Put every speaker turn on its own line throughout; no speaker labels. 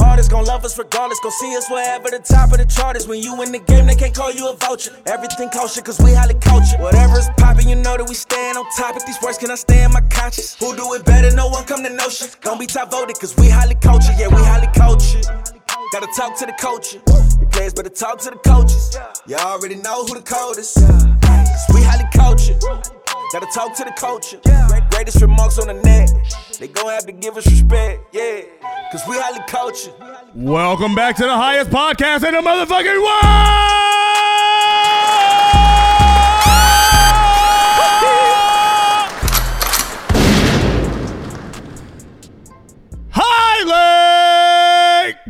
artists gon' love us regardless. Gon' see us wherever the top of the chart is. When you in the game, they can't call you a vulture. Everything kosher, cause we highly cultured. Whatever is poppin', you know that we stand on top. If these words can I stand my conscience? Who do it better? No one come to know shit. Gon' be top voted, cause we highly cultured. Yeah, we highly cultured. Gotta talk to the culture. The players better talk to the coaches. You already know who the code is. Cause we highly cultured. Gotta talk to the culture. Greatest remarks on the net. They gon' have to give us respect. Yeah, cause we highly cultured.
Welcome back to the highest podcast in the motherfucking world!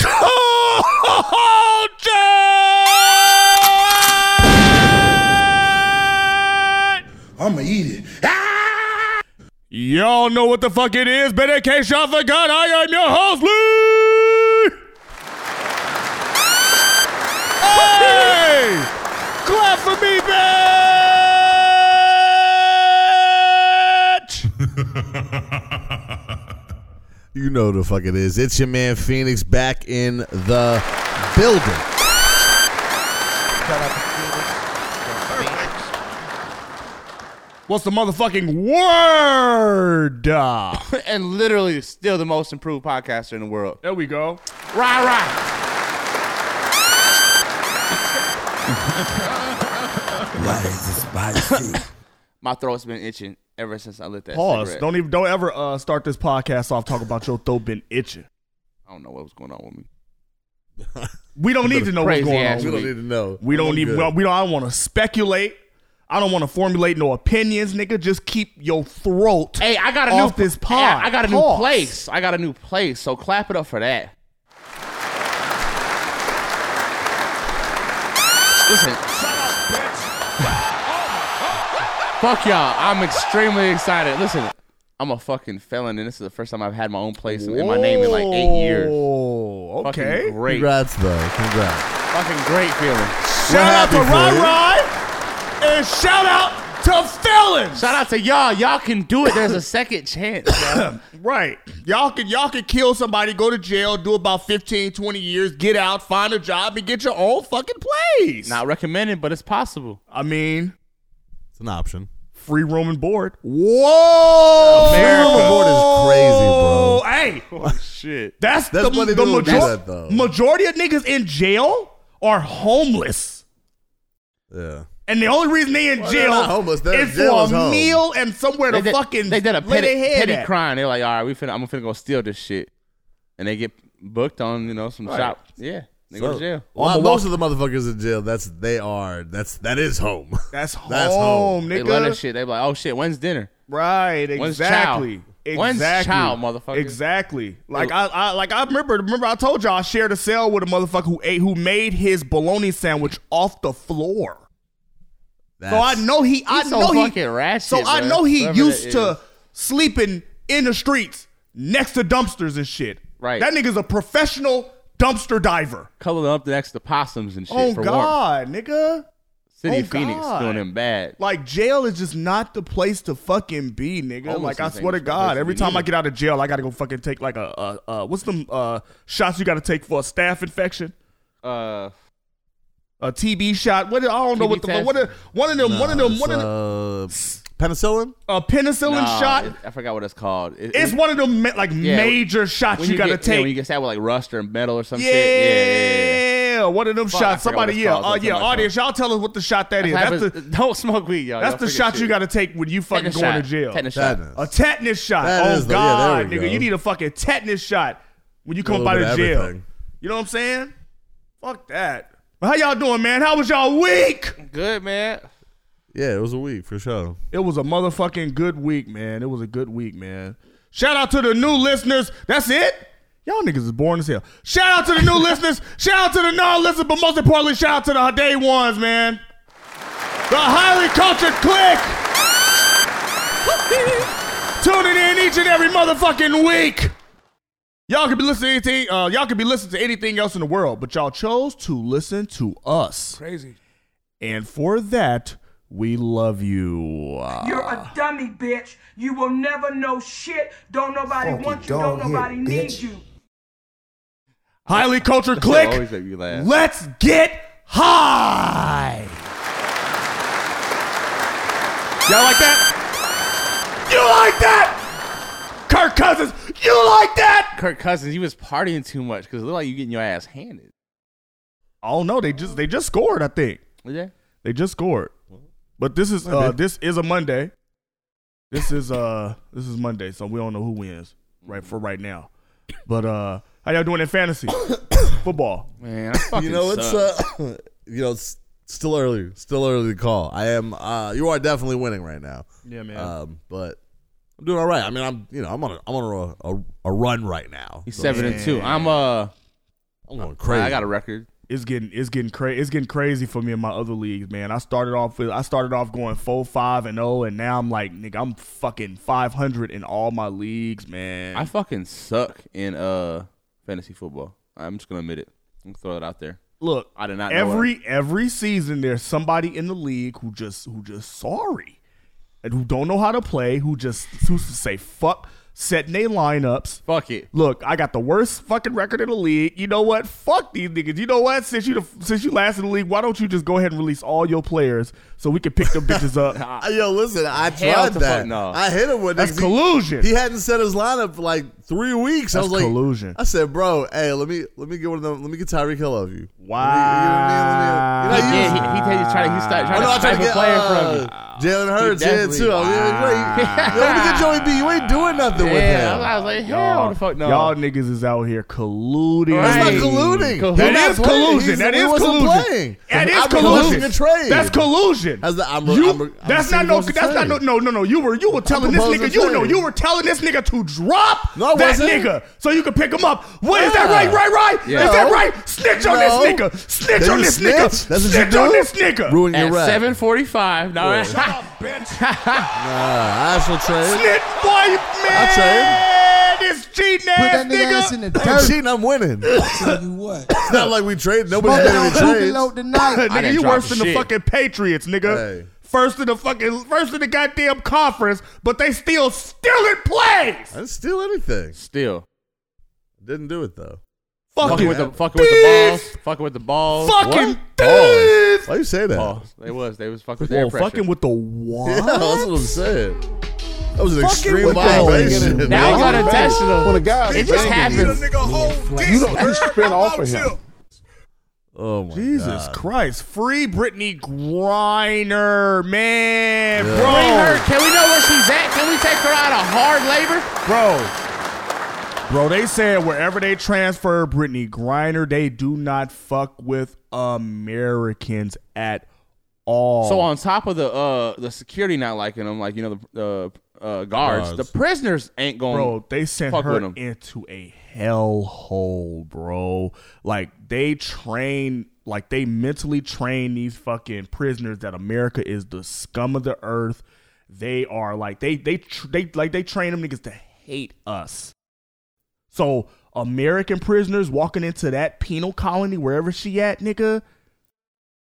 Highly cultured!
I'ma eat it.
Y'all know what the fuck it is, but in case y'all forgot, I am your host, Lee! Hey! Clap for me, bitch!
You know who the fuck it is. It's your man Phoenix back in the building.
What's the motherfucking word? Uh,
and literally still the most improved podcaster in the world.
There we go.
Rah rah.
Why is this spicy?
My throat's been itching ever since I lit that
Pause.
cigarette.
Don't even don't ever uh, start this podcast off talking about your throat been itching.
I don't know what was going on with me.
We don't need to know what's
Crazy
going
ass
on.
We don't
week.
need to know.
We don't
I'm
even.
good.
Well, we don't. I don't want to speculate. I don't want to formulate no opinions, nigga. Just keep your throat.
Hey, I got a
off
new
this pod.
I I got a new
Pause.
place. I got a new place. So clap it up for that. Listen. Fuck y'all. I'm extremely excited. Listen, I'm a fucking felon, and this is the first time I've had my own place in my name in like eight years.
Oh,
Fucking
okay.
great.
Congrats, though. Congrats.
Fucking great feeling.
Shout out
happy
to
for
Ron
you.
Ron and shout out to Felons.
Shout out to y'all. Y'all can do it. There's a second chance.
Right. Y'all can y'all can kill somebody, go to jail, do about 15, 20 years, get out, find a job, and get your own fucking place.
Not recommended, but it's possible.
I mean,
It's an option.
free room and board. Whoa!
America. Free room and board
crazy,
is
bro. Oh, Hey,
Oh, Shit.
that's,
That's
the,
why they
the
don't do
major-
that, though.
majority of niggas in jail are homeless.
Yeah.
And the only reason they in
Well, they're
jail
not homeless. They're-
is
jail
for
is
a
home.
meal and somewhere
They
to
did,
fucking
they did a
lay
petty,
their head
petty
at.
crime. They're like, all right, we finna, I'm finna go steal this shit, and they get booked on you know some shop. Yeah, they go to jail.
Well,
I'ma
most of the motherfuckers in jail, that's they are. That's that is home.
That's home,
That's home.
They
nigga.
love that shit. They be like, oh shit, when's dinner?
Right,
One's
exactly.
child. One's
exactly.
child, motherfucker.
Exactly. Like I, I like I remember remember I told y'all I shared a cell with a motherfucker who ate who made his bologna sandwich off the floor.
That's,
So I know he I
He's so
know he
fucking ratchet,
So I
bruh.
know he
Whoever
used
that
to
is.
sleeping in the streets next to dumpsters and shit.
Right.
That nigga's a professional dumpster diver.
Color up next to possums and shit
oh
for warmth.
god, nigga.
City
Oh,
of Phoenix
God.
doing them bad.
Like jail is just not the place to fucking be, nigga.
Homelessness
like I
ain't
swear to
the
God,
place to
every
be
time I
either.
get out of jail, I gotta go fucking take like a uh, uh what's them uh shots you gotta take for a staph infection,
Uh,
a TB shot. What I don't know
TB
what the fuck.
test?
What a, one of them, one of them, one of them,
uh, penicillin.
a penicillin
nah,
shot.
it- I forgot what it's called. It-
It's
it-
one of them ma- like
Yeah,
major shots
when
you, gotta
get, Yeah,
take.
when you get stabbed with like rust or metal or some
yeah,
shit. yeah, yeah.
one of them
Fuck, I
shots.
forgot
Somebody,
what it's
yeah,
called.
uh,
That's
yeah,
what it's
audience, y'all tell us what the shot that is. That's
Happens-
the
don't smoke weed, y'all.
that's
Y'all
the
forget
shot
shit.
you gotta take when you fucking
Tetanus
going
shot.
to jail.
Tetanus shot.
Sadness.
A tetanus shot.
That
oh
is the- yeah, there
God,
we
nigga,
go.
you need a fucking tetanus shot when you
A
come
little
out
bit
of
of
jail.
everything.
You know what I'm saying? Fuck that. How y'all doing, man? How was y'all week?
Good man.
Yeah, it was a week for sure.
It was a motherfucking good week, man. It was a good week, man. Shout out to the new listeners. That's it. Y'all niggas is boring as hell. Shout out to the new listeners. Shout out to the non-listeners, but most importantly, shout out to the day ones, man. The highly cultured clique. Tuning in each and every motherfucking week. Y'all could be listening to anything, uh, y'all could be listening to anything else in the world, but y'all chose to listen to us. Crazy. And for that, we love you.
You're a dummy, bitch. You will never know shit. Don't nobody
Funky
want you. Don't
dog head,
nobody need
bitch.
you.
Highly cultured
always
click.
make me laugh.
Let's get high. Y'all like that? You like that? Kirk Cousins, you like that?
Kirk Cousins, he was partying too much because it looked like you getting your ass handed.
Oh no, they just they just scored. I think
Yeah.
they just scored. But this is uh, this is a Monday. This is uh this is Monday, so we don't know who wins right for right now. But uh, how y'all doing in fantasy football?
Man, I fucking
you know it's
suck.
uh you know it's still early still early to call i am uh you are definitely winning right now
Yeah, man.
um but i'm doing all right i mean i'm you know i'm on a, i'm on a, a, a run right now
He's
So
seven and two. I'm uh,
i'm going crazy
I got a record.
it's getting it's getting crazy it's getting crazy for me in my other leagues, man. I started off with I started off going four five and zero, and now I'm like nigga, I'm fucking five hundred in all my leagues, man.
I fucking suck in uh fantasy football. I'm just gonna admit it. I'm gonna throw it out there.
Look,
I did not know
every every season there's somebody in the league who just who just sorry and who don't know how to play, who just who say fuck setting their lineups.
Fuck it.
Look, I got the worst fucking record in the league. You know what? Fuck these niggas. You know what? Since you the, since you last in the league, why don't you just go ahead and release all your players so we can pick them bitches up?
Uh, Yo, listen, I tried
to
that.
fuck no.
I hit him with
That's
it 'cause
collusion.
He, he hadn't set his lineup for like three weeks. I
That's
was like,
collusion.
I said, bro, hey, let me let me get one of them. Let me get Tyreek Hill off you.
Wow.
Let me- you know what I mean? Let me- you know, you-
yeah, he, he, he tried to he started
Oh,
trying
no, I
to
tried to
snipe a
get
player
uh,
from
Jalen Hurts
He
in too. I was like, wait, yo, let me get Joey B. You ain't doing nothing
you.
with
Yeah, I was-
him.
I was like, hell the fuck no.
Y'all niggas is out here colluding.
That's
It's not
Hey. That
colluding. He's
That
not
is
playing.
collusion.
He's-
That
he
is
wasn't
collusion.
playing.
That is
I'm
collusion.
proposing a trade.
That's collusion.
That's the- I'm-
You-
I'm- I'm
that's not
saying
no.
it was a
That's not
trade.
no. No, no, no. You were you were telling this
proposing
nigga.
a
You
trade.
know you were telling this nigga to drop
No, I
that
wasn't.
nigga so you could pick him up. What is that
Yeah.
right? Right? Right?
Yeah.
Is that
No.
right? Snitch on
No.
this nigga. Snitch
Then
on
you
this
snitch.
nigga.
That's what you
snitch on
do.
this nigga.
Ruin your
at
rap.
seven forty five. No,
Nah, I shall trade.
Snitch, boy,
I'll
man. This cheating
Put
ass
that nigga ass in
nigga.
the
I'm
dirt.
cheating. I'm winning. It's
Tell you what.
not like we trade. Nobody's
Smoke on
making
two
any
below
trades.
tonight.
didn't
nigga, you
drop
worse than the
shit.
fucking Patriots, nigga.
Hey.
First in the fucking first in the goddamn conference, but they still still in
I
place.
didn't steal anything.
Still.
Didn't do it though.
Fucking
Fucking with the fucking with the balls. Fucking with the balls.
fucking
What?
thieves.
Why you say that?
balls. They was. They was fucking with
Well,
air pressure.
fucking with the
Yeah,
what?
that's what I'm saying. That was an extreme
with the
violation.
nigga.
That was
Well,
unintentional.
well, the guy-
it just happens.
You don't you spin off of him.
oh my
Jesus
god.
Christ! Free Britney Griner, man,
Bring her.
bro,
Can we know where she's at? Can we take her out of hard labor?
bro, bro. They said wherever they transfer Britney Griner, they do not fuck with Americans at all.
Oh.
So on top of the uh the security not liking them, like you know the uh, uh, guards,
Guards.
the prisoners ain't going.
Bro, they sent
fuck
her
with 'em.
into a hellhole, bro. Like they train, like they mentally train these fucking prisoners that America is the scum of the earth. They are like they they tr- they like they train them niggas to hate us. So American prisoners walking into that penal colony wherever she at, nigga.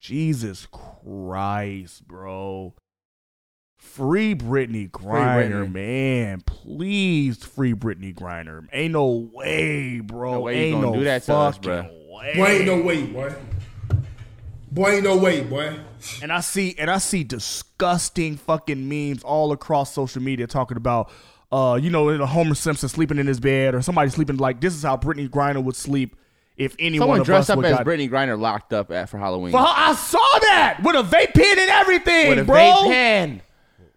Jesus Christ, bro. Free Britney Griner,
Britney.
man. Please free Britney Griner. Ain't no way, bro.
No way you
ain't
gonna
no
do that to us,
fucking
bruh.
way.
Boy, ain't no way, boy. Boy, ain't no way, boy.
And I see and I see disgusting fucking memes all across social media talking about uh, you know, Homer Simpson sleeping in his bed or somebody sleeping like this is how Britney Griner would sleep if any one
Someone
of
dressed
us
up
would
as
got-
Brittany Griner locked up at for Halloween.
But I saw that with a vape pen and everything,
With a
bro.
vape pen.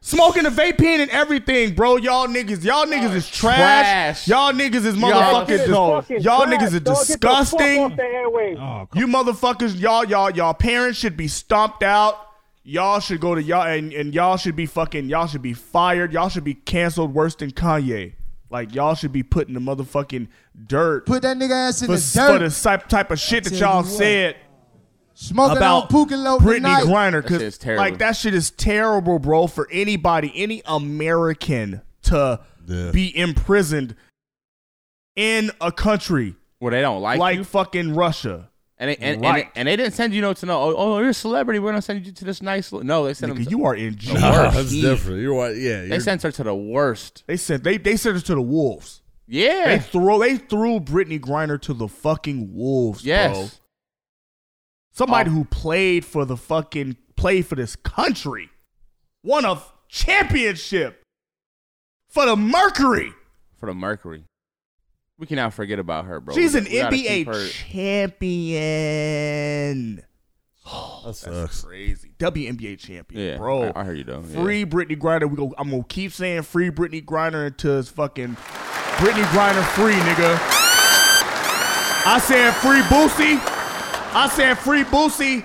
Smoking a vape pen and everything, bro. Y'all niggas, y'all niggas is trash.
Trash.
Y'all niggas is
Y'all
motherfucking. dis- Oh, Y'all, niggas is disgusting. Oh. you motherfuckers, y'all, y'all, y'all parents should be stomped out. Y'all should go to y'all and, and y'all should be fucking. Y'all should be fired. Y'all should be canceled worse than Kanye. Like y'all should be put in the motherfucking dirt
Put that nigga ass in
for,
the dirt.
for the type type of shit that
tell
y'all
you what.
said
Smoking on
about
Pookie Low
Brittany
tonight.
Griner
That shit is
because
terrible.
like that shit is terrible, bro. For anybody, any American to
Yeah.
be imprisoned in a country
Where they don't like,
like
you,
fucking Russia,
and they, and, and,
Right.
they, and they didn't send you no to know. Oh, oh, you're a celebrity. We're gonna send you to this nice. Li-. No, they sent them.
nigga,
To,
you are in jail.
Nah,
Worse.
that's different. You're right. Yeah.
they
You're,
sent her to the worst.
They sent they they sent us to the wolves.
Yeah.
They throw they threw Brittany Griner to the fucking wolves, bro.
yes.
Somebody
Oh.
who played for the fucking played for this country, won a f- championship for the Mercury.
For the Mercury. We cannot forget about her, bro.
She's
We-
an
we gotta keep her-
NBA champion.
That sucks.
Crazy WNBA champion,
Yeah,
bro.
I, I hear you though. yeah.
Free Brittany Griner. We go. I'm gonna keep saying free Brittany Griner until it's fucking Brittany Griner free, nigga. I said free Boosie. I said free Boosie.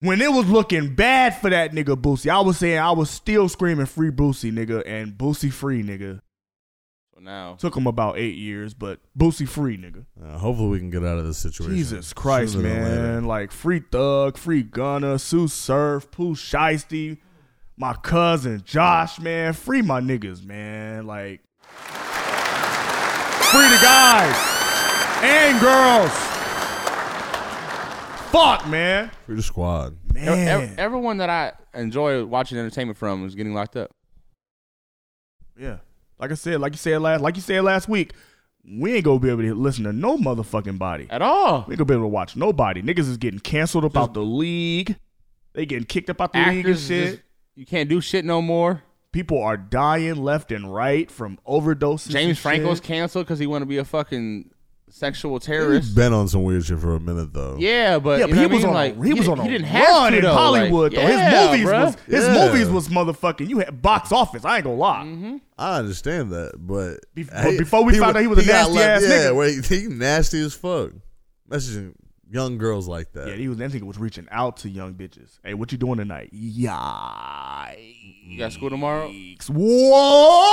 When it was looking bad for that nigga Boosie, I was saying I was still screaming free Boosie, nigga, and Boosie free, nigga.
So now,
Took him about eight years, but Boosie free, nigga.
Uh, hopefully we can get out of this situation.
Jesus Christ,
Sooner than later.
man. Like Free Thug, Free Gunner, Sue Surf, Pooh Shiesty, my cousin Josh, man. Free my niggas, man. Like Free the guys and girls. Fuck, man.
Free the squad.
ev- ev-
Man.
e-, everyone that I enjoy watching entertainment from is getting locked up.
Yeah. Like I said, like you said last like you said last week, we ain't gonna be able to listen to no motherfucking body.
At all.
We ain't gonna be able to watch nobody. Niggas is getting canceled about the league. They getting kicked up out the league and
Actors
shit.
just- you can't do shit no more.
People are dying left and right from overdoses. and
James Franco's
shit.
canceled because he wanted to be a fucking sexual
He's
terrorist.
been on some weird shit for a minute though.
Yeah, but,
yeah,
you
but he
know what I
was
mean?
on
like
a, he was
di-
on a
he didn't have
run
to,
in
though.
Hollywood
like,
though.
yeah, Mm-hmm.
his movies
bruh.
was his
Yeah.
movies was motherfucking. You had box office. I ain't gonna lie.
I understand that, but
Be- but before we found
wa-
out he was a
got
nasty
left-
ass
yeah,
nigga.
where he, he nasty as fuck, messaging young girls like that.
Yeah, he was. That nigga was reaching out to young bitches. Hey, what you doing tonight?
You
Yikes!
got school tomorrow?
Whoa!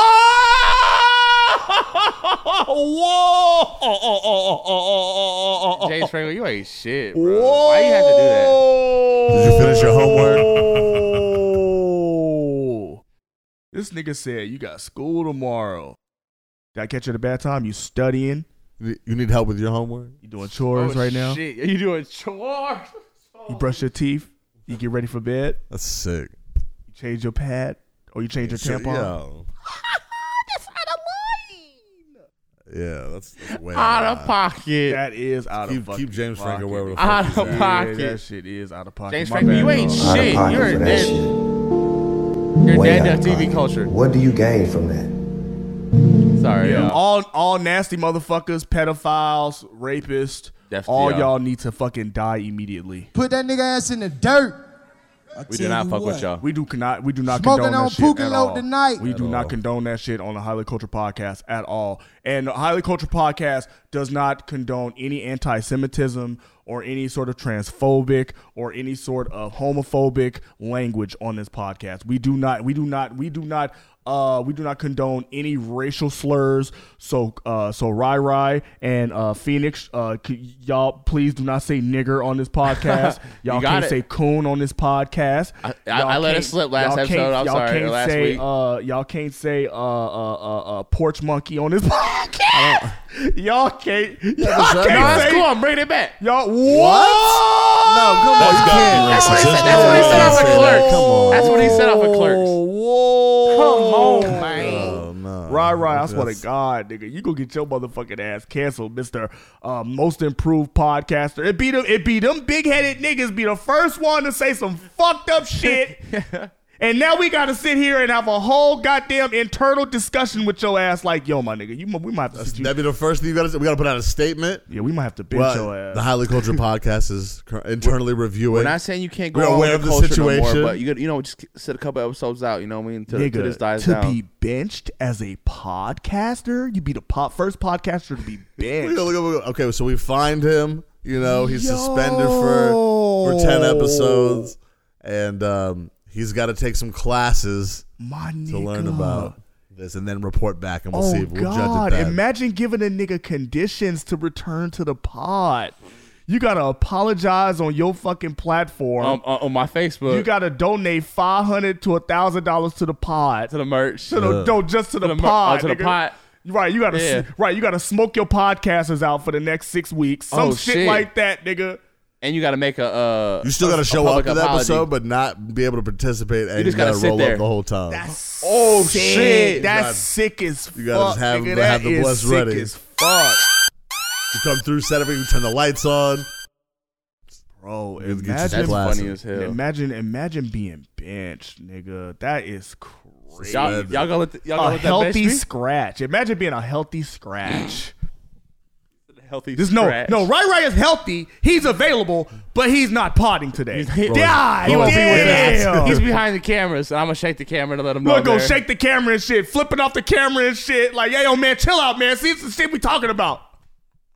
Whoa!
James Franco, you ain't shit, bro. Why you have to do that?
Did
Did you finish your homework?
Oh.
this nigga said you got school tomorrow. Did I catch you at a bad time? You studying?
You- You need help with your homework?
You doing chores
Oh,
right now?
Shit, you doing chores?
You brush your teeth. You get ready for bed.
That's sick.
You change your pad or you change your
So,
tampon.
yo. Yeah, that's, that's way
Out of pocket.
That is out of
Keep-
fucking
keep James
pocket.
Franco wherever the fuck
Out
he's
of
at.
Yeah,
pocket.
that shit is out of pocket.
James
My
Franco,
bad,
you ain't
bro.
Out of
shit.
pocket
You're
for that
dead.
shit.
You're
Way
dead
out
to
of
TV
pocket.
culture.
What do you gain from that?
Sorry, y'all.
All all nasty motherfuckers, pedophiles, rapists,
Death to
all
y'all.
y'all need to fucking die immediately.
Put that nigga ass in the dirt. I
We
tell
do not
you
fuck
what.
with y'all.
We do not. We do not
Smoking
condone
on
that shit at
Pugalo
all.
tonight.
We do not condone that shit on the Highly Culture podcast at all. And the Highly Culture podcast does not condone any anti-Semitism or any sort of transphobic or any sort of homophobic language on this podcast. We do not. We do not. We do not. Uh, we do not condone any racial slurs. So, uh, so Rai Rai and uh, Phoenix, uh, c- y'all please do not say nigger on this podcast. y'all
got
can't
it.
say coon on this podcast.
I- I- I let it
can't-
slip last
y'all
episode.
can't-
I'm
y'all
sorry,
Can't
or last
say,
week.
Uh, y'all can't say uh, uh, uh, uh, porch monkey on this podcast. y'all can't. Y'all
that's-
No,
can't
that's cool.
say.
I'm bringing it back.
Y'all what?
No, come on, you can't.
That's what he said. That's what he said off of clerks.
Come on.
That's what he said off of clerks.
Whoa!
Come on, man.
Oh, no.
Right, right. I swear to
That's-
God, nigga, you gonna get your motherfucking ass canceled, Mister uh, Most Improved Podcaster. It be them, it be them big headed niggas be the first one to say some fucked up shit, and now we gotta sit here and have a whole goddamn internal discussion with your ass. Like, yo, my nigga, you mu- we might have to sit you,
That'd be the first thing you got to say. We got to put out a statement.
yeah, we might have to bitch your
Well,
ass.
the Highly Culture podcast is cur- internally reviewing.
We're not saying you can't
We're
go on
aware
with
of
the
the
culture no more,
situation.
but you, gotta- you know, just sit a couple episodes out. You know what I mean? Till, till this
Nigga,
dies
to
down.
be benched as a podcaster, you be the pop first podcaster to be
We
benched.
go, we go, we go. Okay, so we find him. You know, he's suspended for
Yo.
for ten episodes, and um, he's got to take some classes
My nigga.
to learn about this, and then report back, and we'll see. If we'll
Oh, God.
judge it. That.
Imagine giving a nigga conditions to return to the pod. You gotta apologize on your fucking platform.
um, on, on my Facebook.
you gotta donate five hundred to thousand dollars to the pod.
to the merch.
To the, no, just to the,
the mer-
pod.
oh, to the
nigga.
pot.
Right, you gotta s-
Yeah.
right, you gotta smoke your podcasters out for the next six weeks. Some
Oh,
shit,
shit.
like that, nigga.
and you got to make a. Uh,
You still
a-
got to
a
show up
public
to the
apology.
episode, but not be able to participate, and you,
just
got
gotta
to
sit
roll
there.
up the whole time.
Oh
shit.
That's
gotta-
sick as fuck.
you gotta just have-
nigga. That
have the
is
bless
sick
ready.
as fuck,
You come through, set everything, you turn the lights on.
bro.
Get- get you
Imagine,
some
That's
Classic.
funny as hell.
imagine, imagine being benched, nigga. That is crazy.
Y'all, y'all gonna let the, y'all
a
gonna let that bench
healthy
me?
scratch. Imagine being a healthy scratch.
healthy.
There's no
scratch.
no right right is healthy. He's available, but he's not potting today. God,
Roy,
He's behind-
damn.
He's behind the cameras, and I'm gonna shake the camera to let him know.
Look, go
there.
shake the camera and shit, flipping off the camera and shit. Like, hey, yo, man, chill out, man. See, it's the shit we talking about.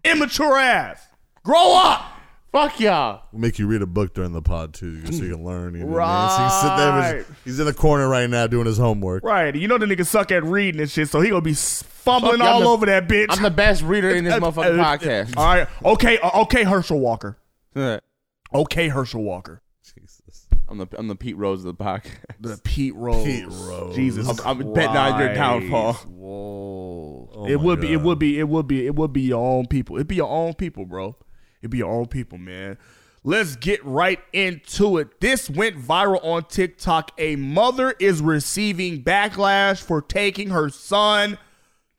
Immature ass. Grow up.
Fuck y'all.
We'll make you read a book during the pod, too, so you can learn. You know what I mean? So you can sit there.
Right.
He's, he's in the corner right now doing his homework.
Right, you know the nigga suck at reading and shit, so he gonna be s- fumbling
Fuck you, I'm
all
the-
over that bitch.
I'm the best reader in this
Uh,
motherfucking
uh,
podcast.
All right, okay, uh, okay, Herschel Walker.
I'm
Okay, Herschel Walker.
the I'm the Pete Rose of the podcast.
The Pete Rose.
Pete Rose.
Jesus,
I'm- I'm betting on your
Christ.
downfall.
Whoa.
Oh
it
my
would be. It
God.
would be. It would be. It would be your own people. It'd be your own people, bro. It'd be your own people, man. Let's get right into it. This went viral on TikTok. A mother is receiving backlash for taking her son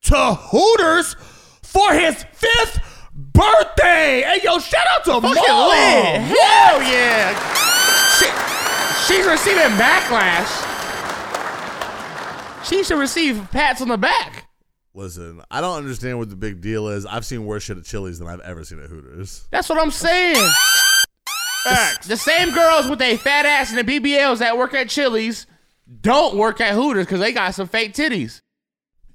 to Hooters for his fifth birthday. Hey, yo, shout out to Mom.
lit.
Hell yeah.
Shit. She's receiving backlash. She should receive pats on the back.
Listen, I don't understand what the big deal is. I've seen worse shit at Chili's than I've ever seen at Hooters.
That's what I'm saying.
Facts.
The same girls with their fat ass and the BBLs that work at Chili's don't work at Hooters because they got some fake titties.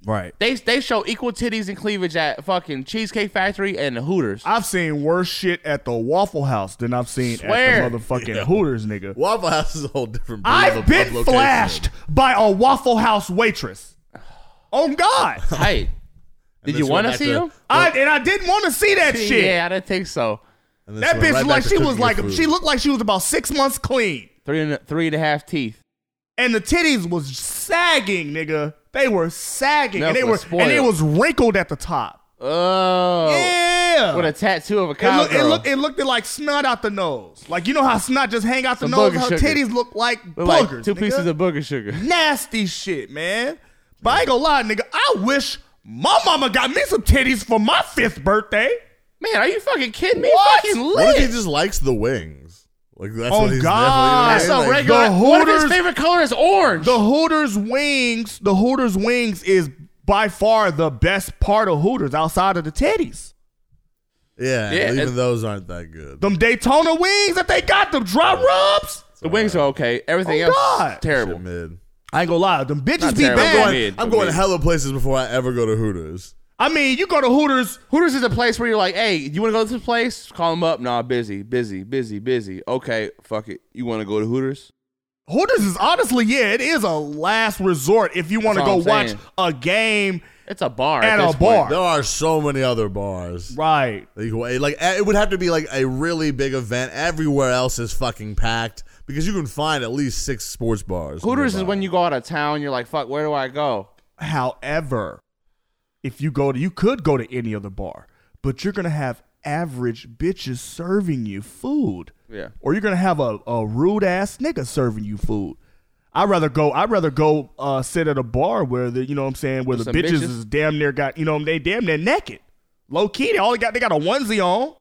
Right.
They they show equal titties and cleavage at fucking Cheesecake Factory and Hooters.
I've seen worse shit at the Waffle House than I've seen
Swear.
at the motherfucking
Yeah.
Hooters, nigga.
Waffle House is a whole different. breed of a
I've
pub
been
location.
flashed by a Waffle House waitress. Oh God!
hey,
And
did
this
you want
went
to
back
see them?
I and I didn't want to see that shit.
Yeah, I didn't think so.
and this
That
went
bitch looked
right back
like
to
she was
cooking
like
your
she
food.
looked like she was about six months clean,
Three and a, three and a half teeth.
and the titties was sagging, nigga. They were sagging, and
Milk
they were
was
and it
spoiled.
was wrinkled at the top.
Oh,
yeah,
with a tattoo of a
it looked
cowgirl.
it looked it looked like snot out the nose. Like you know how snot just hang out the
Some
nose.
booger
Her
sugar.
titties look like
Look
boogers.
like two
nigga.
pieces of booger sugar.
nasty shit, man. But I ain't gonna lie, nigga. I wish my mama got me some titties for my fifth birthday.
Man, are you fucking kidding me?
What?
Fucking
What if he
lit.
just likes the wings? Like that's
Oh,
what he's
God.
That's
definitely. you know what I mean?
a regular.
Like,
the
what if his
Hooters-
favorite color is orange?
The Hooters wings, the Hooters wings is by far the best part of Hooters outside of the teddies.
Yeah,
Yeah,
even
and-
those aren't that good.
Them Daytona wings that they got, them drop rubs.
The wings are okay. Everything
Oh,
else
God.
is terrible.
Shit, mid.
I ain't gonna lie, them bitches
Not
be
terrible,
bad.
but mid,
I'm
but
going
mid.
hella places before I ever go to Hooters.
I mean, you go to Hooters,
Hooters is a place where you're like, hey, you want to go to this place? Call them up. Nah, busy, busy, busy, busy. Okay, fuck it. You want to go to Hooters?
Hooters is honestly, yeah, it is a last resort if you want to
That's
go
all I'm
watch
saying.
a game.
It's a bar.
At a
this
bar.
point.
There are so many other bars.
Right.
that you can wait. Like eh, it would have to be like a really big event. Everywhere else is fucking packed because you can find at least six sports bars.
Hooters is
nearby.
when you go out of town. You're like, fuck, where do I go?
However, if you go to, you could go to any other bar, but you're gonna have average bitches serving you food,
Yeah.
or you're gonna have a, a rude ass nigga serving you food. I'd rather go. I'd rather go uh, sit at a bar where the you know what I'm saying where
With
the
some
bitches,
bitches?
is damn near got you know they damn near naked, low key. They all got they got a onesie on.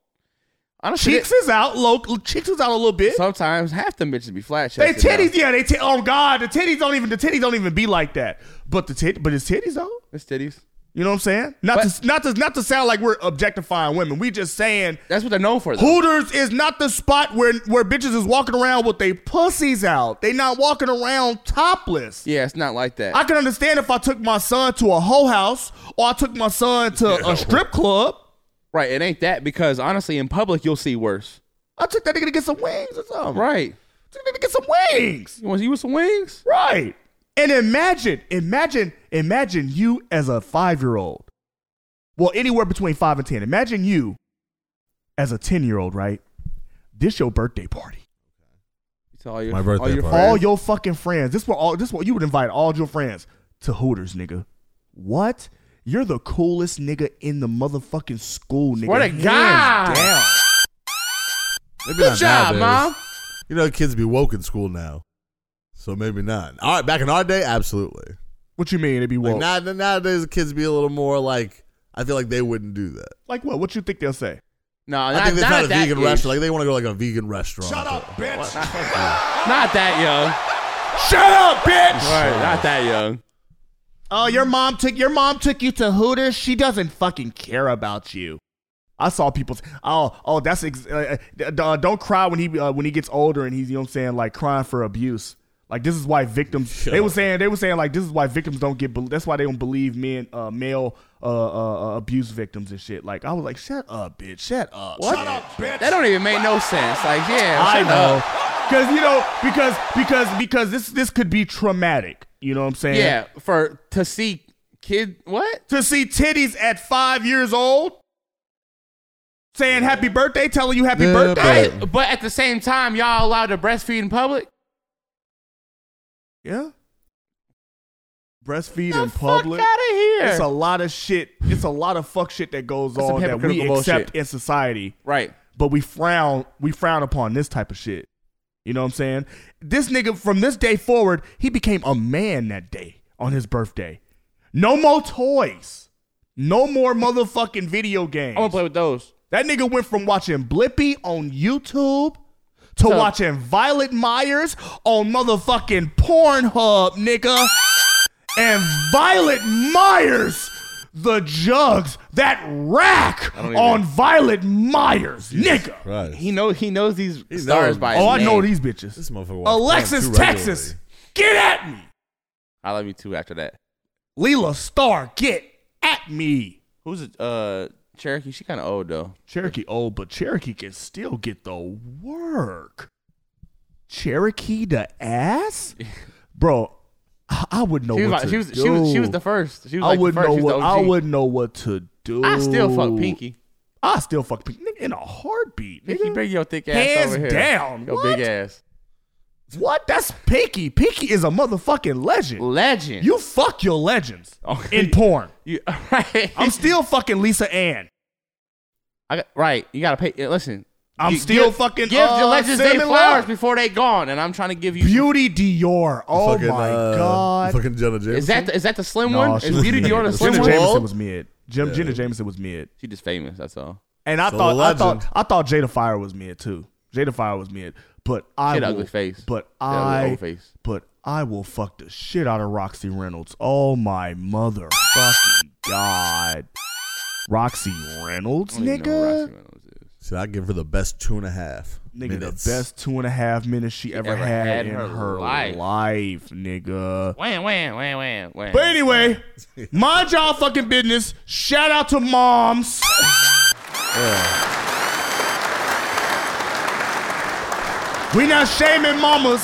Honestly,
Cheeks is out. Low cheeks is out a little bit.
sometimes half them bitches be flat
They
chested.
titties, yeah, they t- oh god, the titties don't even the titties don't even be like that. But the tit, but it's titties though.
It's titties.
You know what I'm saying? Not
But-
to not to not to sound like we're objectifying women. We just saying
That's what they're known for. Though.
Hooters is not the spot where where bitches is walking around with they pussies out. They not walking around topless.
Yeah, it's not like that.
I can understand if I took my son to a hoe house or I took my son to a strip club.
right. It ain't that because honestly, in public, you'll see worse.
I took that nigga to get some wings or something.
Right.
Took that nigga to get some wings.
You want to eat with some wings?
Right. And imagine, imagine, imagine you as a five year old. Well, anywhere between five and 10. Imagine you as a 10 year old, right? This your birthday party.
It's all your,
My birthday
all your
party.
friends.
All your fucking friends. This what all this what you would invite all your friends to Hooters, nigga. What? You're the coolest nigga in the motherfucking school, nigga.
Swear to
Hands
God.
down.
Maybe
Good
not
job,
nowadays.
mom.
You know, kids be woke in school now, so maybe not. All right, back in our day, absolutely.
What you mean? It'd be
Like
woke.
now, nowadays, kids be a little more like. I feel like they wouldn't do that.
like what? What you think they'll say?
No,
I
not,
think they
not
found a
at that
vegan
age.
restaurant. Like they want to go to like a vegan restaurant.
Shut up, bitch.
Not that young.
Shut up, bitch!
Right, not that young.
Oh, your mom took your mom took you to Hooters. She doesn't fucking care about you. I saw people. s- Oh, oh, that's ex- uh, uh, d- uh, don't cry when he uh, when he gets older and he's you know what I'm saying like crying for abuse. Like this is why victims. They were saying they were saying like this is why victims don't get. bel that's why they don't believe men uh, male uh, uh, uh, abuse victims and shit. Like I was like, shut up, bitch, shut up.
What?
shut up, bitch.
That don't even make no sense. Like, yeah,
I
shut
know,
up.
because you know, because because because this this could be traumatic. You know what I'm saying?
Yeah, for to see kid what?
to see titties at five years old saying happy birthday, telling you happy
Yeah,
birthday.
but-
But, at the same time, y'all allowed to breastfeed in public?
Yeah. Breastfeed
The
in public.
Fuck out of here.
It's a lot of shit. It's a lot of fuck shit that goes
That's some
on that we
hypocritical
accept
bullshit.
in society,
right.
but we frown we frown upon this type of shit. You know what I'm saying? This nigga from this day forward, he became a man that day on his birthday. No more toys. No more motherfucking video games.
I want to play with those.
That nigga went from watching Blippy on YouTube to
So-
watching Violet Myers on motherfucking Pornhub, nigga. And Violet Myers, the jugs, that rack
don't even-
on Violet Myers, nigga.
Right.
He know he knows these
He
stars
knows.
by his
Oh, I know
name.
these bitches.
This motherfucker. walks
Alexis,
around too
Texas, get at me.
I love you too. After that,
Leela Starr, get at me.
who's a uh, Cherokee? She kind of old though.
Cherokee old, but Cherokee can still get the work. Cherokee the ass, bro. I, I would know
She was,
what
like,
to
she, was,
do.
she was she was the first. She was
I
like the
wouldn't
first.
know
She was
what
the
I
OG.
wouldn't know what to do.
I still fuck Pinky.
I still fuck Pinky nigga, in a heartbeat.
Pinky,
nigga.
bring your thick ass
Hands
over here.
down.
Your
What?
big ass
What? That's Pinky. Pinky is a motherfucking legend.
legend.
You fuck your legends
Oh.
in porn.
You- right?
I'm still fucking Lisa Ann.
I got, right. You gotta pay. yeah, Listen,
I'm
You-
still
give-
fucking
give
uh,
the legends
Sam
their
and
flowers
Lyle.
before they gone, and I'm trying to give you.
Beauty Dior.
Fucking,
Oh my
uh,
god.
Fucking Jenna Jameson.
is that the, is that the slim
No,
one?
she
Is
was
Beauty
mid.
Dior the slim
Jenna
one?
Jameson
Wall?
was mid. Jim, Jenna Jameson was mid,
She just famous. That's all.
and I
So
thought I
legend.
thought I thought Jada Fire was mid too. Jada Fire was mid, but I
She had
will,
an ugly face.
But
She had an ugly
I
old face.
but I will fuck the shit out of Roxy Reynolds. Oh my mother fucking god, Roxy Reynolds,
I don't even know who
nigga,
Roxy Reynolds is.
Should I give her the best two and a half?
nigga,
minutes?
the best two and a half minutes she, ever,
ever
had,
had
in
in
her,
her life.
life, nigga.
Wham, wham, wham, wham, wham.
But anyway, mind y'all fucking business. Shout out to moms. We not shaming mamas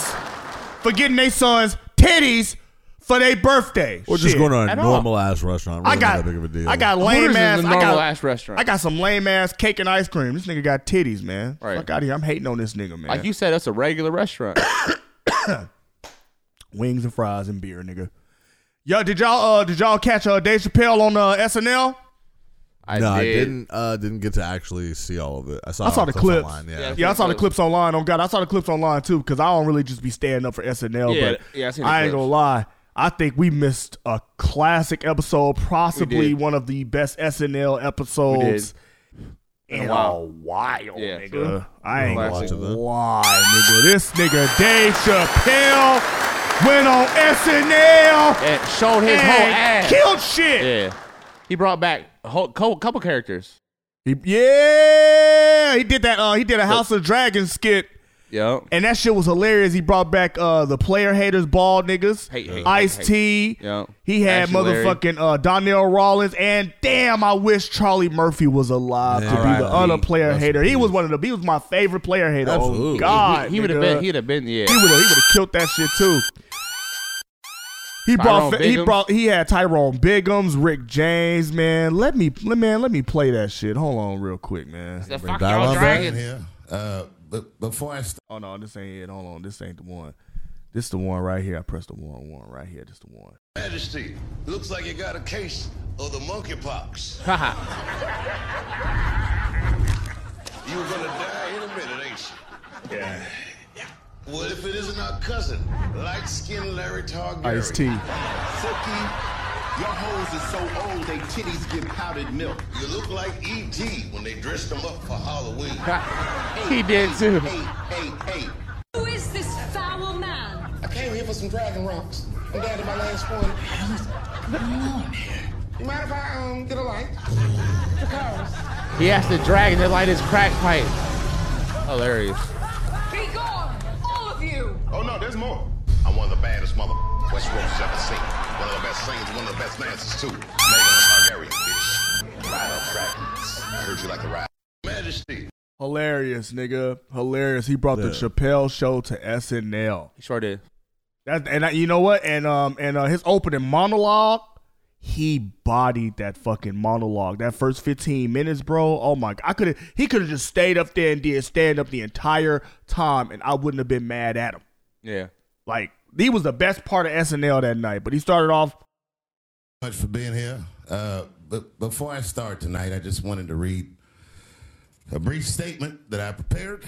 for getting their sons titties for their birthday.
We're just
Shit.
going to a
at all.
normal ass restaurant. Really
I got,
not that big of a deal.
I got
Hooters
lame
is
ass.
the
I got,
normal ass restaurant.
I got some lame ass cake and ice cream. This nigga got titties, man.
Right.
Fuck out of here. I'm hating on this nigga, man.
like you said, that's a regular restaurant.
Wings and fries and beer, nigga. Yo, did y'all uh did y'all catch uh Dave Chappelle on uh SNL?
I
no, I
did.
didn't. Uh, didn't get to actually see all of it. I saw.
I saw the
clips
clips.
online,
yeah.
yeah.
I saw the clips online. Oh God, I saw the clips online too because I don't really just be standing up for SNL.
Yeah,
but
yeah, I seen the
I ain't
clips.
gonna lie. I think we missed a classic episode,
We
possibly
did.
one of the best SNL episodes in, a while,
Yeah,
nigga.
true.
I ain't gonna
Classic.
lie, nigga. This nigga Dave Chappelle went on SNL
And showed his whole
and
ass.
killed shit.
Yeah. He brought back a whole, co- couple characters.
He, yeah, he did that. Uh, he did a House of Dragons skit,
Yep.
and that shit was hilarious. He brought back uh the player haters, bald niggas,
Hate, hate,
Ice
hate,
T.
Yeah.
He had
Ashley Larry.
motherfucking uh, Donnell Rollins, and damn, I wish Charlie Murphy was alive to be
R.I.P.
the other player
Rest in
hater. He was
peace.
one of the. He was my favorite player hater. Oh
Absolutely.
God,
he he would have
nigga.
been. He'd have been. Yeah.
He would have. He would have killed that shit too. He
Tyrone
brought. He
Biggums.
brought. He had Tyrone Biggums, Rick James. Man, let me. let- Man, let me play that shit. Hold on, real quick, man.
the fuck
Dial
y'all
up,
dragons.
Here, uh, but before I start,
Oh no, this ain't it. Hold on, this ain't the one. This the one right here. I pressed the one. One right here. This the one.
Majesty, looks like you got a case of the monkeypox.
Haha.
You're gonna die in a minute, ain't you? Well, if it isn't our cousin, light-skinned Larry Targaryen.
Ice tea.
Cookie, your hoes are so old they titties get powdered milk.
You look like E.T. when they dressed him up for Halloween.
He did too.
Hey, hey, hey.
Who is this foul man?
I came here for some dragon rocks. I'm down to my last one. You mind if I um get a light?
He has to drag and light his crack pipe. Hilarious.
Be gone, all of you!
Oh no, there's more.
I'm one of the baddest mother Westeros ever seen. One of the best singers, one of the best dancers too. Megan Targaryen, bitch. Ride up, dragons. I heard you like to ride. Majesty.
Hilarious, nigga. Hilarious. He brought the Chappelle show to SNL.
He sure did.
That and I, you know what? And um and uh, his opening monologue, he bodied that fucking monologue. That first 15 minutes, bro. Oh my god. I could have he could have just stayed up there and did stand up the entire time and I wouldn't have been mad at him.
Yeah.
Like he was the best part of SNL that night, but he started off
much for being here. Uh, but before I start tonight, I just wanted to read a brief statement that I prepared.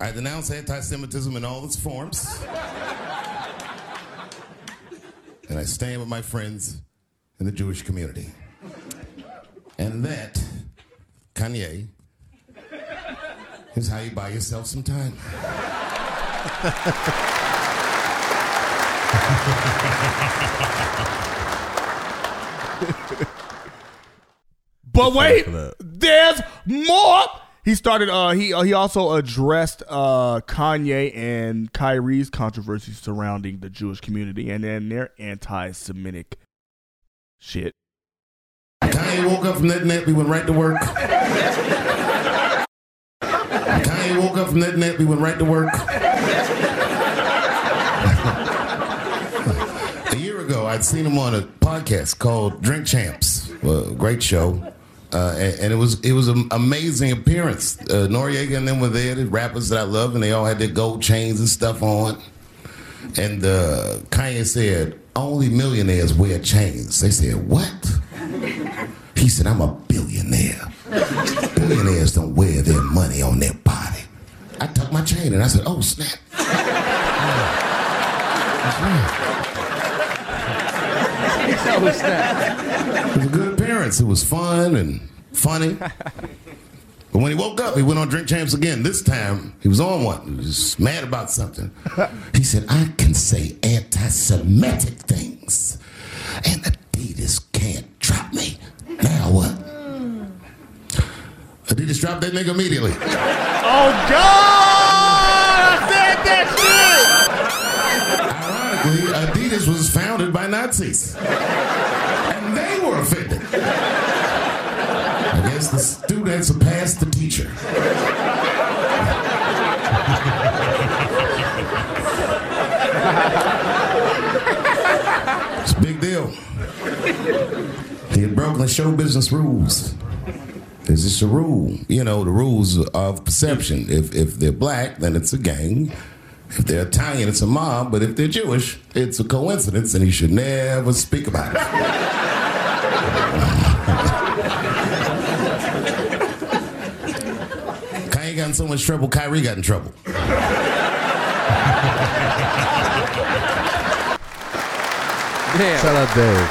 I denounce anti Semitism in all its forms. and I stand with my friends in the Jewish community. And that, Kanye, is how you buy yourself some time.
But wait,
for that.
there's more. He started. Uh, he uh, he also addressed uh, Kanye and Kyrie's controversy surrounding the Jewish community and then their anti-Semitic shit.
Kanye woke up from that nap, he went right to work. Kanye woke up from that nap, he went right to work. a year ago, I'd seen him on a podcast called Drink Champs. Uh, great show. Uh, and, and it was it was an amazing appearance. Uh, Noriega and them were there, the rappers that I love, and they all had their gold chains and stuff on. And uh, Kanye said, "Only millionaires wear chains." They said, "What?" He said, I'm a billionaire. Billionaires don't wear their money on their body. I tucked my chain and I said, oh, snap. It was a good appearance. It was fun and funny. But when he woke up, he went on Drink Champs again. This time, he was on one. He was mad about something. He said, I can say anti Semitic things, and the Adidas can't drop me. Now what? Adidas dropped that nigga immediately.
Oh God! I said that
Ironically, Adidas was founded by Nazis. And they were offended. I guess the student surpassed the teacher. it's a big deal. He had broken the show business rules. It's just a rule. You know, the rules of perception. If if they're black, then it's a gang. If they're Italian, it's a mob. But if they're Jewish, it's a coincidence, and he should never speak about it. Kanye got in so much trouble, Kyrie got in trouble.
Damn.
Shout out Dave.
shit!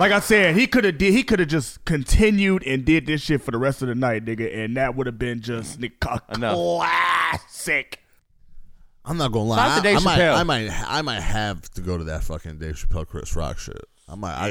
Like I said, he could have did. He could have just continued and did this shit for the rest of the night, nigga, and that would have been just nigga, a
Enough.
classic.
I'm not gonna lie.
Shout out to
I,
Dave
I might,
Chappelle.
I might, I might have to go to that fucking Dave Chappelle Chris Rock shit. I might. I, I,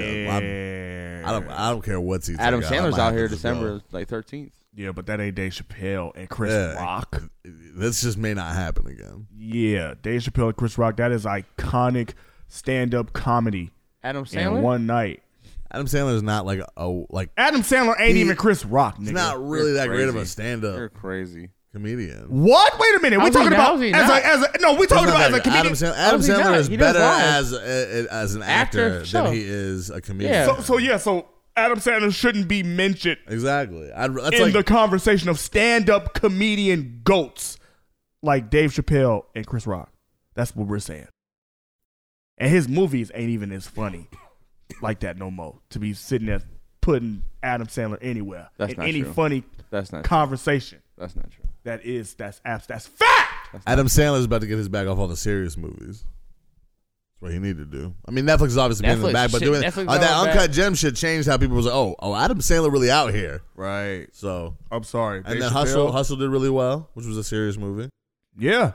I, don't. I don't care what's he's.
Adam
like, I
Sandler's
might
out
have
here
to just go.
December like 13th.
Yeah, but that ain't Dave Chappelle and Chris
Yeah.
Rock.
This just may not happen again.
Yeah, Dave Chappelle and Chris Rock. That is iconic stand-up comedy
Adam Sandler.
in one night.
Adam Sandler's not like a like.
Adam Sandler ain't
He-
even Chris Rock, nigga.
He's not really that great of a
crazy. You're
stand-up
crazy.
comedian.
What? Wait a minute. We
How's he
talking
not?
about
How's he
as
not?
a, as a no. We talking
He's not
about as a
that- Adam,
comedian.
Sandler, Adam
How's he
Sandler
not?
is
He does
better
lines.
as a, a- as an
Actor,
actor
sure.
than he is a comedian.
Yeah.
So, so yeah. So Adam Sandler shouldn't be mentioned
Exactly. I'd, that's
in
like
the conversation of stand-up comedian goats like Dave Chappelle and Chris Rock. That's what we're saying. And his movies ain't even as funny like that no more. To be sitting there putting Adam Sandler anywhere
That's
in
not
any
true.
funny
That's not true.
conversation.
That's not true.
That is that's abs- that's fact.
Adam Sandler's about to get his back off all the serious movies. That's what he need to do. I mean, Netflix is obviously been in the
Netflix
back, but
shit-
doing
Netflix
uh, that
got my
uncut
back.
gem shit changed how people was like, oh, oh, Adam Sandler really out here,
right?
So
I'm sorry,
and
Dave
then Hustle,
Chappelle.
Hustle did really well, which was a serious movie.
Yeah,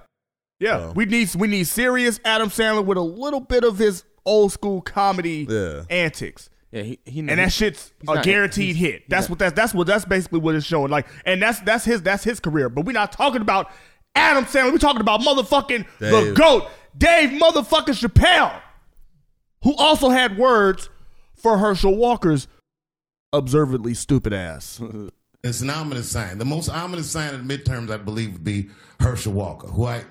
yeah. We need we need serious Adam Sandler with a little bit of his old school comedy
Yeah.
antics.
Yeah, he, he
and that shit's
Mm-hmm. he's
a
not-
guaranteed
he's-
hit.
he's
That's
not-
what that's that's what that's basically what it's showing. Like, and that's that's his that's his career. But we're not talking about Adam Sandler. We're talking about motherfucking the
Dave.
goat, Dave motherfucking Chappelle, who also had words for Herschel Walker's observantly stupid ass.
It's an ominous sign. The most ominous sign of the midterms, I believe, would be Herschel Walker, who I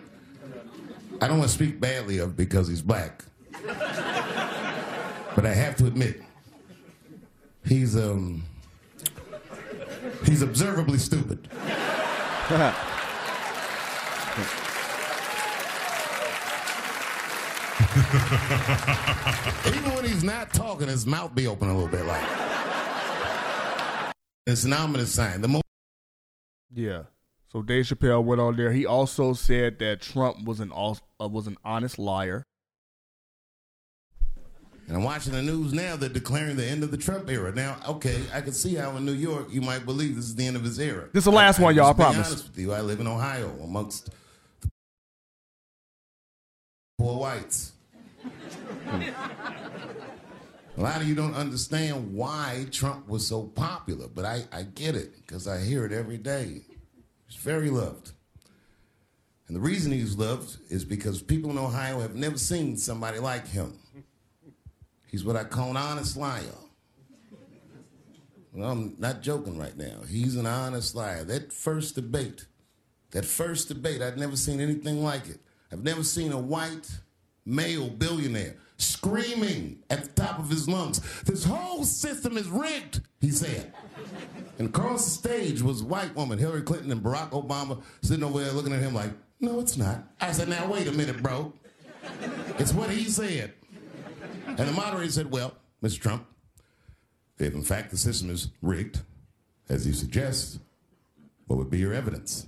I don't want to speak badly of because he's black, but I have to admit he's um he's observably stupid. Even when he's not talking, his mouth be open a little bit like. It's an ominous sign. The most
Yeah. So Dave Chappelle went on there. He also said that Trump was an al- uh, was an honest liar.
And I'm watching the news now. They're declaring the end of the Trump era. Now, okay, I can see how in New York you might believe this is the end of his era.
This is the last one, y'all, I
Just being
promise.
honest with you, I live in Ohio amongst the poor whites. A lot of you don't understand why Trump was so popular, but I, I get it because I hear it every day. He's very loved. And the reason he's loved is because people in Ohio have never seen somebody like him. He's what I call an honest liar. Well, I'm not joking right now. He's an honest liar. That first debate, that first debate, I've never seen anything like it. I've never seen a white male billionaire screaming at the top of his lungs, This whole system is rigged, he said. And across the stage was a white woman, Hillary Clinton and Barack Obama, sitting over there looking at him like, No, it's not. I said, Now, wait a minute, bro. It's what he said. And the moderator said, Well, Mr. Trump, if in fact the system is rigged, as you suggest, what would be your evidence?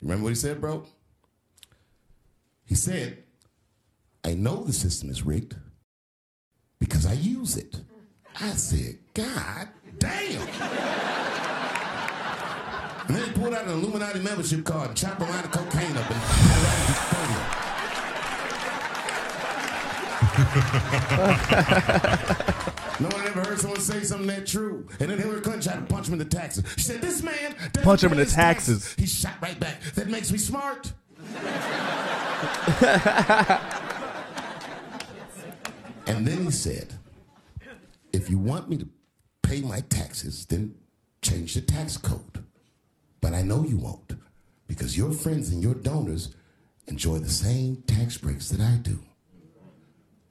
You remember what he said, bro? He said, I know the system is rigged because I use it. I said, God damn. and then he pulled out an Illuminati membership card and chopped a line of cocaine up and No one ever heard someone say something that true. And then Hillary Clinton tried to punch him in the taxes. She said, This man. doesn't
Punch him in
pay
the
his
taxes.
He shot right back. That makes me smart. and then he said, If you want me to pay my taxes, then change the tax code. But I know you won't because your friends and your donors enjoy the same tax breaks that I do.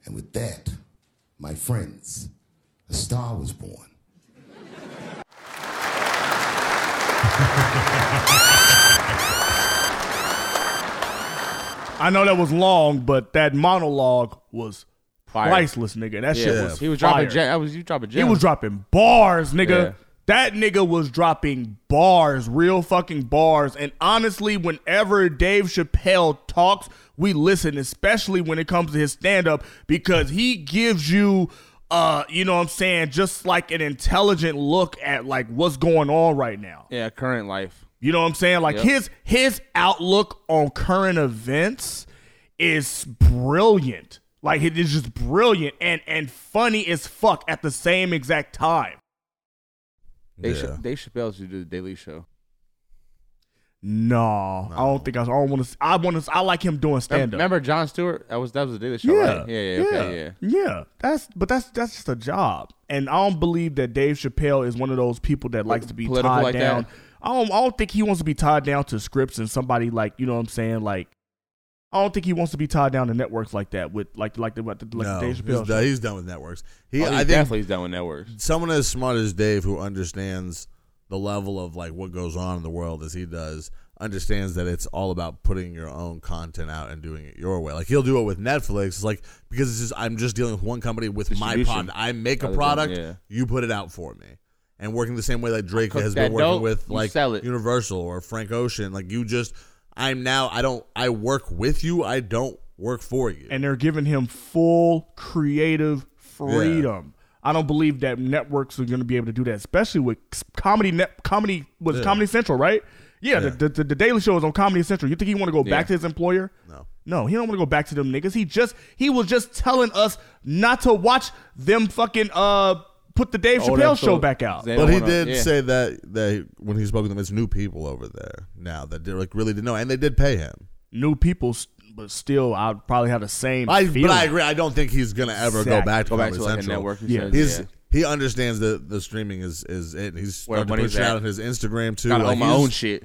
And with that, my friends, a star was born.
I know that was long, but that monologue was
Fire.
priceless, nigga. That
Yeah.
shit was.
He was
fire.
dropping. Gem, I was you dropping.
He
Gems.
was dropping bars, nigga.
Yeah.
That nigga was dropping bars, real fucking bars. And honestly, whenever Dave Chappelle talks, we listen, especially when it comes to his stand up, because he gives you, uh, you know what I'm saying, just like an intelligent look at like what's going on right now.
Yeah, current life.
You know what I'm saying? Like
Yep.
his his outlook on current events is brilliant. Like it is just brilliant and and funny as fuck at the same exact time.
Dave,
Yeah.
Ch- Dave Chappelle should do the Daily Show.
No, I don't think I, I don't want to. I want to. I like him doing
Mem-
stand up.
Remember John Stewart? That was that was the Daily Show. right? yeah, yeah, okay, yeah.
yeah. That's but that's that's just a job, and I don't believe that Dave Chappelle is one of those people that likes to be
political
tied
like that?
down. I don't. I don't think he wants to be tied down to scripts and somebody like you know what I'm saying. Like, I don't think he wants to be tied down to networks like that with like like the like the like
no,
the Dave
he's,
Chappelle.
done,
show.
he's done with networks. He,
Oh, he
I think
definitely is done with networks.
someone as smart as Dave, who understands the level of like what goes on in the world as he does, understands that it's all about putting your own content out and doing it your way. Like he'll do it with Netflix. It's like because it's just I'm just dealing with one company with my
Distribution.
product. I make a
Other than-
product,
yeah.
you put it out for me. And working the same way that Drake
cook
has
that
been working
dope,
with
you
like
sell it.
Universal or Frank Ocean. Like you just I'm now I don't I work with you. I don't work for you.
and they're giving him full creative freedom. I don't believe that networks are going to be able to do that, especially with s- comedy. Net comedy was
Yeah.
Comedy Central, right? Yeah,
Yeah.
The, the, the Daily Show is on Comedy Central. You think he want to go
Yeah.
back to his employer?
No,
no, he don't want to go back to them niggas. He just he was just telling us not to watch them fucking uh put the Dave
Oh,
Chappelle
that's
show
so-
back out.
they
but
don't
he
wanna-
did
yeah.
say that that when he spoke with them, it's new people over there now that did, like really didn't know, and they did pay him.
New people, s- but still, I'd probably have the same.
I,
feeling.
but I agree. I don't think he's gonna ever go
Exactly.
back to
Go back
Comedy
to, like, a
Central.
network, he
yeah.
says,
He's,
yeah.
He understands that the streaming is is it. He's
Where
starting to
money's
push it
at.
out on his Instagram too.
Gotta
Like,
own my
he's-
own shit.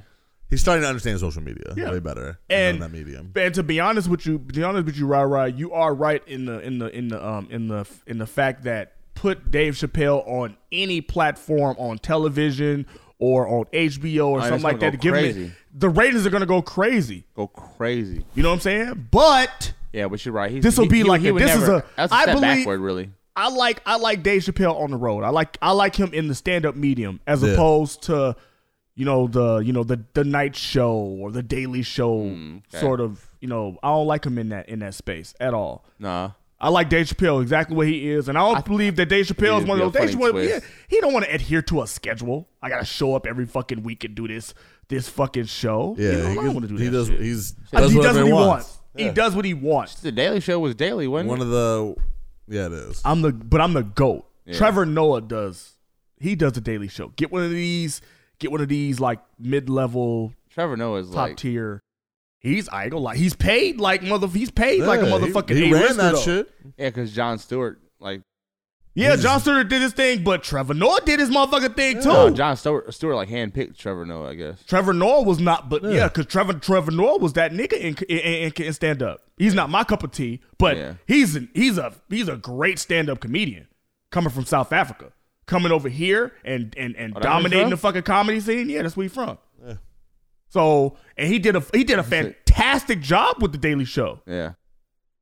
He's starting to understand social media
Yeah.
way better
and,
and that medium.
And to be honest with you, to be honest with you, Rai Rai, you are right in the in the in the um in the in the fact that put Dave Chappelle on any platform on television or on HBO or
Oh, yeah,
something
it's
like
gonna
that.
go
give him it-
crazy.
the ratings are gonna go crazy.
Go crazy.
You know what I'm saying? But
Yeah, but you're right. He's-
This'll
he-
be
he-
like
he
it.
would
This is
never-
a-
that's a
I
step
believe-
backward, really.
I like I like Dave Chappelle on the road. I like I like him in the stand up medium as
Yeah.
opposed to you know the you know the the night show or the daily show
Mm, okay.
sort of you know I don't like him in that in that space at all.
Nah.
I like Dave Chappelle exactly what he is, and I don't believe that Dave Chappelle is
it'd
one of
be a
those. Dave
funny
Chappelle, yeah,
twist.
he don't want to adhere to a schedule. I gotta show up every fucking week and do this this fucking show. you
Yeah,
know, I
he,
don't wanna do
he
that
does.
shit.
He's
Uh,
does
he does
whatever
what he wants. He
Yeah.
does what he wants.
The Daily Show was daily, wasn't
One
it?
of the yeah, it is.
I'm the but I'm the goat.
Yeah.
Trevor Noah does. He does the Daily Show. Get one of these. Get one of these like mid level
Trevor Noah is
top
like
tier. He's I ain't gonna lie. He's paid like mother. He's paid like a
Yeah,
motherfucking.
He, he
A-lister,
ran that
though.
shit.
Yeah, because John Stewart, like
Yeah, John Stewart did his thing, but Trevor Noah did his motherfucking thing too.
no, John Stewart, Stewart like handpicked Trevor Noah, I guess.
Trevor Noah was not, but
Yeah.
yeah, because Trevor Trevor Noah was that nigga in in, in, in stand up. He's not my cup of tea, but
Yeah.
he's an, he's a he's a great stand up comedian coming from South Africa, coming over here and and and
Oh, that's where he's
dominating
from?
the fucking comedy scene. Yeah, that's where he's from. So and he did a he did a fantastic job with the Daily Show.
Yeah,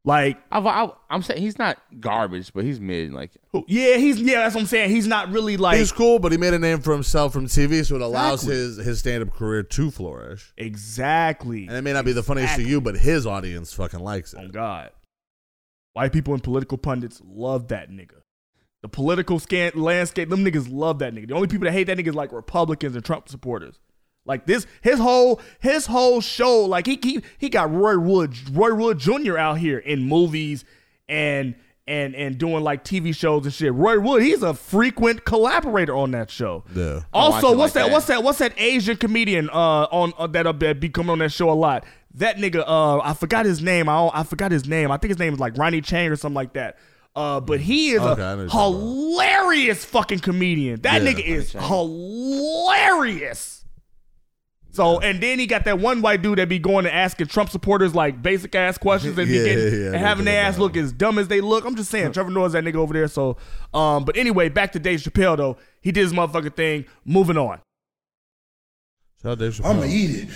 Like,
I've, I, I'm saying he's not garbage, but he's mid. Like
who- yeah, he's yeah, that's what I'm saying. He's not really like
he's cool, but he made a name for himself from TV, so it allows
Exactly.
his his stand up career to flourish.
exactly.
And it may not be the funniest to you, but his audience fucking likes
on
it.
God. White people and political pundits love that nigga. The political scan- landscape, them niggas love that nigga. The only people that hate that nigga is like Republicans and Trump supporters. Like this, his whole his whole show, like he he, he got Roy Wood Roy Wood Jr. out here in movies and and and doing like TV shows and shit. Roy Wood, he's a frequent collaborator on that show.
Yeah.
watch it
Also,
like
what's that,
that.
What's that? What's that Asian comedian uh on uh, that uh, that be coming on that show a lot? That nigga uh I forgot his name. I don't, I forgot his name. I think his name is like Ronnie Chang or something like that. Uh, but he is
Okay,
a
I know who you're talking about.
hilarious fucking comedian. That
Yeah,
nigga is hilarious. So and then he got that one white dude that be going and asking Trump supporters like basic ass questions and be
Yeah,
getting,
yeah, yeah,
and
I know
having
what
their
you're
ass
talking
look as dumb as they look. I'm just saying, Trevor Noah's that nigga over there. So, um, but anyway, back to Dave Chappelle though. He did his motherfucking thing. Moving on.
Shout out Dave Chappelle.
I'ma eat it.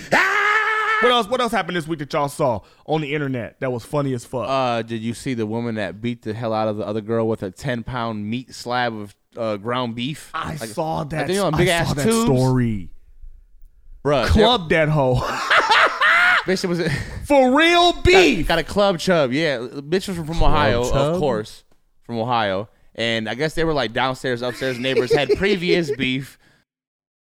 What else? What else happened this week that y'all saw on the internet that was funny as fuck?
Uh, did you see the woman that beat the hell out of the other girl with a ten pound meat slab of uh, ground beef?
I
Like,
saw
like,
that.
you know,
I
big-ass
saw that
tubes?
story.
Bruh,
Club that hoe
there- Bitch, it was
for real beef.
got a club chub. Yeah, bitch was from, from Ohio,
chub?
of course, from Ohio. And I guess they were like downstairs, upstairs neighbors had previous beef.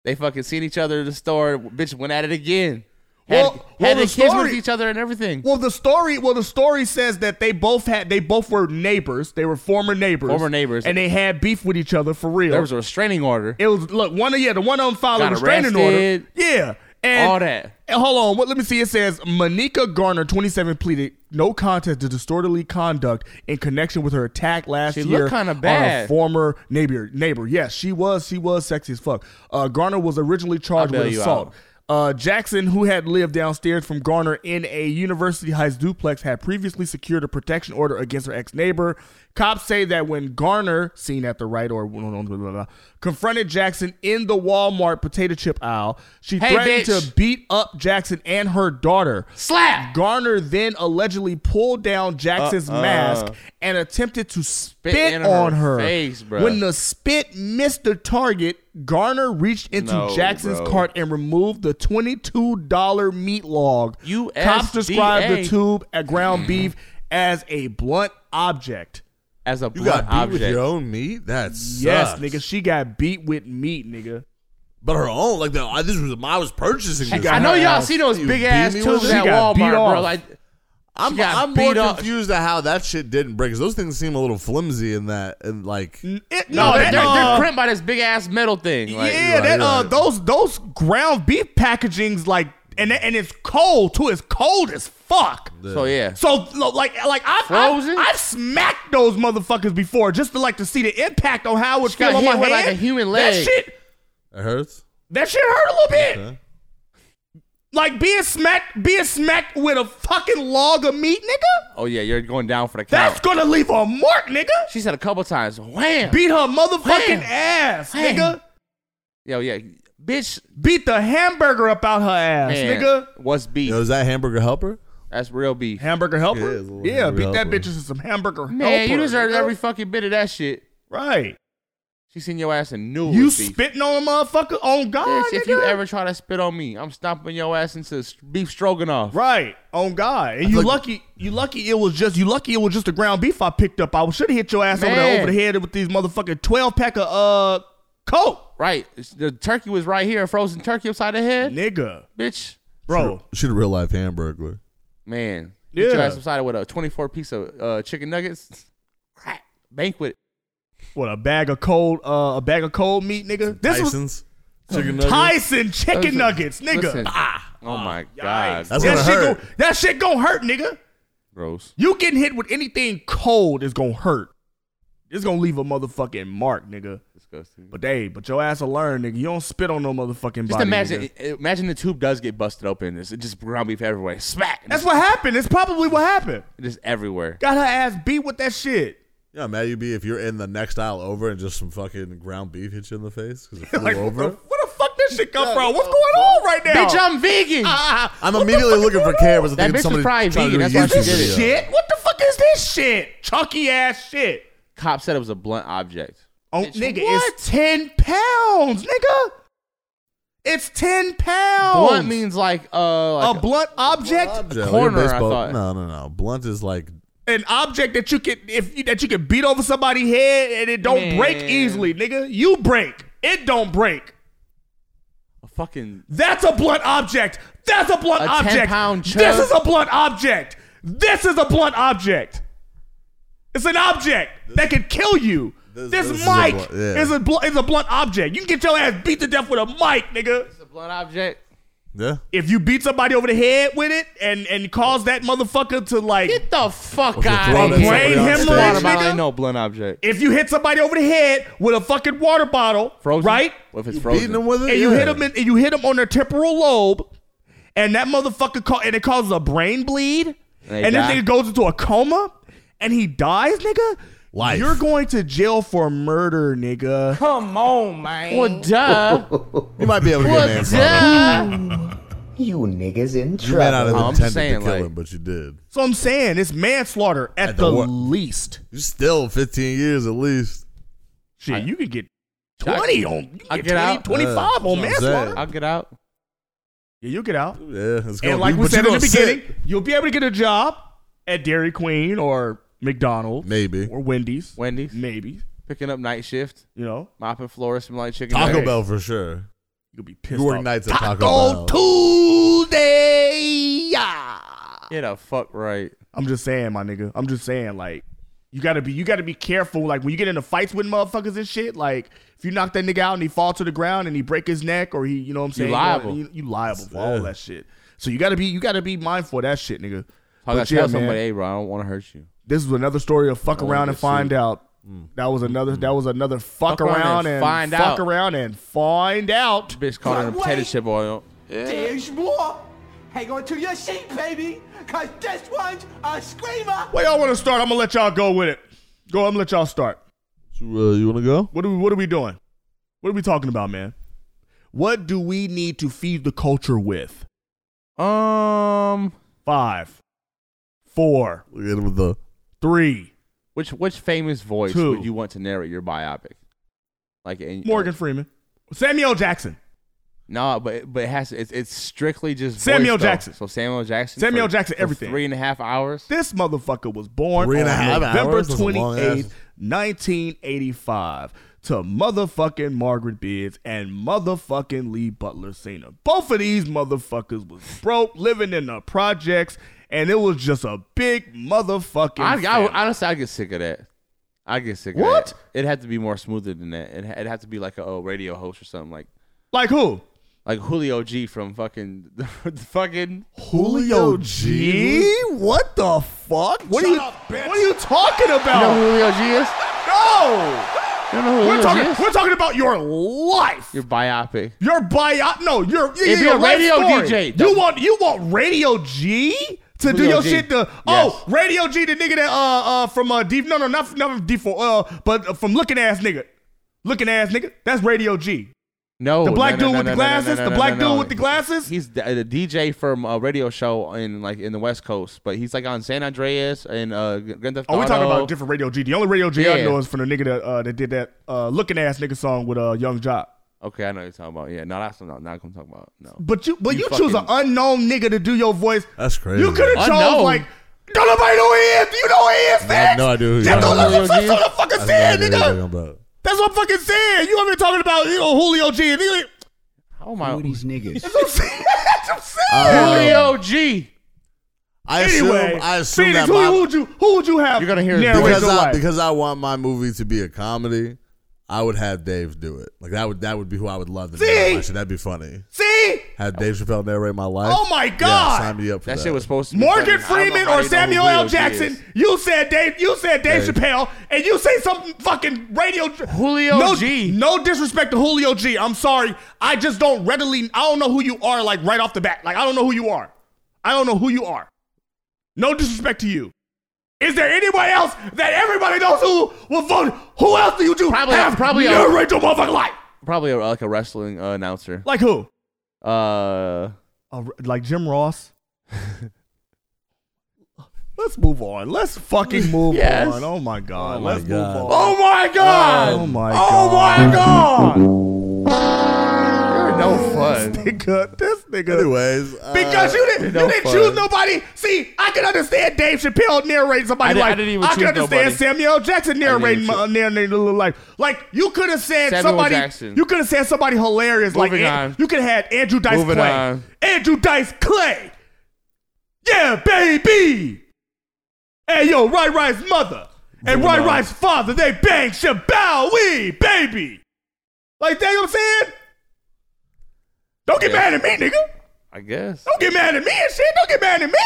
They fucking seen each other in the store. Bitch went at it again. Had,
Well- well,
had
the
the kids with
story-
each other and everything.
Well, the story. Well, the story says that they both had. They both were neighbors. They were former neighbors.
Former neighbors.
And they had beef with each other for real.
there was a restraining order.
it was look one of yeah the one of them filed a
Got
restraining
arrested.
order. Yeah. And
all that.
And hold on, what? Let me see. It says Monika Garner, 27, pleaded no contest to distortedly conduct in connection with her attack last
She looked
year
kinda
on a
bad.
former neighbor. Neighbor, yes, she was. She was sexy as fuck. Uh, Garner was originally charged
I'll bail
with
you
assault.
out.
Uh, Jackson, who had lived downstairs from Garner in a University Heights duplex, had previously secured a protection order against her ex neighbor. Cops say that when Garner, seen at the right or blah, blah, blah, blah, confronted Jackson in the Walmart potato chip aisle, she
Hey,
threatened
bitch.
to beat up Jackson and her daughter.
Slap!
Garner then allegedly pulled down Jackson's
Uh-uh.
mask and attempted to spit,
in her
on her.
face, bruh.
When the spit missed the target, Garner reached into
No,
Jackson's
bro.
cart and removed the $22 meat log.
USDA.
Cops described the tube at ground beef as a blunt object.
As a
You
blunt
got beat
object.
with your own meat? That's
Yes, nigga, she got beat with meat, nigga.
But her own, like the, I, this was I was purchasing.
She
this.
got I know her y'all ass- see those
You
big
beat
ass
me
tubes
with it?
at She got Walmart, beat bro, off. like,
I'm,
she got
I'm
beat
more
off.
confused at how that shit didn't break. 'cause those things seem a little flimsy in that, and like
no,
No,
oh, they're,
that-
they're,
uh,
they're crimped by this big ass metal thing. Like,
yeah, that uh, those those ground beef packagings like and and it's cold too. It's cold as fuck.
So oh, yeah.
So lo- like like I've, I've
Frozen?
I've smacked those motherfuckers before just to like to see the impact on how it
She got
feel on
hit
my
with,
hand.
like, a human
That
leg.
shit
it hurts.
that shit hurt a little bit.
Okay.
Like being smacked being smacked with a fucking log of meat, nigga.
Oh yeah, you're going down for the count.
That's gonna leave a mark, nigga.
she said a couple times, wham.
Beat her motherfucking
Wham.
ass,
Wham.
nigga.
Yo, yeah, bitch.
Beat the hamburger up out her ass,
Man,
nigga.
What's beef?
Yo, is that hamburger helper?
That's real beef.
Hamburger
Yeah,
helper.
it's a little
Yeah,
hamburger
beat that
helper.
bitch into some hamburger
Man,
helper.
you deserve
nigga.
every fucking bit of that shit.
right.
She seen your ass and knew it
You
was beef.
spitting on a motherfucker on God,
Bitch,
nigga.
if you ever try to spit on me, I'm stomping your ass into s- beef stroganoff.
right on God, and you
like-
lucky, you lucky it was just you lucky it was just the ground beef I picked up. I should have hit your ass over the,
Man.
over the head with these motherfucking twelve pack of uh coke,
Right. It's- The turkey was right here, frozen turkey upside the head.
nigga,
Bitch.
bro.
She the real life hamburger.
Man. Yeah. Get your
Yeah.
ass upside with a 24 piece of uh, chicken nuggets. Crack. Banquet.
What a bag of cold, uh, a bag of cold meat, nigga. This was
Tyson's chicken nuggets.
Tyson chicken
Listen,
nuggets, nigga.
listen.
Ah,
Oh my God.
That's
that
gonna
shit,
hurt.
gon- that shit gonna hurt, nigga.
gross.
You getting hit with anything cold is gonna hurt. It's gonna leave a motherfucking mark, nigga.
Disgusting.
But hey, but your ass will learn, nigga. You don't spit on no motherfucking
Just
body.
imagine,
nigga.
i- imagine the tube does get busted open. It's just ground beef everywhere. Smack.
That's what happened. It's probably what happened.
Just everywhere.
Got her ass beat with that shit.
Yeah, mad you be if you're in the next aisle over and just some fucking ground beef hit you in the face because it flew
Like,
over.
where the, where the fuck that shit come from? What's going on right now?
Bitch, I'm vegan.
Ah,
I'm immediately looking for cameras. I
That
think
bitch was
somebody
probably
trying to
vegan,
do a
that's why
YouTube
she did it.
video.
shit. What the fuck is this shit? Chunky ass shit.
Cop said it was a blunt object.
Oh,
Bitch,
nigga,
what?
it's ten pounds, nigga. It's ten pounds.
Blunt means like uh like
a blunt object.
Yeah, like a
corner, I
baseball-
thought.
No, no, no. Blunt is like
an object that you can if you, that you can beat over somebody's head and it don't break
Man.
easily, nigga. You break. It don't break.
a fucking
That's a blunt object. That's a blunt
A 10
object.
pound
This
chug.
is a blunt object. This is a blunt object. It's an object that can kill you. This,
This- this is a
mic
blunt- yeah.
is a bl- is a blunt object. You can get your ass beat to death with a mic, nigga.
a blunt object.
yeah.
If you beat somebody over the head with it and and cause that motherfucker to like
Get the fuck
Was it
out
thrown
of
at
here.
somebody on
Brain
stage?
hemorrhage?
Water bottle
nigga?
ain't no blunt object.
if you hit somebody over the head with a fucking water bottle,
Frozen,
right?
If it's
Beating
frozen,
them with it.
And you
yeah.
hit them, in, and you hit them on their temporal lobe, and that motherfucker ca- and it causes a brain bleed,
they
and, this
die.
nigga goes into a coma, and he dies, nigga.
Life.
You're going to jail for murder, nigga.
Come on, man.
well, duh.
You might be able to get
well,
manslaughter.
duh.
You niggas in
You may not
trouble.
have
I'm
intended
saying,
to kill
like-
him, but you did.
So I'm saying it's manslaughter at,
At the
the,
wor-
least.
You still 15 years at least.
Shit, you could get twenty on, you
I
could
get out.
get 20, 25
Uh,
on
that's what I'm
manslaughter.
I'll get out.
Yeah, you get out.
Yeah, it's going
And like
you,
we
but you
said in the
gonna sit.
beginning, you'll be able to get a job at Dairy Queen or McDonald's
maybe
or Wendy's.
Wendy's
Maybe.
picking up night shift,
You know,
mopping floors from like chicken.
Taco
nuggets.
Bell for sure.
you'll be
You
pissed
work
off.
nights at Taco,
Taco
Bell.
Tuesday. Yeah.
Get the fuck right.
I'm just saying, my nigga. I'm just saying, like, you gotta be you gotta be careful. Like when you get into fights with motherfuckers and shit, like if you knock that nigga out and he fall to the ground and he break his neck or he, you know what I'm saying?
liable.
You, you liable for all that shit. So you gotta be you gotta be mindful of that shit, nigga.
I gotta
But yeah,
tell
man.
somebody, hey, bro, I don't want to hurt you.
this was another story of fuck
Oh,
around and
yes,
find
sir.
out. That was another. That was another Mm. fuck,
around
around
and
and
find
fuck
out.
around and find out.
Bitch called it a potato chip oil.
There's more. Hang on to your seat, baby, because this one's a screamer.
Where y'all want to start? I'm gonna let y'all go with it. Go. I'm gonna let y'all start.
So, uh, you want to go?
What are we? What are we doing? What are we talking about, man? What do we need to feed the culture with?
Um,
five, four,
Look at him with the.
three.
Which which famous voice
Two.
would you want to narrate your biopic? Like in,
Morgan Freeman, Samuel Jackson.
No, but but it has to, it's it's strictly just voice,
Samuel
though.
Jackson.
So Samuel Jackson.
Samuel
for-
Jackson,
for
everything.
Three and a half hours.
This motherfucker was born
Three and a
on
half
November
hours? That's a long ass-
28th, 1985 to motherfucking Margaret Beards and motherfucking Lee Butler Sr. Both of these motherfuckers was broke, living in the projects, and it was just a big motherfucking.
I, I
family.
honestly I get sick of that. I get sick.
What?
of It had to be more smoother than that. It it had to be like a, a radio host or something like
like who?
like Julio G from fucking the fucking
Julio G? What the fuck? What are you? What are you talking
You know
about?
who Julio G is?
No.
You don't know who
We're
Julio G
talking.
is?
We're talking about your life.
Your biopic.
Your bio, no, your
It'd be
your
a
life
radio
story.
DJ,
You
though.
want you want Radio G to do
Radio
your
G.
shit. To oh, Radio G, the nigga that uh uh from uh deep no no not not from deep uh but uh, from looking ass nigga, looking ass nigga. That's Radio G.
No,
The black
no, no,
dude
no,
with the
no, no, no,
glasses?
no,
The
no,
black
no,
dude
no.
with the glasses?
He's the, the DJ from a radio show in like in the West Coast, but he's like on San Andreas and uh, Grand Theft
Oh, we talking
Auto.
about different Radio G. The only Radio G I
Yeah.
know is from the nigga that uh that did that uh looking ass nigga song with uh Young Jock.
Okay, I know what you're talking about. Yeah, no, that's not not gonna talk about. No,
But you but
You
you, choose an unknown nigga to do your voice.
That's crazy.
You could have chose
Unknown?
like. Don't nobody know who he is. Do you know who he is,
I have
Fats?
no idea who you
That don't
are.
look like some of the fucking
I have no
said,
idea who
nigga.
you're talking about.
That's what I'm fucking saying. You over here talking about you know, Julio G. And nigga,
how am I?
these niggas?
that's what I'm saying. That's what I'm saying.
Julio G.
I um, assume,
anyway,
I assume
Phoenix,
that my,
who, would you who would you have?
You're gonna hear his
narrate
because
your
I
life?
because I want my movie to be a comedy, I would have Dave do it. Like that would that would be who I would love to
See?
narrate my shit. That'd be funny.
See,
Have Dave Chappelle narrate my life.
Oh my
Yeah,
God.
sign me up for that.
That shit was supposed to be
Morgan
funny. I don't know
Freeman or
how you know who
Samuel
Julio
L.
G
Jackson.
is.
You said Dave. You said Dave
Dave.
Chappelle, and you say some fucking radio.
Julio
no,
G.
No disrespect to Julio G. I'm sorry. I just don't readily. I don't know who you are. Like right off the bat. Like I don't know who you are. I don't know who you are. No disrespect to you. Is there anyone else that everybody knows who will vote? Who else do you do
Probably-
have
probably a-
your Rachel motherfucking life?
Probably a, like a wrestling uh, announcer.
Like who?
Uh,
Uh, like Jim Ross. Let's move on. Let's fucking move
Yes.
on. Oh my god.
Oh my
Let's
God.
move on.
oh my God!
Oh my
Oh
god.
my God! You're no fun.
Nigga, this nigga.
Anyways, uh,
Because you didn't,
no
you didn't
fun.
choose nobody. See, I can understand Dave Chappelle narrating somebody
I didn't-
like
I didn't even
can
choose
understand
nobody.
Samuel L. Jackson narrating
even
my, narrating a little life. Like you could have said
Samuel
somebody.
Jackson.
You could have said somebody hilarious like
Moving
An-
on.
you could have had Andrew Dice
Moving
Clay.
on.
Andrew Dice Clay. Yeah, baby. And yo, Ray Rice's mother and Ray
Moving on.
Rice's father, they banged Shabowie, baby. Like that, you know what I'm saying? Don't get
Yeah.
mad at me, nigga.
I guess.
Don't get mad at me and shit. Don't get mad at me.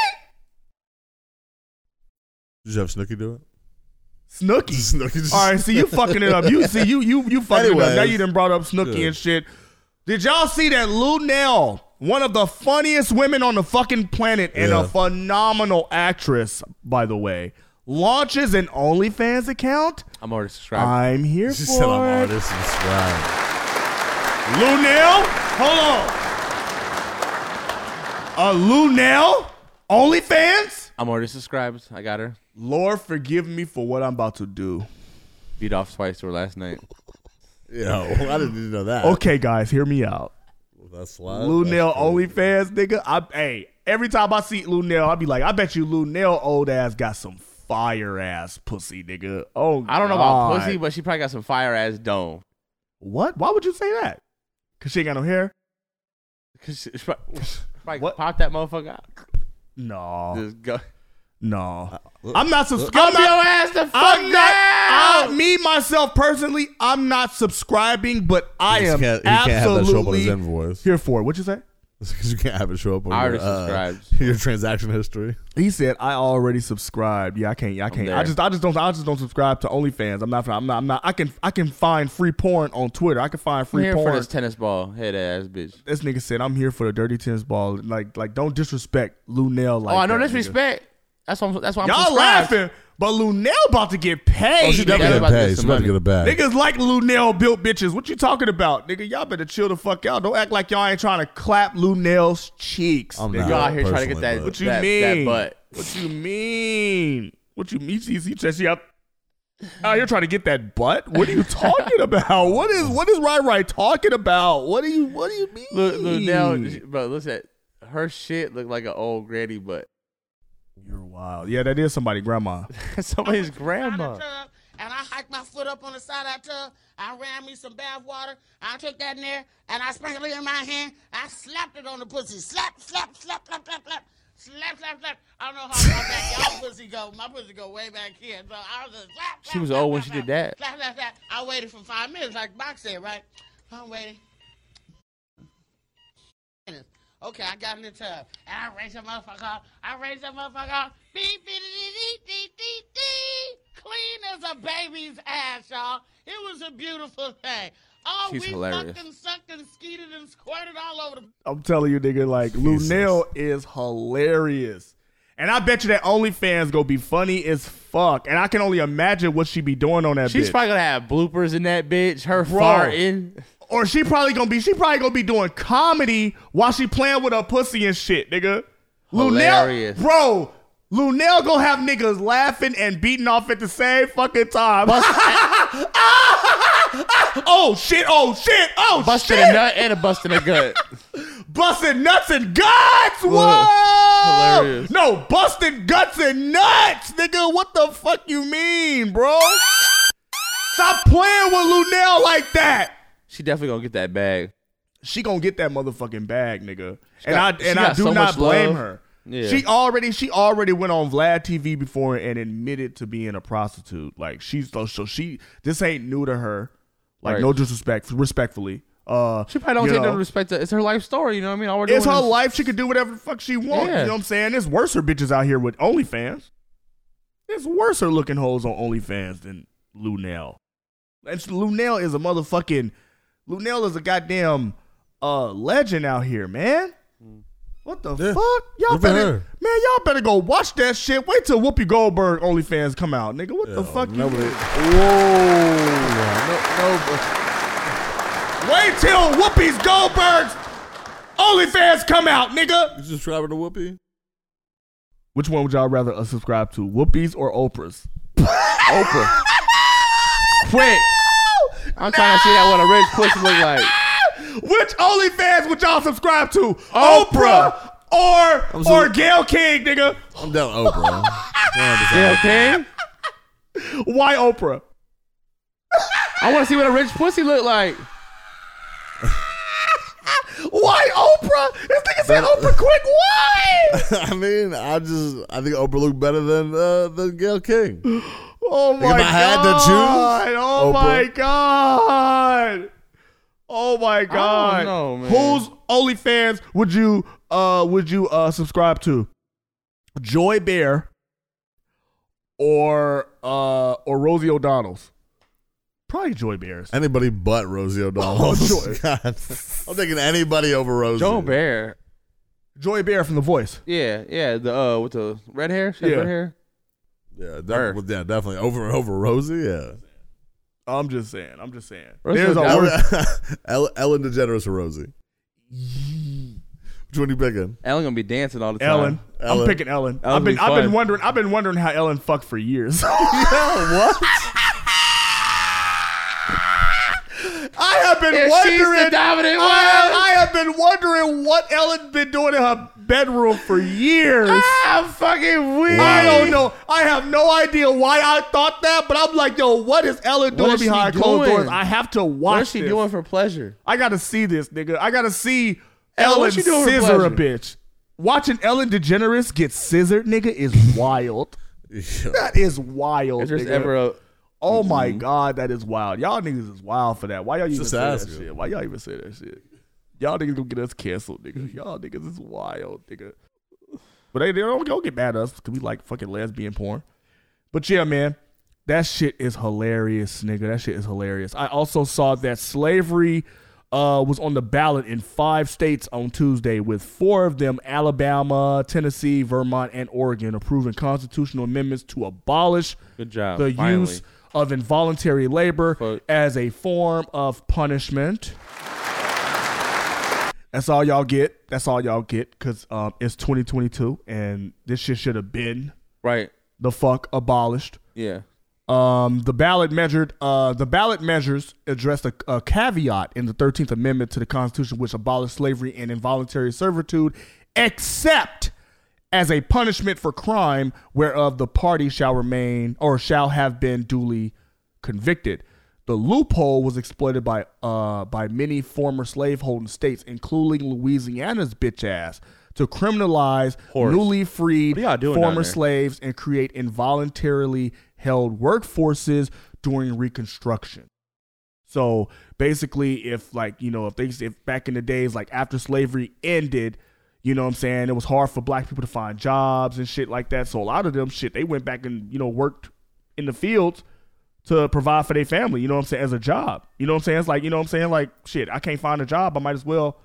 did you have Snooki do it?
Snooky.
Snooki. Just,
All right, see you fucking it up. You see you you you fucking it up. Now
Anyways.
you done brought up Snooky
Good.
and shit. Did y'all see that Lou Nell, one of the funniest women on the fucking planet and
Yeah.
a phenomenal actress, by the way, launches an OnlyFans account?
I'm already subscribed.
I'm here
She
for
said I'm
it.
artist and scribe.
Lou Nell? Hold on. A Lou Nell? OnlyFans?
I'm already subscribed. I got her.
Lord, forgive me for what I'm about to do.
Beat off twice to her last night.
Yo, I didn't even know that.
Okay, guys, hear me out.
That's live.
Lou
That's
Nell
crazy.
OnlyFans, nigga. I hey, every time I see Lou Nell, I be like, I bet you Lou Nell old ass got some fire ass pussy, nigga. Oh,
I don't know about
God.
pussy, but she probably got some fire ass dome.
what? Why would you say that? Cause she ain't got no hair.
Cause she, she probably, probably
What?
pop that motherfucker out.
No,
Just go.
Uh,
no. I'm not
Up
subscribing.
your ass the fuck
I'm not. I,
down.
me myself personally, I'm not subscribing, but I
He just
am
can't- he can't have that show up on his
absolutely
invoice.
here for it. What you say?
Because you can't have it show up on
I
your,
already subscribed.
uh, your transaction history.
He said, "I already subscribed. Yeah, I can't. I can't. I
there.
just, I just don't. I just don't subscribe to OnlyFans. I'm not. I'm not. I'm not. I can. I can find free porn on Twitter. I can find
I'm
free
here
porn.
for this tennis ball head ass bitch.
This nigga said, "I'm here for the dirty tennis ball. Like, like, don't disrespect Lunel. Like,
oh, I know
that,
that's
nigga.
respect. That's why. I'm, that's why I'm
Y'all
subscribed.
laughing, But Lunel about to get paid.
Oh, she
nigga.
definitely got paid. She's about to get a bag.
Niggas like Lunel built bitches. What you talking about, nigga? Y'all better chill the fuck out. Don't act like y'all ain't trying to clap Lunel's cheeks.
I'm
nigga.
not, Y'all out here trying to get personally, that-
What you
that- that
mean?
butt.
What you mean? What you mean? She, she, she, she out out here trying to get that butt? What are you talking about? What is what is Rai Rai talking about? What do you what do you mean?
Look, look now, bro. Listen, at her shit looked like an old granny butt.
You're wild. Yeah, that is somebody grandma.
Somebody's grandma.
tub and I hiked my foot up on the side of the tub. I ran me some bath water. I took that in there and I sprinkled it in my hand. I slapped it on the pussy. Slap, slap, slap, slap, slap, slap. Slap, slap, slap. I don't know how far back y'all pussy go. My pussy go way back here. So I was just slap,
She was old when she did that.
slap, slap, slap. I waited for five minutes, like Box said, right? I'm waiting. Minutes. Okay, I got in the tub and I raised that motherfucker up. I raised that motherfucker up. Beep, beep, beep, beep, beep, beep, beep. Clean as a baby's ass, y'all. It was a beautiful thing. Oh,
She's
we
hilarious.
fucked and sucked and skeeted and squirted all over the
I'm telling you, nigga, like Lunel is hilarious. And I bet you that OnlyFans gonna be funny as fuck. And I can only imagine what she be doing on that
She's
bitch.
probably gonna have bloopers in that bitch. Her
Bro.
farting.
or she probably gonna be she probably gonna be doing comedy while she playing with her pussy and shit, nigga. Lunel,
Hilarious.
bro, Lunel gonna have niggas laughing and beating off at the same fucking time. oh shit! Oh shit! Oh
busting
shit!
a nut and a busting a gut.
busting nuts and guts. Whoa!
Hilarious.
No, busting guts and nuts, nigga. What the fuck you mean, bro? Stop playing with Lunel like that.
She definitely gonna get that bag.
She gonna get that motherfucking bag, nigga.
She
And
got-
I
she
and I
got
do
so
not
much
blame
love.
her.
Yeah.
She already she already went on Vlad TV before and admitted to being a prostitute. Like she's so so she this ain't new to her. Like
Right.
no disrespect, respectfully. Uh,
She probably don't
you
take
know.
no respect. To, it's her life story. You know what I mean? All we're doing
It's her
is-
life. She could do whatever the fuck she wants.
Yeah.
You know what I'm saying? There's worser bitches out here with OnlyFans. There's worser looking hoes on OnlyFans than Lunel. And she- Lunel is a motherfucking Lunel is a goddamn uh legend out here, man. What the fuck? Y'all
Good for
better
her.
man, y'all better go watch that shit. Wait till Whoopi Goldberg OnlyFans come out, nigga. What the fuck you
nobody-
Whoa. No, no, Wait till Whoopi's Goldberg's OnlyFans come out, nigga.
You subscribing to Whoopi?
Which one would y'all rather uh, subscribe to, Whoopi's or Oprah's? Oprah. Quick.
I'm trying to see that what a rich pussy look like.
Which OnlyFans would y'all subscribe to,
Oprah.
Oprah, or
I'm so-
or Gail King, nigga?
I'm down with Oprah.
Gail King.
Why Oprah?
I want to see what a rich pussy look like.
Why Oprah? This nigga said Oprah quick. Why?
I mean, I just I think Oprah looked better than uh, than Gail King.
Oh my
Like, if
god.
I had to choose,
Oh my
Oprah.
god. Oh my god.
know, man.
Whose OnlyFans would you uh would you uh subscribe to? Joy Bear or uh or Rosie O'Donnell's? Probably Joy Bear's.
Anybody but Rosie O'Donnell.
Oh, Joy.
God. I'm taking anybody over Rosie.
Oh,
Joe Bear.
Joy Bear from The Voice.
Yeah, yeah. The uh, with the red hair. She has
Yeah.
red hair.
Yeah, def- yeah, definitely over over Rosie. Yeah,
I'm just saying. I'm just saying.
Rosie
There's a
O'Donnell-
El- Ellen DeGeneres or Rosie. Which one you picking?
Ellen gonna be dancing all the time.
Ellen. I'm
Ellen.
picking Ellen.
Ellen
I've been
be
I've been
fun.
wondering I've been wondering how Ellen fucked for years.
yeah, what?
I have been
If she's
wondering.
the dominant
I, have,
one.
I have been wondering what Ellen been doing in her bedroom for years.
Ah, I'm fucking weak.
I don't know. I have no idea why I thought that, but I'm like, yo, what is Ellen doing
is she
behind closed
doing?
doors? I have to watch.
What is she
this.
doing for pleasure?
I gotta see this, nigga. I gotta see
Ellen,
Ellen
what you doing for
scissor a
pleasure?
bitch. Watching Ellen DeGeneres get scissored, nigga, is wild. that is wild.
If there's
nigga.
ever a Mm-hmm.
Oh my god, that is wild. Y'all niggas is wild for that. Why y'all even
Just
say that
ask her.
shit? Why y'all even say that shit? Y'all niggas gonna get us canceled, nigga. Y'all niggas is wild, nigga. But they, they don't go get mad at us because we like fucking lesbian porn. But yeah, man, that shit is hilarious, nigga. That shit is hilarious. I also saw that slavery uh, was on the ballot in five states on Tuesday, with four of them Alabama, Tennessee, Vermont, and Oregon approving constitutional amendments to abolish
Good job,
the
finally.
use of involuntary labor as a form of punishment. That's all y'all get. That's all y'all get because um, it's 2022 and this shit should have been
right
the fuck abolished.
Yeah.
Um, the ballot measured. Uh, the ballot measures addressed a, a caveat in the 13th Amendment to the Constitution, which abolished slavery and involuntary servitude, except as a punishment for crime whereof the party shall remain or shall have been duly convicted. The loophole was exploited by uh, by many former slaveholding states, including Louisiana's bitch ass, to criminalize
Horse.
newly freed
What are y'all doing down
former
there?
slaves and create involuntarily held workforces during Reconstruction. So basically, if like you know, if they if back in the days like after slavery ended, you know what I'm saying, it was hard for black people to find jobs and shit like that. So a lot of them shit, they went back and you know worked in the fields to provide for their family. You know what I'm saying, as a job. You know what I'm saying? It's like you know what I'm saying, like shit, I can't find a job, I might as well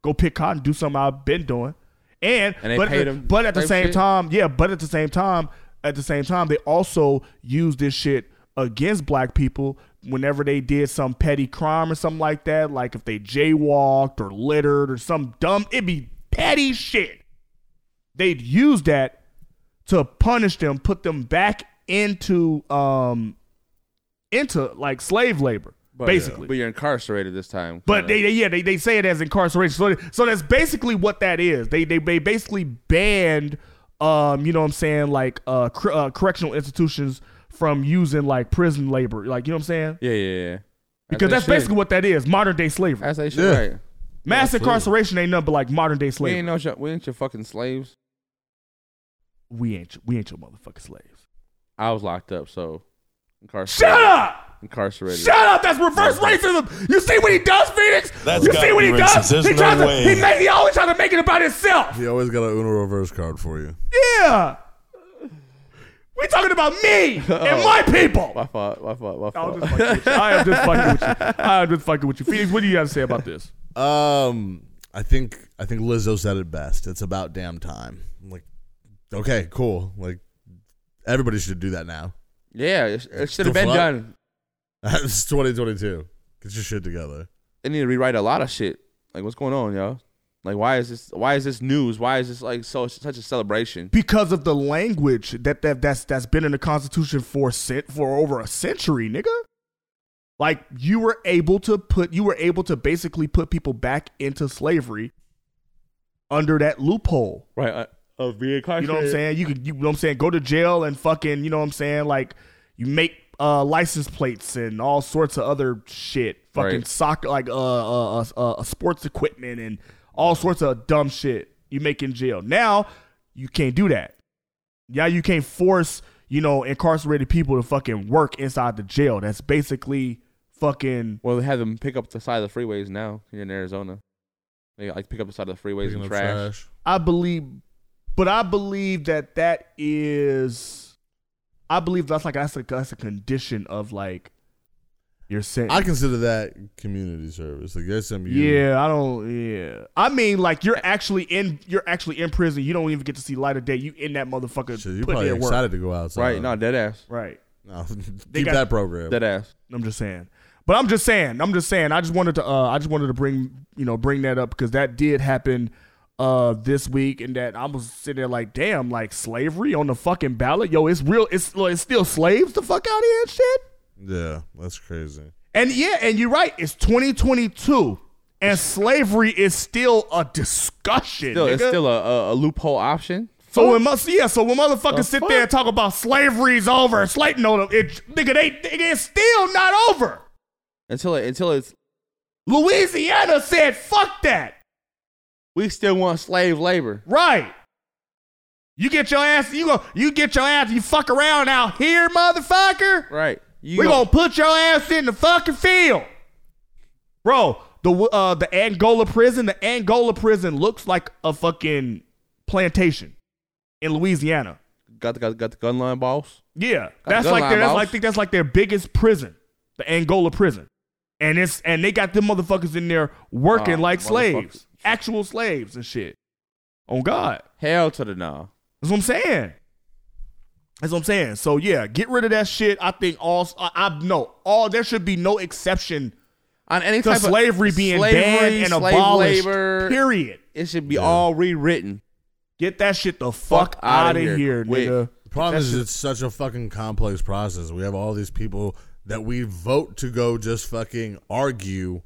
go pick cotton, do something I've been doing. And,
And they
but,
paid 'em
but at the
type
same
shit?
time, yeah, but at the same time, at the same time, they also used this shit against black people whenever they did some petty crime or something like that. Like if they jaywalked or littered or some dumb, it'd be petty shit. They'd use that to punish them, put them back into um into like slave labor,
But,
basically.
but you're incarcerated this time.
But they, they yeah they, they say it as incarceration. So so that's basically what that is. They they, they basically banned um you know what I'm saying like uh, cr- uh correctional institutions from using like prison labor. Like you know what I'm saying?
yeah, yeah, yeah.
Because that's basically what that is, modern day slavery.
As they should, Yeah. right.
Mass
Absolutely.
incarceration ain't nothing but like modern day
we
slavery.
ain't no sh- we ain't your fucking slaves.
We ain't we ain't your motherfucking slaves.
I was locked up, so incarcerated.
Shut up!
Incarcerated.
Shut up! That's reverse racism. You see what he does, Phoenix?
That's
you
gotta
see what
be
he
racist.
does?
There's
he
no
tries
way.
to he, make, he always trying to make it about himself.
He always got a Uno reverse card for you.
Yeah. We talking about me and
Oh.
my people.
My fault. My fault. My
I'm
fault.
just fucking with you. I am just fucking with you. I am just fucking with you. Phoenix, what do you have to say about this?
Um, I think I think Lizzo said it best. It's about damn time. I'm like, okay, cool. Like, everybody should do that now.
Yeah, it, it should
The
have been
fuck?
done.
It's 2022. Get your shit together.
They need to rewrite a lot of shit. Like, what's going on, yo? Like, why is this? Why is this news? Why is this like so such a celebration?
Because of the language that, that that's that's been in the Constitution for cent, for over a century, nigga. Like you were able to put you were able to basically put people back into slavery under that loophole.
Right. Uh, of being
You know what I'm saying? You could, you know what I'm saying? Go to jail and fucking, you know what I'm saying? Like, you make uh, license plates and all sorts of other shit. Fucking
Right.
soccer, like uh, uh, uh, uh, sports equipment and all sorts of dumb shit you make in jail. Now, you can't do that. Yeah, you can't force, you know, incarcerated people to fucking work inside the jail. That's basically fucking.
Well, they have them pick up the side of the freeways now here in Arizona. They like pick up the side of the freeways
Picking
and
up
trash.
trash.
I believe, but I believe that that is, I believe that's like that's a that's a condition of like your sentence.
I consider that community service. Like, that's something you.
yeah, I don't. Yeah, I mean, like you're actually in you're actually in prison. You don't even get to see light of day. You in that motherfucker.
Shit, you
putting
probably
in work.
excited to go outside.
Right, no, dead ass.
Right.
No,
They
keep
got-
that program.
Dead ass.
I'm just saying. But I'm just saying. I'm just saying. I just wanted to. Uh, I just wanted to bring you know bring that up because that did happen uh this week and that I was sitting there like damn like slavery on the fucking ballot yo it's real it's like, it's still slaves the fuck out here and shit
Yeah, that's crazy.
and yeah and you're right it's 2022 and slavery is still a discussion
Still, it's
nigga.
still a, a, a loophole option.
so when must yeah so when motherfuckers
The
sit there and talk about slavery's over slave no it nigga they nigga, it's still not over
until it, until it's
Louisiana said fuck that
we still want slave labor.
Right. You get your ass, you go, you get your ass, you fuck around out here, motherfucker.
Right. You
we
go-
gonna put your ass in the fucking field. Bro, the uh the Angola prison, the Angola prison looks like a fucking plantation in Louisiana.
Got the got, got the gun line boss.
Yeah.
Got
That's
gun
like
line
their, that's
boss.
like, I think that's like their biggest prison, the Angola prison. and it's and they got them motherfuckers in there working
Oh,
like
motherfuckers.
slaves, actual slaves and shit. On God,
hell to the no.
That's what I'm saying. That's what I'm saying. So yeah, get rid of that shit. I think all I, I no all there should be no exception
on any
to
type of-
slavery being
slavery,
banned and
slave
abolished.
labor.
period.
It should be all rewritten.
Get that shit the fuck, out of here,
Wait,
nigga.
The problem
That
is
shit-
it's such a fucking complex process. We have all these people that we vote to go just fucking argue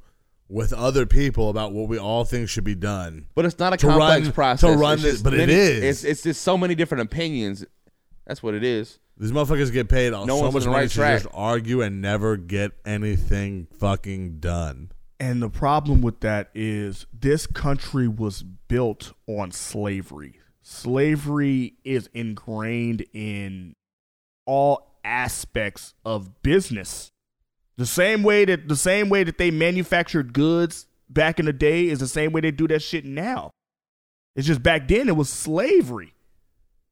with other people about what we all think should be done.
But it's not a
To
complex
run-
process.
to run
It's
this-
just
but it
many-
is.
It's, it's just so many different opinions. That's what it is.
These motherfuckers get paid all,
No
so
one's
much
on the
money
right
to
track.
just argue and never get anything fucking done.
And the problem with that is this country was built on slavery. Slavery is ingrained in all aspects of business. The same way that the same way that they manufactured goods back in the day is the same way they do that shit now. It's just back then it was slavery.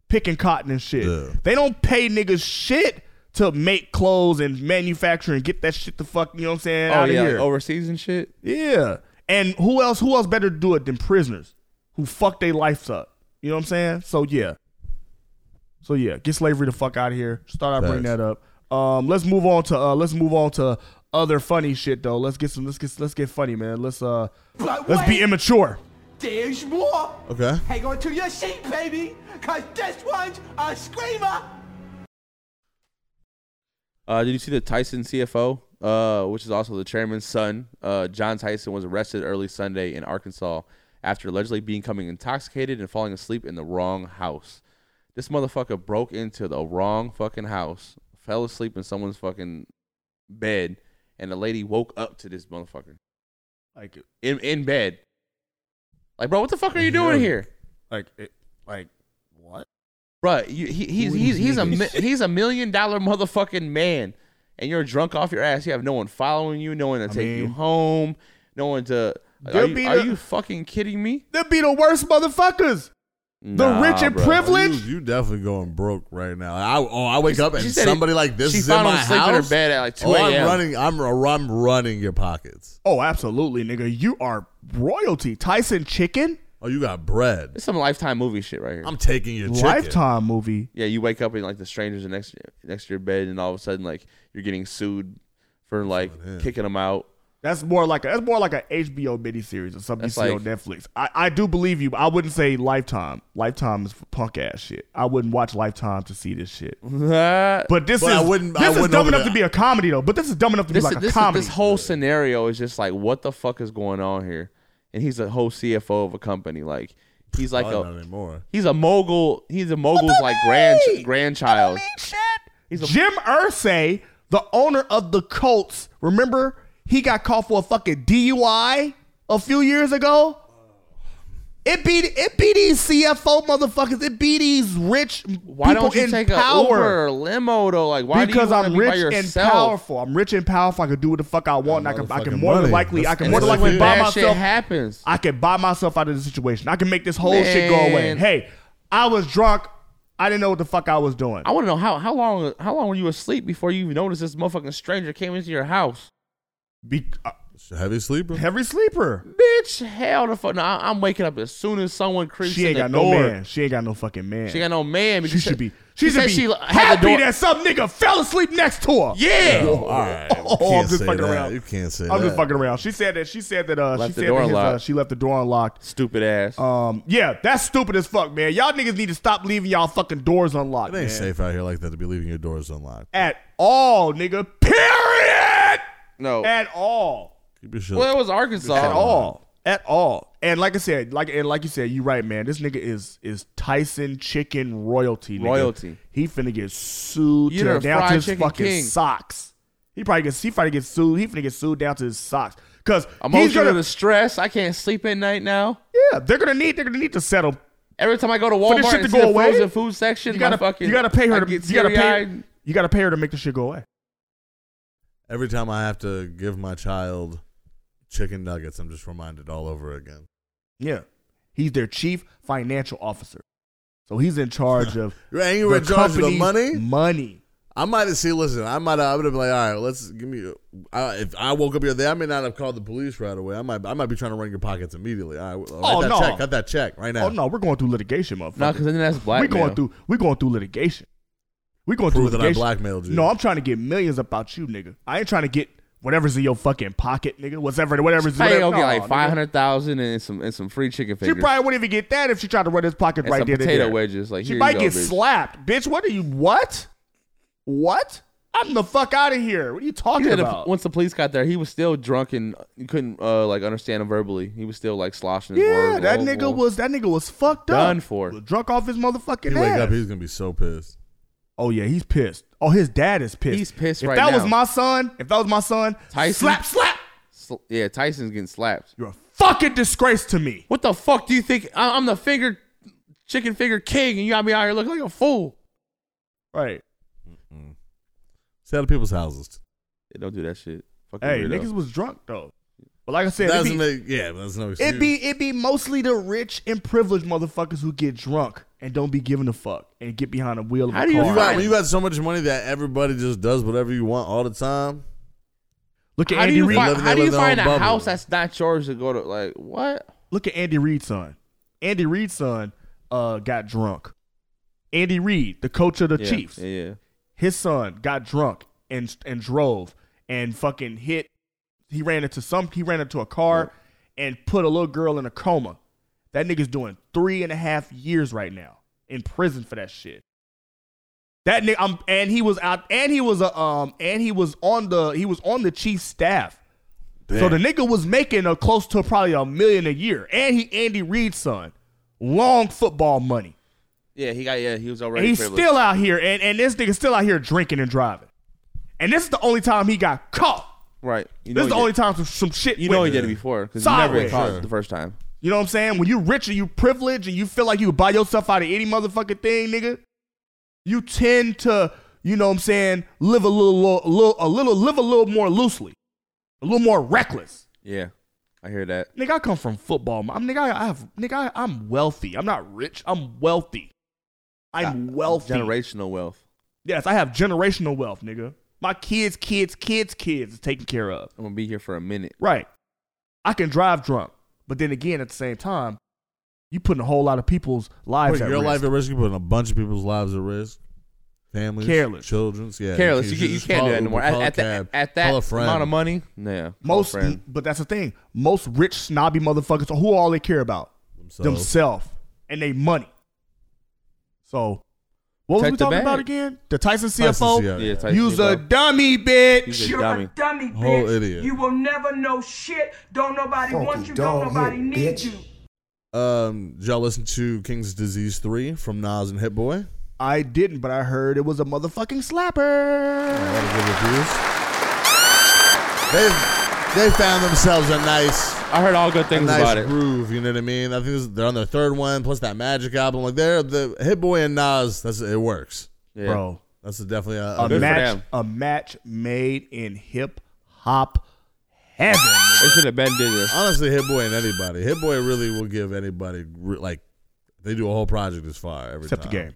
Picking cotton and shit. They don't pay niggas shit to make clothes and manufacture and get that shit the fuck, you know what I'm saying,
oh
out of
yeah,
here.
like overseas and shit.
Yeah. And who else who else better do it than prisoners who fuck their lives up? You know what I'm saying? So yeah. So yeah, get slavery the fuck out of here. Just thought I'd bring
Facts.
that up. Um let's move on to uh let's move on to other funny shit though. Let's get some let's get let's get funny, man. Let's uh
But
let's be
wait.
immature.
There's more.
Okay.
Hang on to your seat, baby, cause this one's a screamer.
Uh, did you see the Tyson CFO, uh, which is also the chairman's son? Uh, John Tyson was arrested early Sunday in Arkansas after allegedly becoming intoxicated and falling asleep in the wrong house. This motherfucker broke into the wrong fucking house, fell asleep in someone's fucking bed, and the lady woke up to this motherfucker
Like
in in bed. Like, bro, what the fuck are you doing here?
Like it, like what?
Bro, you, he, he's
What
he's
is
he's a mi-
this?
he's a million dollar motherfucking man, and you're drunk off your ass. You have no one following you, no one to take you
mean-
home, no one to. like,
There'll
are you,
be
are
the-
you fucking kidding me?
They'd be the worst motherfuckers.
Nah,
the rich and
bro.
privileged.
You, you definitely going broke right now. I, oh, I wake
She-
up
she
and
said it-
somebody like this
she
is in
found him
my
asleep in her
house.
bed at, like, 2
oh, I'm
a.m..
running. I'm I'm running your pockets.
Oh, absolutely, nigga. You are royalty. Tyson chicken?
Oh, you got bread.
It's some lifetime movie shit right here.
I'm taking your chicken.
Lifetime movie.
Yeah, you wake up and like the strangers are next next to your bed, and all of a sudden like you're getting sued for like kicking them out.
That's more like a, that's more like a HBO miniseries or something
That's
you see on
like-
Netflix. I, I do believe you, but I wouldn't say Lifetime. Lifetime is for punk ass shit. I wouldn't watch Lifetime to see this shit. But this
Mm-hmm. But
is
I wouldn't- I
this is
wouldn't
dumb
over
enough
the-
to be a comedy though. But this is dumb enough to
This,
be
is-
like a
this is-
comedy.
this whole scenario is just like, what the fuck is going on here? And he's the whole CFO of a company. Like he's like a
Probably Oh, not anymore.
he's a mogul. He's a mogul's like grand grandchild.
Jim Ursay, the owner of the Colts, remember he got caught for a fucking DUI a few years ago. It be it be these CFO motherfuckers. It be these rich
Why
people
don't you
in
take a
power.
Uber or limo though? Like why
because
do you wanna
I'm
be by
rich and
yourself?
powerful. I'm rich and powerful. I can do what the fuck I want. and I can, I can more than
money.
likely, I
That's-
can
and
more than
that's
likely
when
buy
bad shit
myself.
happens.
I can buy myself out of the situation. I can make this whole shit go away.
Man.
Hey, I was drunk. I didn't know what the fuck I was doing.
I want to know how how long how long were you asleep before you even noticed this motherfucking stranger came into your house?
Be, uh,
Heavy sleeper.
Heavy sleeper.
bitch, hell the fuck! No, I- I'm waking up as soon as someone creeps
She
in
ain't
the
got
door.
no man. She ain't got no fucking man.
She got no man.
She
because
should be.
She,
She should
said
be
she l- had the
happy
door.
that some nigga fell asleep next to her.
Yeah.
Oh, all right. You
Oh,
can't
I'm just
say
fucking
that.
around.
You can't say
I'm
that.
just fucking around. She said that. She said that. Uh,
Left
she
the
said
door
that his, uh,
unlocked.
she left the door unlocked.
Stupid ass.
Uh,
Um, yeah, that's stupid as fuck, man. Y'all niggas need to stop leaving y'all fucking doors unlocked.
It ain't
man.
safe out here like that to be leaving your doors unlocked.
at all, nigga. Period.
No.
At all.
Keep your shit.
Well, it was Arkansas.
At all. At all. And like I said, like and like you said, you right, man. This nigga is is Tyson chicken royalty. Nigga.
Royalty.
He finna get sued
You're
to
the
down
fried
to his
chicken
fucking
king.
socks. He probably gets he probably gets sued. He finna get sued down to his socks. Cause he's
Emotional
gonna,
distress. I can't sleep at night now.
yeah, they're gonna need they're gonna need to settle.
Every time I go to
For this
Walmart
shit
and
to
see
go
the
away,
frozen food section,
You gotta
my fucking,
you gotta pay
I
her to
get
you gotta pay
teary-eyed.
you gotta pay her to make the shit go away.
Every time I have to give my child chicken nuggets, I'm just reminded all over again.
Yeah. He's their chief financial officer. So he's in charge of
You ain't even in charge of the
company's
money?
Money.
I might have see. Listen, I might. have I would have been like, all right, let's give me. I, if I woke up here, there, I may not have called the police right away. I might. I might be trying to run your pockets immediately. All right, write
Oh,
that
no.
check. Cut that check right now.
Oh no, we're going through litigation, motherfucker.
No, 'cause then that's
We
blackmail.
going through. We going through litigation. We going through
Prove that I
litigation.
blackmailed you.
No, I'm trying to get millions about you, nigga. I ain't trying to get whatever's in your fucking pocket, nigga. Whatever, whatever's.
I
whatever,
ain't gonna get
no,
like
nigga.
five hundred thousand and some and some free chicken
She
fingers.
probably wouldn't even get that if she tried to run his pocket
And
right
some
there.
potato
there.
wedges, like,
she
here you
might
go,
get
bitch.
slapped, bitch. What are you? What? What? I'm the fuck out of here. What are you talking
He did a-
about?
once the police got there, he was still drunk and you couldn't uh, like understand him verbally. He was still like sloshing his
yeah,
words.
that
Whoa,
nigga
whoa.
was that nigga was fucked up.
done for.
Drunk off his motherfucking
You wake
ass.
up, he's gonna be so pissed.
Oh yeah, he's pissed. Oh, his dad is pissed.
He's pissed
If
right
that
now.
was my son, if that was my son,
Tyson?
slap, slap.
Sl- yeah, Tyson's getting slapped.
You're a fucking disgrace to me.
What the fuck do you think? I- I'm the finger, chicken finger king, and you got me out here looking like a fool.
Right.
Stay out of people's houses.
Yeah, don't do that shit. Fucking
Hey,
weirdo.
niggas was drunk though. But like I said,
That's
it be,
make, yeah, but that's no excuse.
it be it be mostly the rich and privileged motherfuckers who get drunk and don't be giving a fuck and get behind the wheel of a
you
car.
got, when you got so much money that everybody just does whatever you want all the time?
Look at
How do
Andy
you
Reid.
find,
They
how
live
do you
in their
find a
own bubble.
house that's not yours to go to? Like what?
Look at Andy Reid's son. Andy Reid's son uh, got drunk. Andy Reid, the coach of the
Yeah,
Chiefs,
Yeah, yeah.
his son got drunk and and drove and fucking hit. He ran into some. He ran into a car and put a little girl in a coma. That nigga's doing three and a half years right now in prison for that shit. That nigga, um, and he was out, and he was a, um, and he was on the, he was on the chief staff. So the nigga was making a close to probably a million a year, and he Andy Reid's son, long football money.
Yeah, he got. Yeah, he was
And
already.
he's
privileged.
still out here, and, and this nigga's still out here drinking and driving. And this is the only time he got caught.
right. You
this is
he
the
did-
only time some, some shit.
You know he
went
did it before because he never got
sideways.
caught the first time.
You know what I'm saying? When you rich and you privileged and you feel like you can buy yourself out of any motherfucking thing, nigga, you tend to, you know what I'm saying, live a little, lo- a little, a little, live a little more loosely, a little more reckless.
Yeah, I hear that.
Nigga, I come from football. man. I'm nigga, I I have nigga, I, I'm wealthy. I'm not rich. I'm wealthy. I'm wealthy.
Generational wealth.
Yes, I have generational wealth, nigga. My kids, kids, kids, kids is taken care of.
I'm gonna be here for a minute.
Right. I can drive drunk, but then again, at the same time, you putting a whole lot of people's lives
Put
at
your
risk.
life at risk. You're putting a bunch of people's lives at risk. Families,
Careless.
children's, yeah,
Careless. You,
should
can't- you
just
can't do
call
that anymore.
Uber,
At,
call a
at,
cab,
the, at
call
that
a friend.
amount of money, yeah. call a
Most, e,
friend.
but that's the thing. Most rich snobby motherfuckers, who all they care about
Themselves.
themselves and they money. So, what was
Check
we
the
talking
bag.
about again? The Tyson
Tyson
CFO.
CFO.
Yeah, Tyson
Use a
CFO.
dummy,
He's
bitch.
a dummy.
dummy bitch.
Whole idiot.
You will never know shit. Don't nobody
Funky
want you.
dog
Don't nobody
head,
need
bitch.
you.
Um, did y'all listen to King's Disease three from Nas and Hit Boy?
I didn't, but I heard it was a motherfucking
A
slapper.
lot of good reviews. They they found themselves a nice,
I heard all good
a
things
nice
about it.
groove. You know what I mean? I think this- they're on their third one, plus that Magic album. Like they're the Hit Boy and Nas. That's it works.
Yeah.
Bro,
That's definitely a,
a
Good for
match,
them.
a match made in hip hop heaven.
They
nigga.
should have been did this.
Honestly, Hit Boy and anybody. Hit Boy really will give anybody re- like they do a whole project is fire every
Except the
time.
game.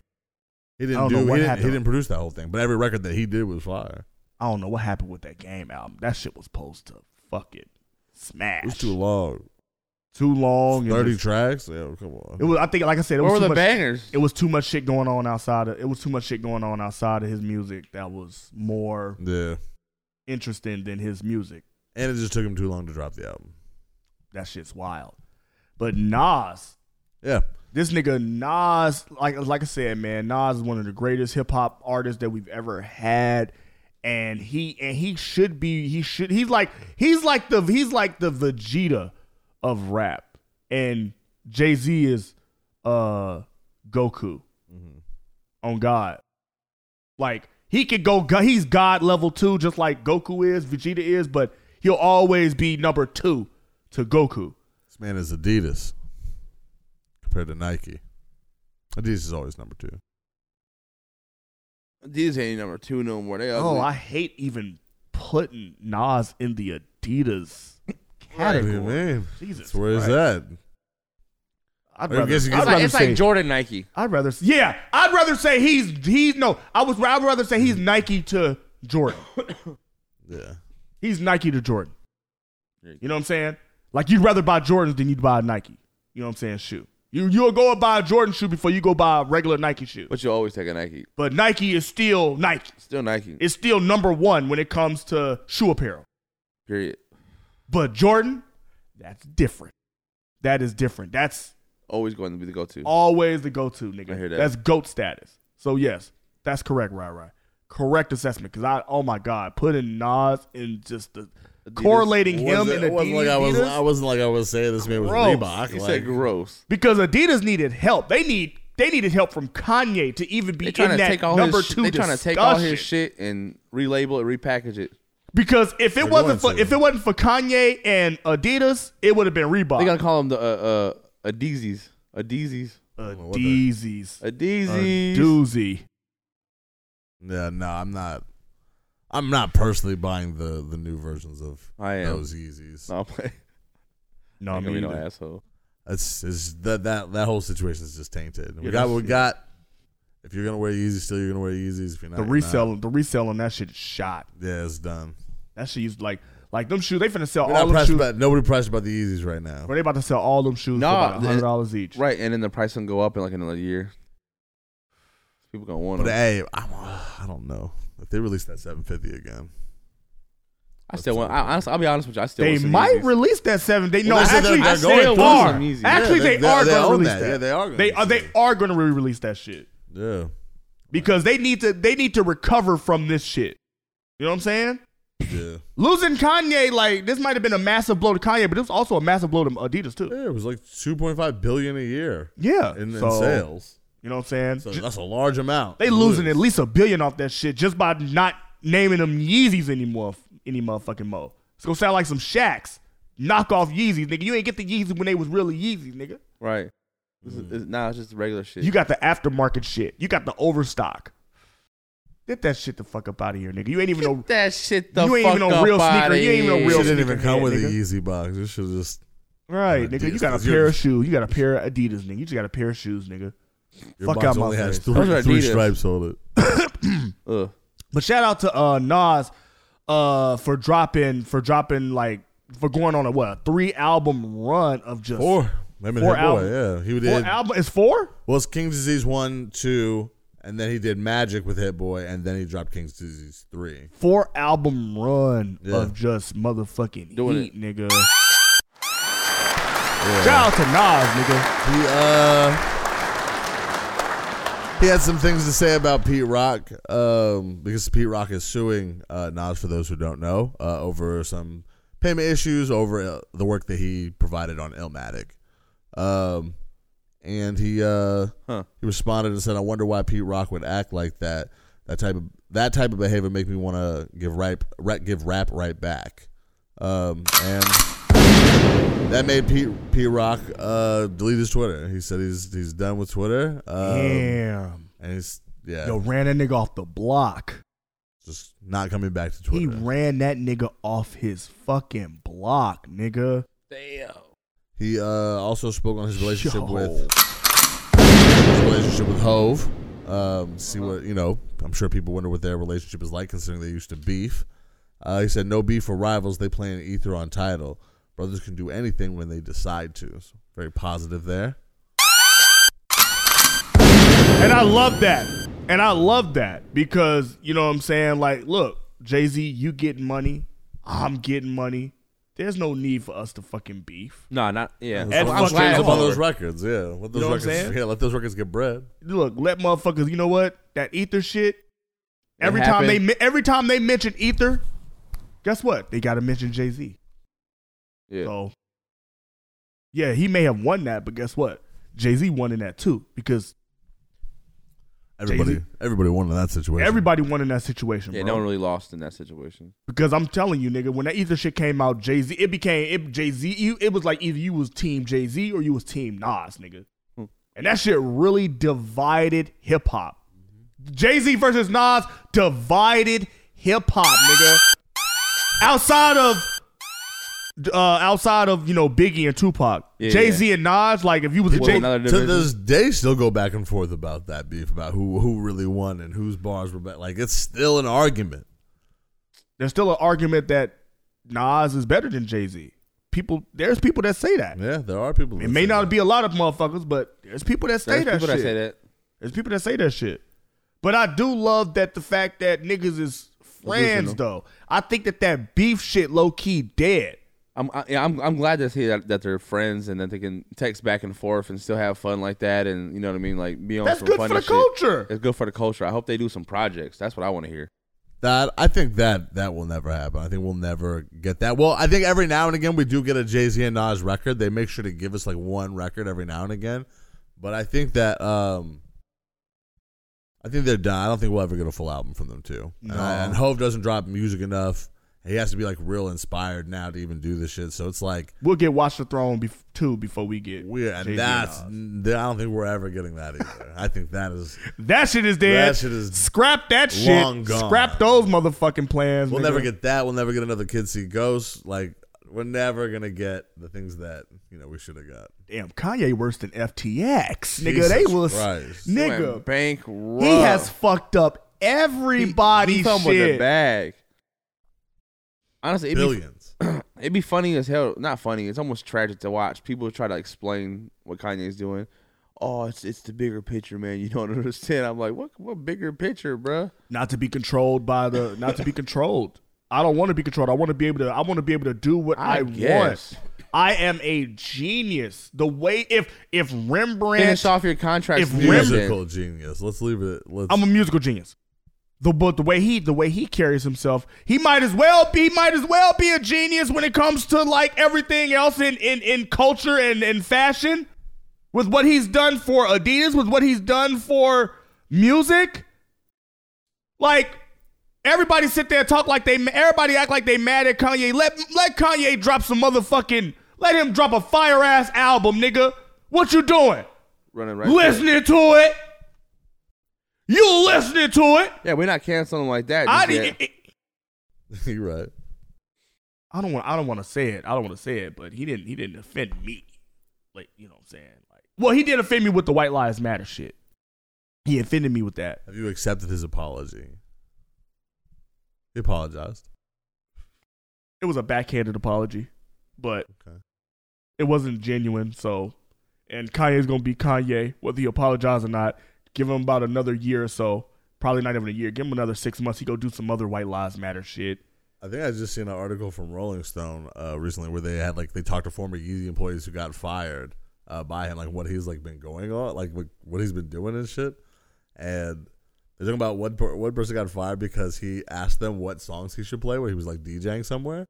He
I
didn't
don't know
do.
what
He didn't,
happened.
he didn't produce that whole thing, but every record that he did was fire.
I don't know what happened with that game album. That shit was supposed to fuck it, smash.
It was too long.
Too long. and
Thirty
just-
tracks. Yeah, come on.
It was. I think, like I said, it
Where
was
were
too much,
the bangers?
It was too much shit going on outside. Of, it was too much shit going on outside of his music that was more
yeah,
interesting than his music.
and it just took him too long to drop the album.
That shit's wild. But Nas,
Yeah,
this nigga Nas, like like I said, man, Nas is one of the greatest hip hop artists that we've ever had, and he and he should be he should he's like he's like the he's like the Vegeta of rap, and Jay Z is uh Goku. On God, like he could go, go- he's God level two, just like Goku is, Vegeta is, but he'll always be number two to Goku.
this man is Adidas compared to Nike. Adidas is always number two.
These ain't number two no more. They ugly.
Oh, I hate even putting Nas in the Adidas
What do you
category.
mean?
Jesus
That's where he's
Christ.
at?
I'd
I
rather,
guess you
I'd
could-
rather
It's
say
like
Jordan Nike.
I'd rather yeah. I'd rather say he's he's no. I was I'd rather say he's Nike to Jordan.
yeah.
He's Nike to Jordan. You know what I'm saying? Like you'd rather buy Jordans than you'd buy a Nike. You know what I'm saying? Shoe. You you'll go and buy a Jordan shoe before you go buy a regular Nike shoe.
But you always take a Nike.
But Nike is still Nike.
Still Nike.
It's still number one when it comes to shoe apparel.
Period.
But Jordan, that's different. That is different. That's
Always going to be the go-to.
always the go-to, nigga.
I hear that.
That's goat status. So yes, that's correct, right, right. Correct assessment. Cause I, oh my God, putting Nas in just the correlating
Wasn't-
him in
it wasn't like I was.
Adidas.
I wasn't like I was saying this man was
Gross.
Reebok.
He
like,
said
gross.
because Adidas needed help. They need they needed help from Kanye to even be
They
in
trying to
that
take all
number
his. sh-
two
they trying to take all his
discussion.
shit and relabel it, repackage it.
Because if it
They're
wasn't for
going to.
if it wasn't for Kanye and Adidas, it would have been Reebok.
They gonna call him the uh, uh Adeezys. Adeezys.
Adeezys.
Adeezys.
doozy.
Yeah, no, I'm not. I'm not personally buying the the new versions of
I am.
those Yeezys.
No, i
No,
I'm
me
no
either.
asshole.
It's, it's that that that whole situation is just tainted. We
Yeah,
got
that's-
we got. If you're gonna wear Yeezys, still you're gonna wear Yeezys. If you're not,
The
you're
resell the resell on that shit is shot.
not. Yeah, it's done.
That shit is like like them shoes. They finna sell
We're
all
not
them
pressed
shoes.
about nobody pressed about the Yeezys right now.
Bro, they about to sell all them shoes for about hundred dollars each.
Right, and then the price will go up in like another year. People gonna want
But
them.
hey, I'm, I don't know if they release that 750 again.
I still want. I, honestly, I'll be honest with you. I still.
They
want some
might
Yeezys.
release that seven. They
Well,
no,
they said they're-
actually
they're
they,
going for
are.
some Yeezys.
Actually,
Yeah,
they,
they-
are
they
going to
own
release that.
that. Yeah, they are gonna
They
release
are. They are going to re-release that shit
Yeah,
because they need to. They need to recover from this shit. You know what I'm saying?
yeah.
Losing Kanye, like this might have been a massive blow to Kanye, but it was also a massive blow to Adidas too.
Yeah, it was like 2.5 billion a year.
Yeah,
in, in
so-
sales.
You know what I'm saying?
So
Ju-
that's a large amount.
They
to
losing
lose.
at least a billion off that shit just by not naming them Yeezys anymore, any motherfucking mo. It's gonna sound like some Shacks knockoff Yeezys, nigga. You ain't get the Yeezys when they was really Yeezys, nigga.
Right. This is, it's, nah, it's just regular shit.
Mm. You got the aftermarket shit. You got the overstock. Get that shit the fuck up out of here, nigga. You ain't even no
that shit. The
you ain't even
fuck
no real
up outta
sneaker. You ain't even
here.
no real
It didn't even
sneakerhead,
come with
nigga.
a Yeezy box. It should just
Right, nigga. You
Adidas,
got a
'cause you're-
pair of shoes. You got a pair of Adidas, nigga. You just got a pair of shoes, nigga.
your
Fuck
box
out my
only has
face.
Those
three,
are
three
Adidas.
stripes on it.
Ugh.
But shout out to uh, Nas uh, for dropping for dropping like for going on a what a three album run of just
Four. I mean,
Four
Hit Boy,
album-
yeah. He
four
did.
album is four.
well, it's King's Disease 1, 2, and then he did Magic with Hit Boy, and then he dropped King's Disease 3.
Four album run
Yeah.
of just motherfucking
Doing
heat, nigga. Shout out to Nas, nigga.
He, uh, he had some things to say about Pete Rock um, because Pete Rock is suing uh, Nas, for those who don't know, uh, over some payment issues over uh, the work that he provided on Illmatic. Um, and he uh,
Huh.
he responded and said, "I wonder why Pete Rock would act like that. That type of that type of behavior make me want to give rap, rap give rap right back." Um, and that made Pete Pete Rock uh, delete his Twitter. He said he's he's done with Twitter. Um,
Damn,
and he's yeah,
yo ran that nigga off the block.
just not coming back to Twitter.
He ran that nigga off his fucking block, nigga.
Damn.
He uh, also spoke on his relationship
Yo.
with his relationship with Hove. Um, see what you know. I'm sure people wonder what their relationship is like, considering they used to beef. Uh, he said, "No beef for rivals. They play an ether on title. Brothers can do anything when they decide to." So very positive there.
And I love that. And I love that because, you know what I'm saying? Like, look, Jay Z, you getting money. I'm getting money. There's no need for us to fucking beef.
Nah, not yeah.
And
Let's
I'm
let's
glad-
up on those records. Yeah, let those
know what I'm
records.
saying?
Yeah, let those records get bread.
Look, let motherfuckers, you know what? That ether shit. Every time they
happened.
mi- every time they mention ether, guess what? They got to mention Jay Z.
Yeah.
So, yeah, he may have won that, but guess what? Jay Z won in that too because
Everybody,
Jay-Z.
everybody won in that situation.
everybody won in that situation.
Yeah,
bro.
no one really lost in that situation.
Because I'm telling you, nigga, when that Ether shit came out, Jay Z, it became it, Jay Z. You, it was like either you was team Jay Z or you was team Nas, nigga.
Hmm.
And that shit really divided hip hop. Jay Z versus Nas divided hip hop, nigga. Outside of uh, outside of you know Biggie and Tupac,
Yeah,
Jay Z and Nas. Like if you was a Jay,
to this day, still go back and forth about that beef about who who really won and whose bars were better. Like it's still an argument.
there's still an argument that Nas is better than Jay Z. People, there's people that say that.
Yeah, there are people.
It may not be a lot of motherfuckers, but there's people that say
There's
that.
people that
shit.
say that.
There's people that say that shit. But I do love that the fact that niggas is friends
Delusional.
though. I think that that beef shit low key dead.
I'm I, yeah, I'm I'm glad to see that, that they're friends and that they can text back and forth and still have fun like that and you know what I mean like be on
That's
some
good
fun
for the
and shit.
culture.
It's good for the culture. I hope they do some projects. That's what I want to hear.
That I think that that will never happen. I think we'll never get that. Well, I think every now and again we do get a Jay Z and Nas record. They make sure to give us like one record every now and again, but I think that um, I think they're done. I don't think we'll ever get a full album from them too. And, I-
No.
and Hove doesn't drop music enough. He has to be like real inspired now to even do this shit. So it's like
We'll get Watch the Throne bef- too before we get
we're and
Jay-Z
that's
Nas.
I don't think we're ever getting that either. I think that is
that shit is dead.
That shit is
scrap that shit.
long gone.
Scrap those motherfucking plans.
We'll
nigga.
never get that. We'll never get another Kid See Ghost. Like we're never gonna get the things that you know we should have got.
Damn, Kanye worse than FTX, nigga.
Jesus
they was
Christ.
nigga.
Went bankrupt.
He has fucked up everybody.
He come
shit.
with the bag. Honestly, it'd
Billions.
Be, it'd be funny as hell. Not funny. It's almost tragic to watch. People try to explain what Kanye's doing. Oh, it's it's the bigger picture, man. You don't understand. I'm like, what what bigger picture, bruh?
not to be controlled by the not to be controlled. I don't want to be controlled. I want to be able to I want to be able to do what I,
I
want.
guess.
I am a genius. The way if if Rembrandt
Finish off your contract.
If
Musical genius. Let's leave it. Let's.
I'm a musical genius. The but the way he the way he carries himself, he might as well be might as well be a genius when it comes to like everything else in in, in culture and in fashion. With what he's done for Adidas, with what he's done for music, like everybody sit there and talk like they everybody act like they mad at Kanye. Let let Kanye drop some motherfucking let him drop a fire ass album, nigga. What you doing?
running right.
listening to it. You listening to it?
Yeah, we're not canceling like that.
I
just yet.
didn't.
You're right.
I don't want. I don't want to say it. I don't want to say it. But he didn't. He didn't offend me. Like you know what I'm saying. Like, well, he did offend me with the White Lives Matter shit. He offended me with that.
Have you accepted his apology? He apologized.
It was a backhanded apology, but it wasn't genuine. So, and Kanye's gonna be Kanye, whether he apologizes or not. Give him about another year or so. Probably not even a year. Give him another six months. He go do some other White Lives Matter shit.
I think I just seen an article from Rolling Stone uh, recently where they had like they talked to former Yeezy employees who got fired uh, by him, like what he's like been going on, like what, what he's been doing and shit. And they're talking about one per- one person got fired because he asked them what songs he should play when he was like DJing somewhere,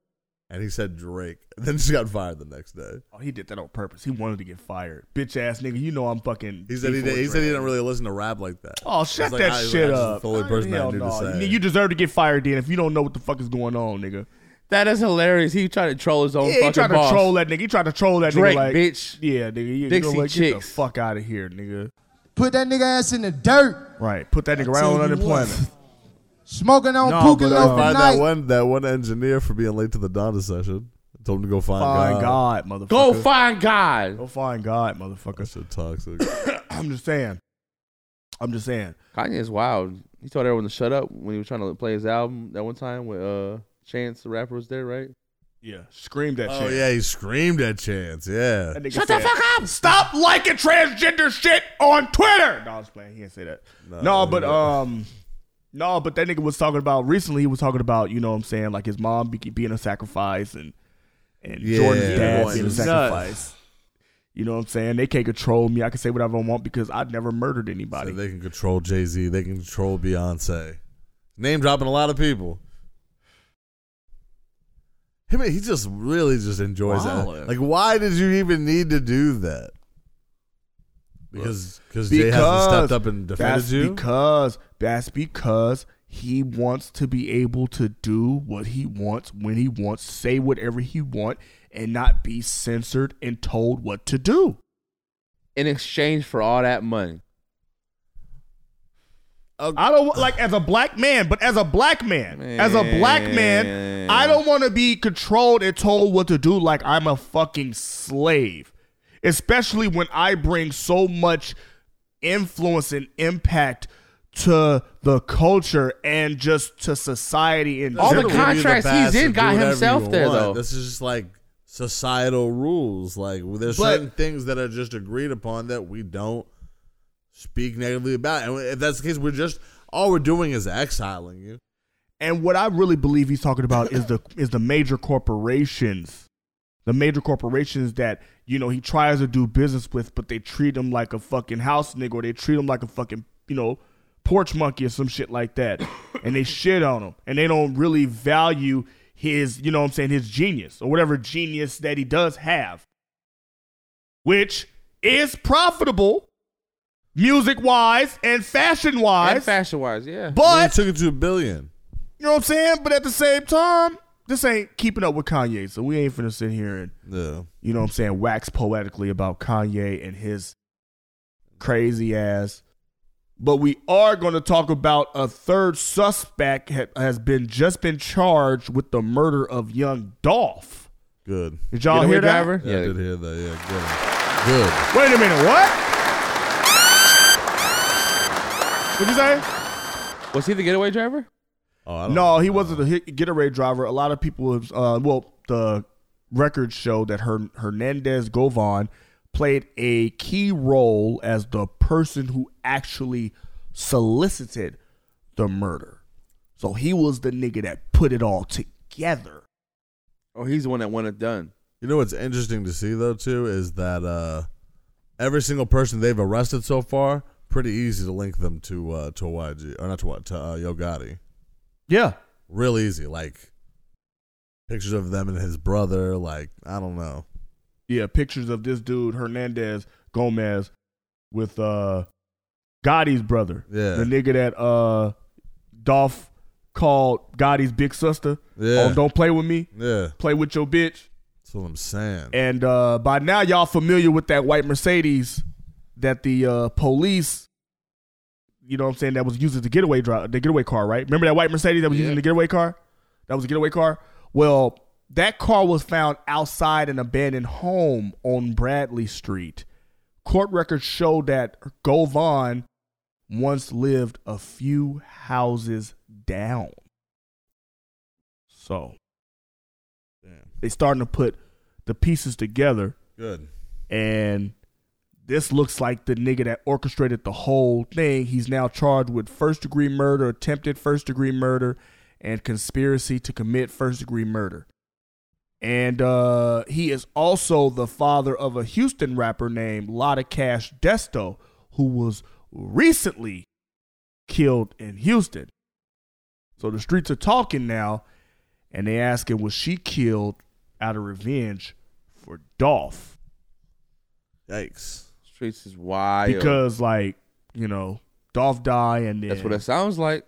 and he said Drake. And then just got fired the next day.
Oh, he did that on purpose. He wanted to get fired. Bitch ass nigga, you know I'm fucking.
He said he,
D4
did, he said he
Dre.
didn't really listen to rap like that.
Oh,
He's
shut
like,
that
I- he's like,
shit
I just
up.
the only person I
Hell
knew to
no.
say.
You deserve to get fired then if you don't know what the fuck is going on, nigga.
That is hilarious. He tried to troll his own.
yeah, he
Oh, fucking
tried to
boss.
troll that nigga. He tried to troll that
Drake,
nigga like
bitch.
Yeah, nigga. You, you
Dixie
know what? Get the
chicks.
fuck out of here, nigga.
Put that nigga ass in the dirt.
Right. Put that nigga
I
right
tell
on
you
unemployment.
Smoking on
No,
Puka
but
Loaf
uh,
I find that
night.
one that one engineer for being late to the Donna session. I told him to go find,
Find God, motherfucker.
Go find God.
Go find God, motherfucker.
That shit toxic.
I'm just saying. I'm just saying.
Kanye is wild. He told everyone to shut up when he was trying to play his album that one time with uh Chance the rapper was there, right?
Yeah. Scream that
oh
shit.
yeah, he screamed at Chance. Yeah,
That nigga
Shut
said,
the fuck
up! Stop liking transgender shit on Twitter. No, I was playing. He didn't say that. No, but um, no, but that nigga was talking about recently. He was talking about you know what I'm saying like his mom be, being a sacrifice and and
Yeah,
Jordan's
boy,
dad being a
nuts.
sacrifice. You know what I'm saying? They can't control me. I can say whatever I want because I never murdered anybody.
So they can control Jay Z. They can control Beyonce. Name dropping a lot of people. He man, he just really just enjoys
Wildin'.
that. Like, why did you even need to do that? Because because Jay hasn't
Because-
stepped up and defended
that's
you.
Because that's because he wants to be able to do what he wants when he wants, say whatever he wants, and not be censored and told what to do.
In exchange for all that money.
I don't like as a black man, but as a black man, as a black man, I don't want to be controlled and told what to do like I'm a fucking slave. Especially when I bring so much influence and impact to the culture and just to society and
All the contracts he's in got himself there, though.
This is just like societal rules. Like there's
But-
certain things that are just agreed upon that we don't speak negatively about. And if that's the case, we're just all we're doing is exiling you.
And what I really believe he's talking about is the is the major corporations, the major corporations that you know he tries to do business with, but they treat him like a fucking house nigga, or they treat him like a fucking you know porch monkey or some shit like that, and they shit on him, and they don't really value his you know what I'm saying his genius or whatever genius that he does have, which is profitable, music wise and fashion wise.
Fashion wise, yeah.
But-
You took it to a billion.
You know what I'm saying? But at the same time, this ain't keeping up with Kanye. So we ain't finna sit here and
Yeah.
you know what I'm saying, wax poetically about Kanye and his crazy ass. But we are going to talk about a third suspect ha- has been just been charged with the murder of young Dolph.
Good.
Did y'all
Getaway
hear that?
driver?
Yeah, I did hear that. Yeah, good. Good.
Wait a minute, what? What'd you say?
Was he the getaway driver?
Oh, I don't
No, he wasn't a hit, getaway driver. A lot of people, have, uh, well, the records show that Her- Hernandez Govan played a key role as the person who actually solicited the murder. So he was the nigga that put it all together.
Oh, he's the one that won it done.
You know what's interesting to see though too is that uh, every single person they've arrested so far, pretty easy to link them to uh, to YG or not to what to uh, Yo Gotti.
Yeah.
Real easy, like pictures of them and his brother. Like I don't know.
Yeah, pictures of this dude Hernandez Gomez with uh Gotti's brother.
Yeah.
The nigga that uh Dolph called Gotti's big sister.
Yeah.
on Don't play with me.
Yeah,
Play with your bitch.
that's what I'm saying.
And uh by now y'all familiar with that white Mercedes that the uh police you know what I'm saying that was used as the getaway drive the getaway car, right? Remember that white Mercedes that was using the getaway car? That was a getaway car? Well, that car was found outside an abandoned home on Bradley Street. Court records show that Govan once lived a few houses down. So they starting to put the pieces together
Good.
and this looks like the nigga that orchestrated the whole thing. He's now charged with first degree murder, attempted first degree murder, and conspiracy to commit first degree murder. And uh, he is also the father of a Houston rapper named Lotta Cash Desto, who was recently killed in Houston. So the streets are talking now, and they asking, was she killed out of revenge for Dolph?
Yikes.
Streets is wild.
because like you know Dolph died and then
That's what it sounds like.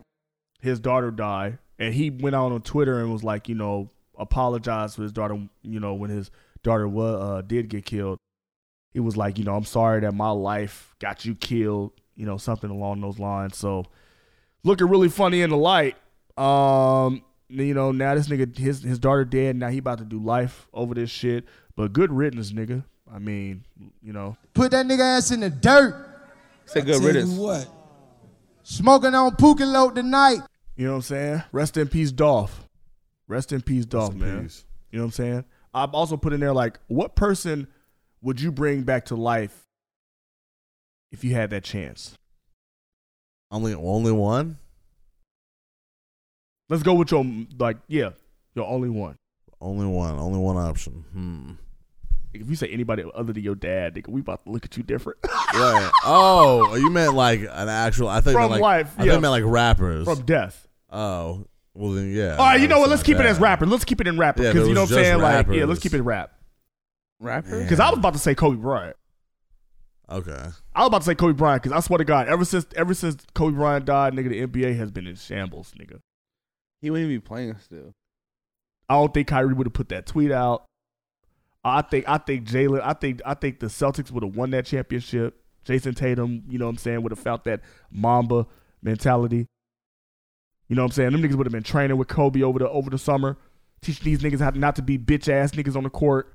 his daughter died and he went out on Twitter and was like you know apologized for his daughter you know when his daughter was uh, did get killed he was like you know I'm sorry that my life got you killed you know something along those lines so looking really funny in the light um you know now this nigga his his daughter dead now he about to do life over this shit but good riddance nigga I mean you know
Put that nigga ass in the dirt.
Say
good riddance.
What? Smoking on Pukalote tonight.
You know what I'm saying? Rest in peace, Dolph. Rest in peace, Dolph,
in
Oh, man.
peace.
You know what I'm saying? I've also put in there like, what person would you bring back to life if you had that chance?
Only only one.
Let's go with your like, yeah, your only one.
Only one. Only one option. Hmm.
If you say anybody other than your dad, nigga, we about to look at you different.
Right. Oh, you meant like an actual? I think
From
like,
life,
I
yeah.
think meant like rappers.
From death.
oh, well then, yeah.
All right, you know what? Let's keep it as
rappers.
rapper. Let's keep it in rapper
Yeah, if
because
it
you know what
was
I'm saying.
just
Like, yeah, let's
rappers.
keep it rap.
Rapper?
Because I was about to say Kobe Bryant.
Okay.
I was about to say Kobe Bryant because I swear to God, ever since ever since Kobe Bryant died, nigga, the NBA has been in shambles, nigga.
He wouldn't even be playing still.
I don't think Kyrie would have put that tweet out. I think I think Jalen. I think I think the Celtics would have won that championship. Jason Tatum, you know what I'm saying, would have felt that Mamba mentality. You know what I'm saying? Them niggas would have been training with Kobe over the over the summer, teaching these niggas how not to be bitch ass niggas on the court.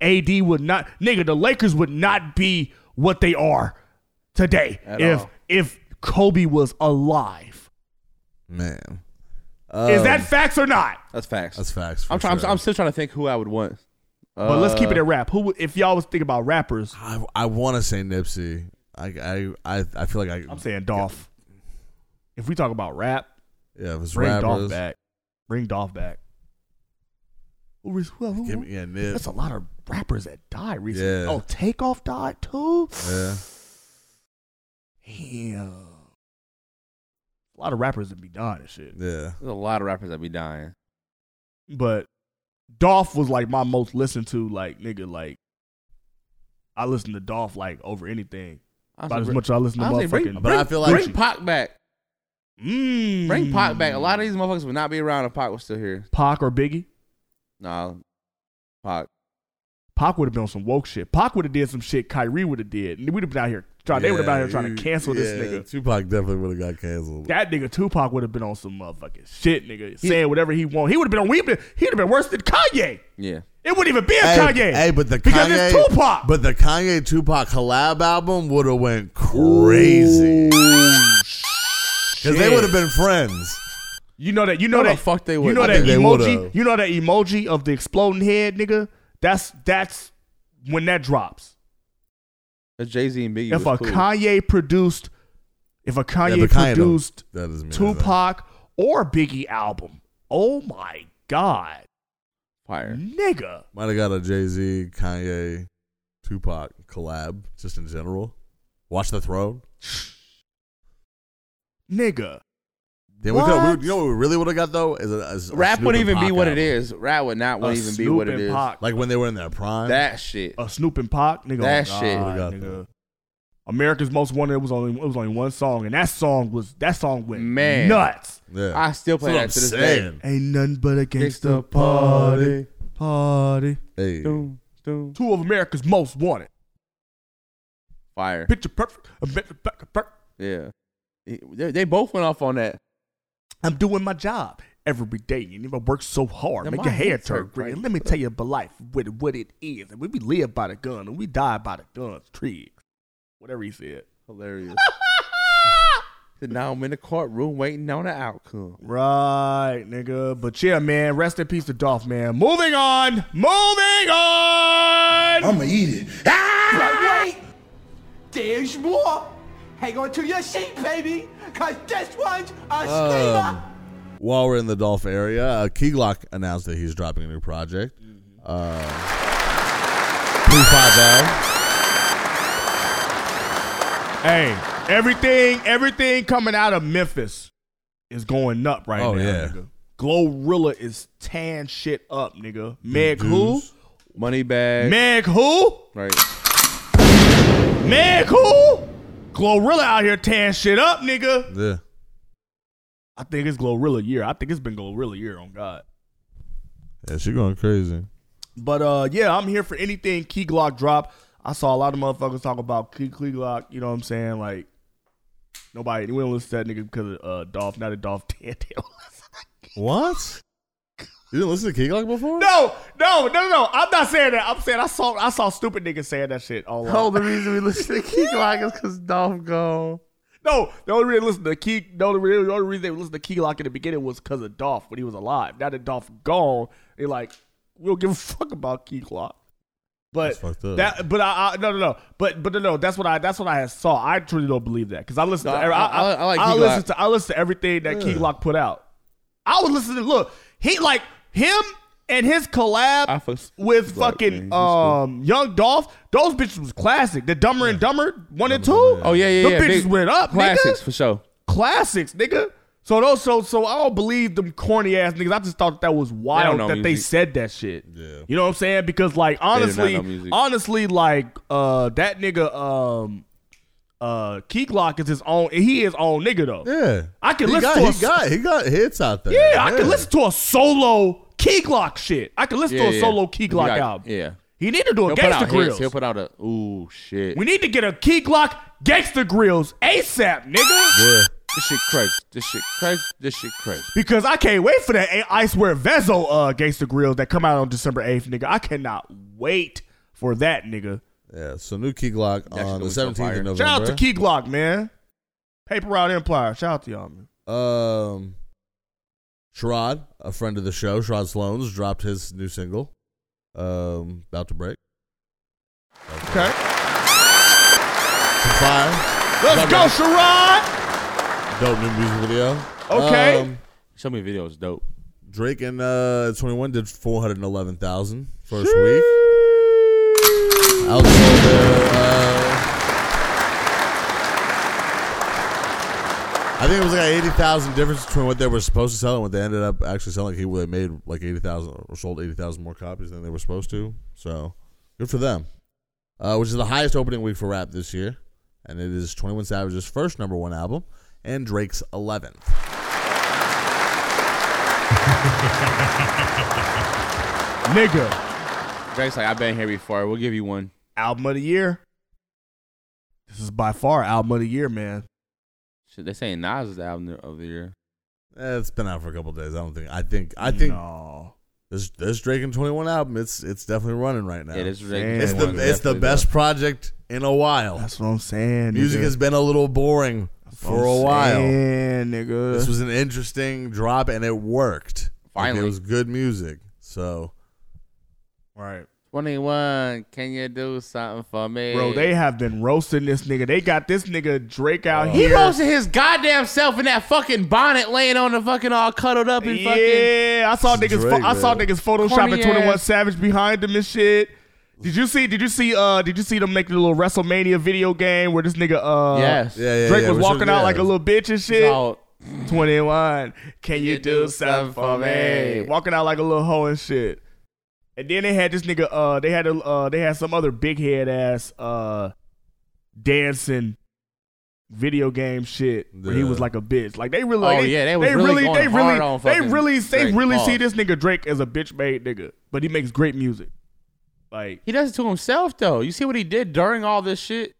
AD would not, nigga, the Lakers would not be what they are today
At
if
all.
if Kobe was alive.
Man.
Is that
Oh.
facts or not?
That's facts. That's
facts.
I'm,
for
trying,
sure.
I'm, I'm still trying to think who I would want.
But let's keep it
Uh,
at rap. Who, would- if y'all was thinking about rappers,
I, I want to say Nipsey. I, I I I feel like I.
I'm saying Dolph. If we talk about rap,
Yeah, if it's
bring Dolph
rappers.
back. Bring Dolph back. Who is- who- who-
Give me- yeah, Nip.
That's a lot of rappers that died recently.
Yeah.
Oh, Takeoff died too.
Yeah.
Damn. A lot of rappers that be dying and shit.
Yeah.
There's a lot of rappers that be dying.
But Dolph was like my most listened to, like, nigga, like, I listen to Dolph, like, over anything. About as much as I listen to
Honestly,
motherfucking.
Bring, bring, bring Pac back. Bring Pac back. A lot of these motherfuckers would not be around if Pac was still here.
Pac or Biggie.
Nah, Pac.
Pac would have been on some woke shit. Pac would have did some shit Kyrie would have did. And We'd have been out here trying. they would have been out here trying to cancel this nigga.
Tupac definitely would have got canceled.
That nigga Tupac would have been on some motherfucking shit, nigga, saying whatever he want. He would have been on. We'd been, he'd have been worse than Kanye.
Yeah.
It wouldn't even be a
Hey,
Kanye.
hey, but the
because
Kanye,
it's Tupac.
but the Kanye Tupac collab album would have went crazy because they
shit.
would have been friends.
You know that. You know
No,
that.
the fuck they
You
wouldn't.
know
I
that
think they
emoji.
would've.
You know that emoji of the exploding head, nigga. That's that's when that drops.
That's Jay Z and Biggie.
if
was
a
cool.
Kanye produced, if a Kanye
but Kanye
produced
don't- that doesn't mean
Tupac or Biggie album, oh my god,
fire,
nigga,
Might have got a Jay Z, Kanye, Tupac collab just in general. Watch the Throne.
nigga.
Then we could.
What?
We, you know what we really would have got though is a, is a
Rap
Snoop
wouldn't
and
even be
Pac
what it
album.
is. Rap would not
A
would even be
Snoop
what it
and
is.
Pac.
Like when they were in their prime.
That shit.
A Snoop and Pac, nigga.
That
oh,
shit.
God,
Would've got
nigga. America's Most Wanted was only it was only one song, and that song was that song went
Man.
nuts.
Yeah.
I still play that
That's
to this
what I'm
day.
saying. Ain't nothing but a
Gangsta
gangsta party, party.
Hey.
Two of America's most wanted.
Fire.
Picture perfect. America perfect.
Yeah. They, they both went off on that.
I'm doing my job every day, and if I work so hard,
Now
make
my
your hair
head
turn
hurt,
green.
right?
Let me tell you about life, what, what it is, and we be live by the gun, and we die by the guns, trees, whatever he said.
Hilarious. Said, now I'm in the courtroom waiting on the outcome.
Right, nigga. But yeah, man. Rest in peace to Dolph, man. Moving on. Moving on.
I'ma eat it.
But wait, there's more. Hang on to your seat, baby, cause this one's a
Oh.
screamer.
Um, while we're in the Dolph area, uh, Key Glock announced that he's dropping a new project.
Mm-hmm.
Uh, P50.
Hey, everything, everything coming out of Memphis is going up right
Oh,
now,
yeah.
nigga. Glorilla is tan shit up, nigga. Meg who?
Money bag.
Meg who?
Right.
Meg who? Glorilla out here tan shit up, nigga.
Yeah.
I think it's Glorilla year. I think it's been Glorilla year on God.
Yeah, she going crazy.
But uh, yeah, I'm here for anything Key Glock drop. I saw a lot of motherfuckers talk about Key, Key Glock. You know what I'm saying? Like nobody, we don't listen to that nigga because of uh, Dolph, not a Dolph Dandale.
What? You didn't listen to Key Glock before?
no, no, no, no, no. I'm not saying that. I'm saying I saw I saw stupid niggas saying that shit online.
the reason we listen to Key Glock is because Dolph gone.
No, the only reason they listen to Key, the only, re- the only reason they listened to Key Lock in the beginning was because of Dolph when he was alive. Now that Dolph gone, they like we don't give a fuck about Key Lock. But
That's fucked up.
that, but I, I no no no, but but no no, that's what I that's what I had saw. I truly don't believe that because I listen
No,
to I, I,
I- I- I like
I
Key
listen
Glock.
to I listen to everything that Key
Yeah.
Lock put out. I was listening. Look, he like him and his collab
I fucks-
with
Glock, man.
fucking
He's cool.
um Young Dolph. Those bitches was classic. The Dumber and Dumber one and two.
Oh yeah, yeah,
Them
yeah.
bitches
Big
went up.
Classics
nigga
for sure.
classics, nigga. So those, so so I don't believe them corny ass niggas. I just thought that was wild
know
that they
music.
said that shit. Yeah. You know what I'm saying? Because like honestly,
know music.
honestly, like uh that nigga um uh Key Glock is his own he is own nigga though.
Yeah.
I can
he
listen
got,
to
he
a,
got he got hits out there.
Yeah, I can listen to a solo Key Glock shit. I can listen
Yeah,
to a
yeah.
solo Key
He
Glock
got-
album.
Yeah.
He need to do a
He'll put out
gangster
hits.
grills.
He'll put out a ooh shit.
We need to get a Key Glock gangster grills ASAP, nigga.
Yeah.
This shit crazy. This shit crazy. This shit crazy.
Because I can't wait for that A- Icewear Vezo uh, Gangster Grills that come out on December 8th, nigga. I cannot wait for that, nigga.
Yeah, so new Key Glock on the 17th of November.
Shout out to Key Glock, man. Paper Route Empire. Shout out to y'all, man.
Um, Sherrod, a friend of the show, Sherrod Sloan's dropped his new single, um, About to Break.
Okay.
Some fire.
Let's go, Sherrod!
Dope new music video. Um,
Okay.
Show me video is dope.
Drake and uh, 21 did 411,000 first week. Outsold their. Uh, I think it was like an 80,000 difference between what they were supposed to sell and what they ended up actually selling. He they made like 80,000 or sold 80,000 more copies than they were supposed to. So good for them. Uh, which is the highest opening week for rap this year. And it is 21 Savage's first number one album and Drake's 11th.
Nigga.
Drake's like, I've been here before. We'll give you one.
Album of the year. This is by far album of the year, man.
Shit, they saying Nas is the album of the year.
Eh, it's been out for a couple days. I don't think. I think. I think. This this Drake and Twenty One album. It's it's definitely running right now.
It is Drake and
It's
21
the it's the
definitely
best project in a while.
That's what I'm saying.
Music
nigga.
has been a little boring
what
for a
I'm
while.
saying, nigga.
This was an interesting drop, and it worked. Like,
Finally.
it was good music. So
Right.
21, can you do something for me?
Bro, they have been roasting this nigga. They got this nigga Drake out
He
here.
roasted his goddamn self in that fucking bonnet laying on the fucking all cuddled up and fucking.
Yeah, I saw niggas.
Drake,
pho- I saw
man.
niggas photoshopping
Corny
Twenty One
ass.
Savage behind him and shit. Did you see? Did you see? Uh, did you see them make the little WrestleMania video game where this nigga, uh,
Yes.
Yeah, yeah,
Drake
yeah,
was
we
walking
should-
out
yeah.
like a little bitch and shit.
all-
Twenty One, can you do something for me? Walking out like a little hoe and shit. And then they had this nigga. Uh, they had a. Uh, they had some other big head ass. Uh, dancing. Video game shit where he
Yeah.
was like a bitch. Like they really,
Oh,
like, they,
yeah, they was
they
really
really,
going
they
hard
really,
on
they
fucking
really, they
Drake.
really see
Pause.
this nigga Drake as a bitch made nigga, but he makes great music. Like
He does it to himself though. You see what he did during all this shit?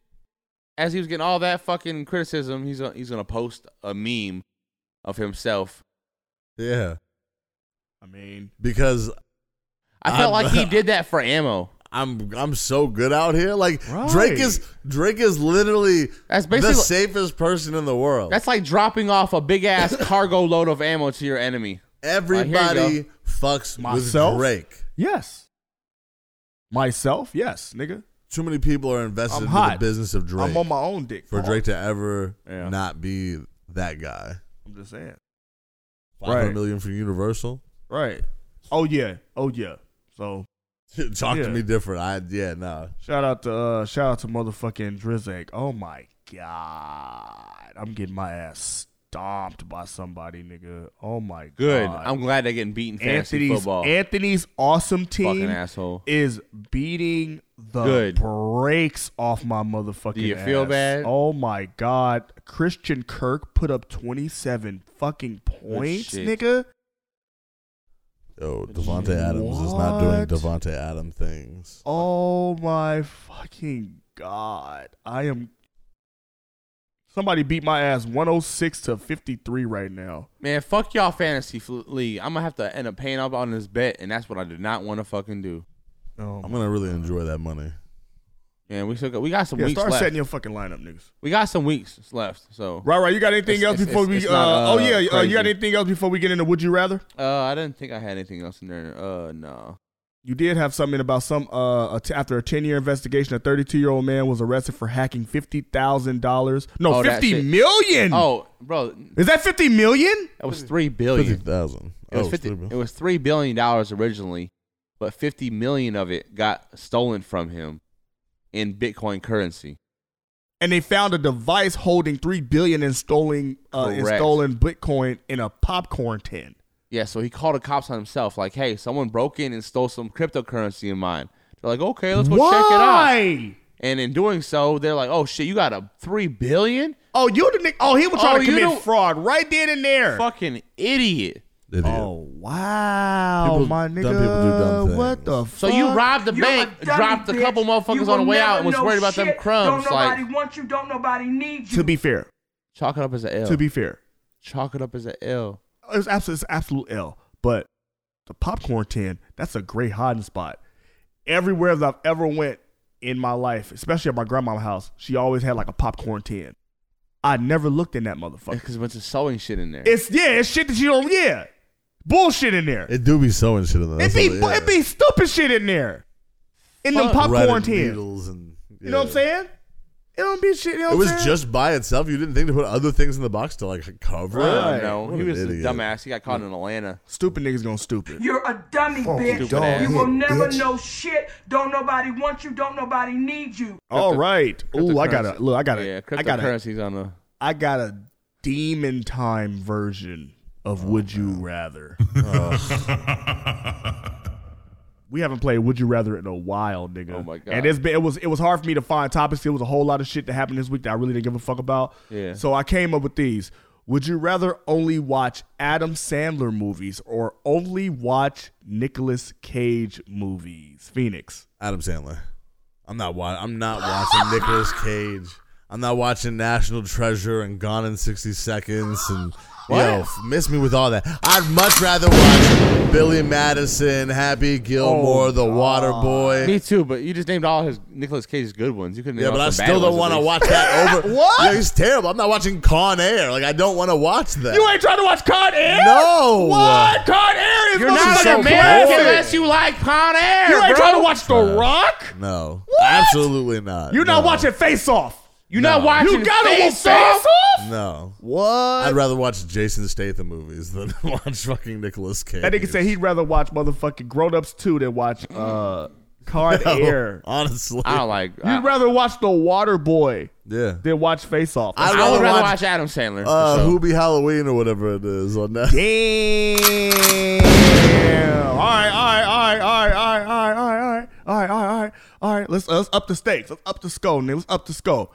As he was getting all that fucking criticism, he's gonna, he's gonna post a meme of himself.
yeah,
I mean,
because
I felt
I'm-
like he did that for ammo.
I'm I'm so good out here. Like
Right.
Drake is Drake is literally
That's
the
basically-
safest person in the world.
That's like dropping off a big ass cargo load of ammo to your enemy.
Everybody
Like, here you go.
fucks
Myself?
with Drake.
Yes. Myself, yes, nigga.
Too many people are invested
I'm
in the
hot.
business of Drake.
I'm on my own dick.
For
Paul.
Drake to ever
Yeah.
not be that guy.
I'm just saying.
Five hundred million
Right.
for Universal.
Right. Oh yeah. Oh yeah. So
Talk
yeah.
to me different. I yeah, no.
Shout out to uh shout out to motherfucking Drizek. Oh my god. I'm getting my ass stomped by somebody, nigga. Oh my
Good.
god.
I'm glad they're getting beaten fantasy
Anthony's
football.
Anthony's awesome team
Fucking asshole.
is beating the
Good.
brakes off my motherfucking.
Do you feel
ass.
bad?
Oh my god, Christian Kirk put up twenty seven fucking points,
shit.
nigga.
Yo, Devonte Adams is not doing
What?
Devonte Adam things.
Oh my fucking god, I am. Somebody beat my ass one hundred six to fifty three right now.
Man, fuck y'all fantasy fl- league. I'm gonna have to end up paying up on this bet, and that's what I did not want to fucking do.
Oh,
I'm gonna really enjoy that money.
And we still got, we got some
yeah,
weeks
start
left.
setting your fucking lineup, niggas.
we got some weeks left. So
Right, right. You got anything
It's-
else
it's-
before
it's-
we?
it's
uh,
not,
oh
uh,
yeah, uh, you got
crazy.
anything else before we get into Would You Rather?
Uh, I didn't think I had anything else in there. Uh, no.
You did have something about some uh a t- after a ten year investigation, a thirty two year old man was arrested for hacking fifty thousand dollars. No,
Oh, that
fifty
shit.
million.
Oh, bro,
is that fifty million?
that was three
Fifty
billion. Oh,
thousand. Oh,
It was fifty. It was three billion dollars originally, but fifty million of it got stolen from him in Bitcoin currency.
And they found a device holding three billion in stolen uh, in
Correct.
stolen Bitcoin in a popcorn tin.
Yeah, so he called the cops on himself, like, "Hey, someone broke in and stole some cryptocurrency of mine." They're like, "Okay, let's go check it out."
Why?
And in doing so, they're like, "Oh shit, you got a three billion?
Oh, you the nigga. Oh, he was trying
Oh,
to
you
commit
don't-
fraud right then and there.
Fucking idiot!"
Idiot.
Oh wow,
People-
my
dumb
nigga.
people do dumb
what
things.
the?
So you
fuck?
robbed the
You
bank,
a dummy
dropped a
bitch.
couple
You
motherfuckers on the
will
way out,
never
and was
know
worried about them
shit.
crumbs.
Don't
Like,
nobody want you. Don't nobody need you.
To be fair,
Chalk it up as an L.
To be fair,
chalk it up as an L.
it's absolute, it's absolute L. But the popcorn tin, that's a great hiding spot. Everywhere that I've ever went in my life, especially at my grandma's house, she always had like a popcorn tin. I never looked in that motherfucker.
Because a bunch of sewing shit in there.
It's yeah, it's shit that you don't yeah. Bullshit in there.
It do be sewing shit in there.
It
That's
be
all- yeah.
it be stupid shit in there. In them
Fuck.
popcorn
Right,
tin.
needles and-
You know what I'm saying? It don't be shit. You know
It
what
was
I'm saying?
just by itself. You didn't think to put other things in the box to like cover it.
Uh, no,
What
he
an
was a
idiot.
dumbass. He got caught in Atlanta.
Stupid niggas going stupid.
You're a dummy,
Fuck
bitch.
you, dog.
You will
Yeah,
never
bitch.
know shit. Don't nobody want you. Don't nobody need you.
All right. Ooh, I got
Cryptocurrency.
a look. I got a.
Yeah,
I got a.
cryptocurrency's on the.
I got a demon time version
Oh,
of Would You Rather.
Oh.
we haven't played Would You Rather in a while, nigga. Oh my
God.
And it's been it was it was hard for me to find topics. It was a whole lot of shit that happened this week that I really didn't give a fuck about.
Yeah.
So I came up with these. Would you rather only watch Adam Sandler movies or only watch Nicolas Cage movies? Phoenix.
Adam Sandler. I'm not watching. I'm not watching Nicolas Cage. I'm not watching National Treasure and Gone in 60 Seconds and yo, f- miss me with all that. I'd much rather watch Billy Madison, Happy
Oh,
Gilmore, The Water Boy.
Me too, but you just named all his Nicolas Cage's good ones. You couldn't.
Yeah, but I still don't want to watch that over. what? Yeah, he's terrible. I'm not watching Con Air. Like I don't want to watch that.
ain't trying to watch Con Air?
No.
What? Con Air is
You're not
motherfucking
an
crazy.
American unless you like Con Air.
You ain't
bro.
trying to watch The Rock?
No, absolutely not.
You're
no.
not watching Face Off.
You're not
No.
watching.
You gotta watch
Face
Face Off.
No,
What?
I'd rather watch Jason Statham movies than watch fucking Nicolas Cage.
That nigga said he'd rather watch motherfucking Grown Ups 2 than watch uh, Con
No,
Air.
Honestly,
I don't like. I,
You'd rather watch The Water Boy
Yeah.
than watch Face Off.
I'd
I would
rather
rather
watch-
watch Adam Sandler.
Uh,
for sure.
Who Be Halloween or whatever it is on that.
Damn. All right, all right, all right, all right, all right, all right, all right, all right, all right, all right, all right. Let's let's up the stakes. Let's up the skull, nigga. Let's up the skull.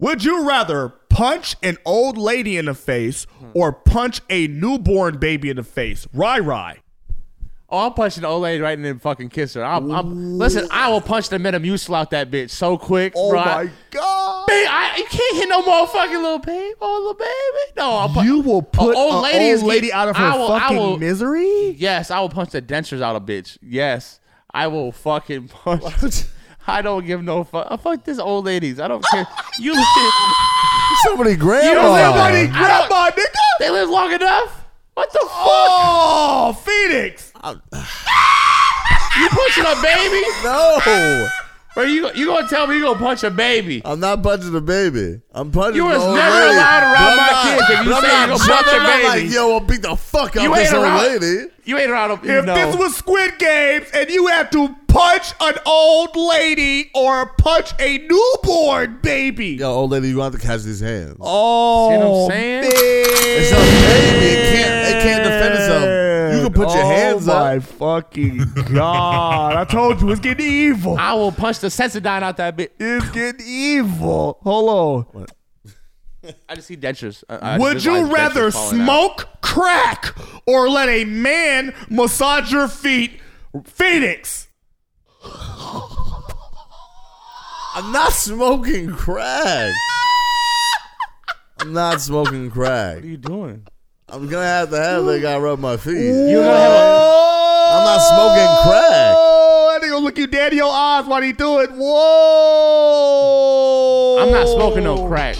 Would you rather punch an old lady in the face or punch a newborn baby in the face? Rai Rai.
Oh, I'm punching the old lady right in the fucking kiss her. I'm, I'm, listen, I will punch the metamucil out that bitch so quick.
Oh
bro.
my god.
Babe, I, you can't hit no motherfucking little baby. Oh, little baby. No, I'll punch.
You will put
A old
a
lady is
old lady
get-
out of her
I will- I
fucking
will-
misery?
Yes, I will punch the dentures out of bitch. Yes, I will fucking punch. I don't give no fuck. I fuck this old ladies. I don't care. You,
Somebody grandma.
you don't live long
Somebody
enough.
grab my nigga.
They live long enough. What the
Oh, Phoenix.
fuck? You punching a baby?
No,
Bro, you you gonna tell me you gonna punch a baby?
I'm not punching a baby. I'm punching.
You
an
was
old
never
lady.
allowed around
But I'm
my
not-
kids if you
but I'm
say
not
you're gonna punch
jumping.
a
I'm
baby.
Like, yo, I'll beat the fuck out
You
this
ain't
old
around.
lady.
You ain't around. a-
If
no.
this was Squid Games and you have to punch an old lady or punch a newborn baby.
Yo, old lady, you gonna have to catch these hands.
Oh,
See what I'm saying?
It's a baby. It can't. It can't defend itself. You can put your hands
oh
up.
my fucking god! I told you it's getting evil.
I will punch the Sensodyne out that bitch.
It's getting evil. Hold on.
I just see dentures. I- I
Would
just
you
visualize
rather
dentures falling out.
smoke crack or let a man massage your feet? Phoenix.
I'm not smoking crack. I'm not smoking crack.
What are you doing?
I'm gonna have to have that guy rub my feet.
You're gonna have a,
Oh, that
I'm not smoking crack.
nigga look you dead in your eyes while he do it. Whoa.
I'm not smoking
Oh.
no crack.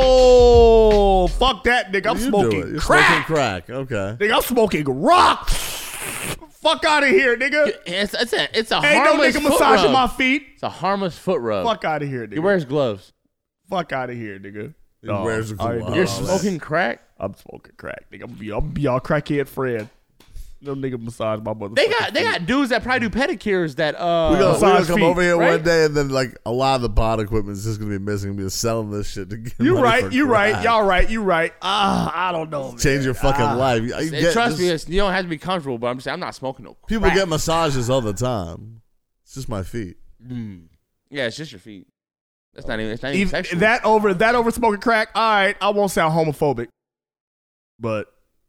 Whoa. Fuck that, nigga. I'm
You do it.
smoking
You're
crack.
Smoking crack. Okay.
Nigga, I'm smoking rock. Fuck out of here, nigga.
It's, it's a it's a
Ain't no
harmless
nigga
foot
massaging
rub.
my feet.
It's a harmless foot rub.
Fuck out of here, nigga.
He wears gloves.
Fuck out of here, nigga.
He wears a
I ain't doing
glove.
You're
all that.
smoking crack.
I'm smoking crack, nigga. I'm be, I'm be your crackhead friend. No nigga massage my mother.
They got they got dudes that probably do pedicures that uh.
We're gonna, we gonna
massage
come
feet,
over here one
right?
day and then like a lot of the pod equipment is just gonna be missing. We're selling this shit to get
You
money
right,
for
you right,
crack.
y'all right, you right. Ah, I don't know. Man.
change your fucking life. You- you
And
get-
trust me,
just-
it's, you don't have to be comfortable, but I'm saying I'm not smoking no. Crack.
people get massages all the time. It's just my feet.
Yeah, it's just your feet. That's not even. It's not even,
Even-
sexual.
that over that over smoking crack. All right, I won't sound homophobic, but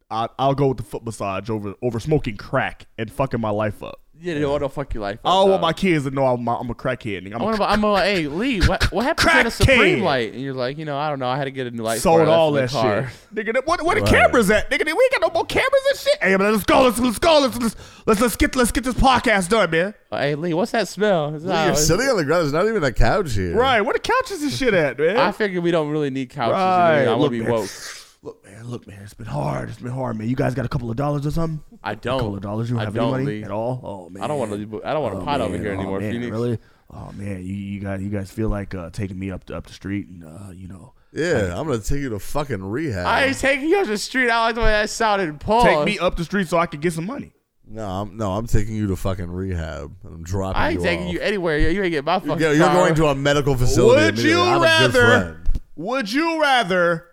I, I'll go with the foot massage over over smoking crack and fucking my life up.
Yeah, they want to fuck your life.
I don't want
dog.
Oh, my kids to know I'm, a- I'm a crackhead. Nigga. I'm a
I want to. I'm like, hey, Lee, what what happened to the Supreme
Crackhead.
light? And you're like, you know, I don't know. I had to get a new light.
Sold
for it. I left
all
it in
that
the car.
shit. Nigga, that- what, where the
Right.
cameras at? Nigga, we ain't got no more cameras and shit. Hey, man, let's go. Let's let's go. Let's let's let's, let's get let's get this podcast done, man.
Hey, Lee, what's that smell? It's uh,
You're sitting on the ground. There's not even a couch here.
Right, where the couches and shit at, man?
I figured we don't really need couches.
Right.
I want
Look,
to be
man.
woke.
Look, man, look, man. It's been hard. It's been hard, man. You guys got a couple of dollars or something?
I
A couple
don't.
of dollars. You don't
I
have
don't,
any money
Lee.
at all? Oh man.
I don't want to. I don't want to
Oh,
pot over
man.
here
Oh,
anymore,
man,
Phoenix.
Really? Oh man, you you guys you guys feel like uh, taking me up to, up the street and uh, you know
Yeah, I'm gonna take you to fucking rehab.
I ain't taking you off the street. I like the way that sounded. Paul,
take me up the street so I can get some money.
no, I'm no, I'm taking you to fucking rehab. I'm dropping.
I ain't taking
off.
you anywhere. You ain't getting my fucking.
You're, you're
car.
going to a medical facility.
Would
immediately.
you
I'm a good
rather?
friend.
Would you rather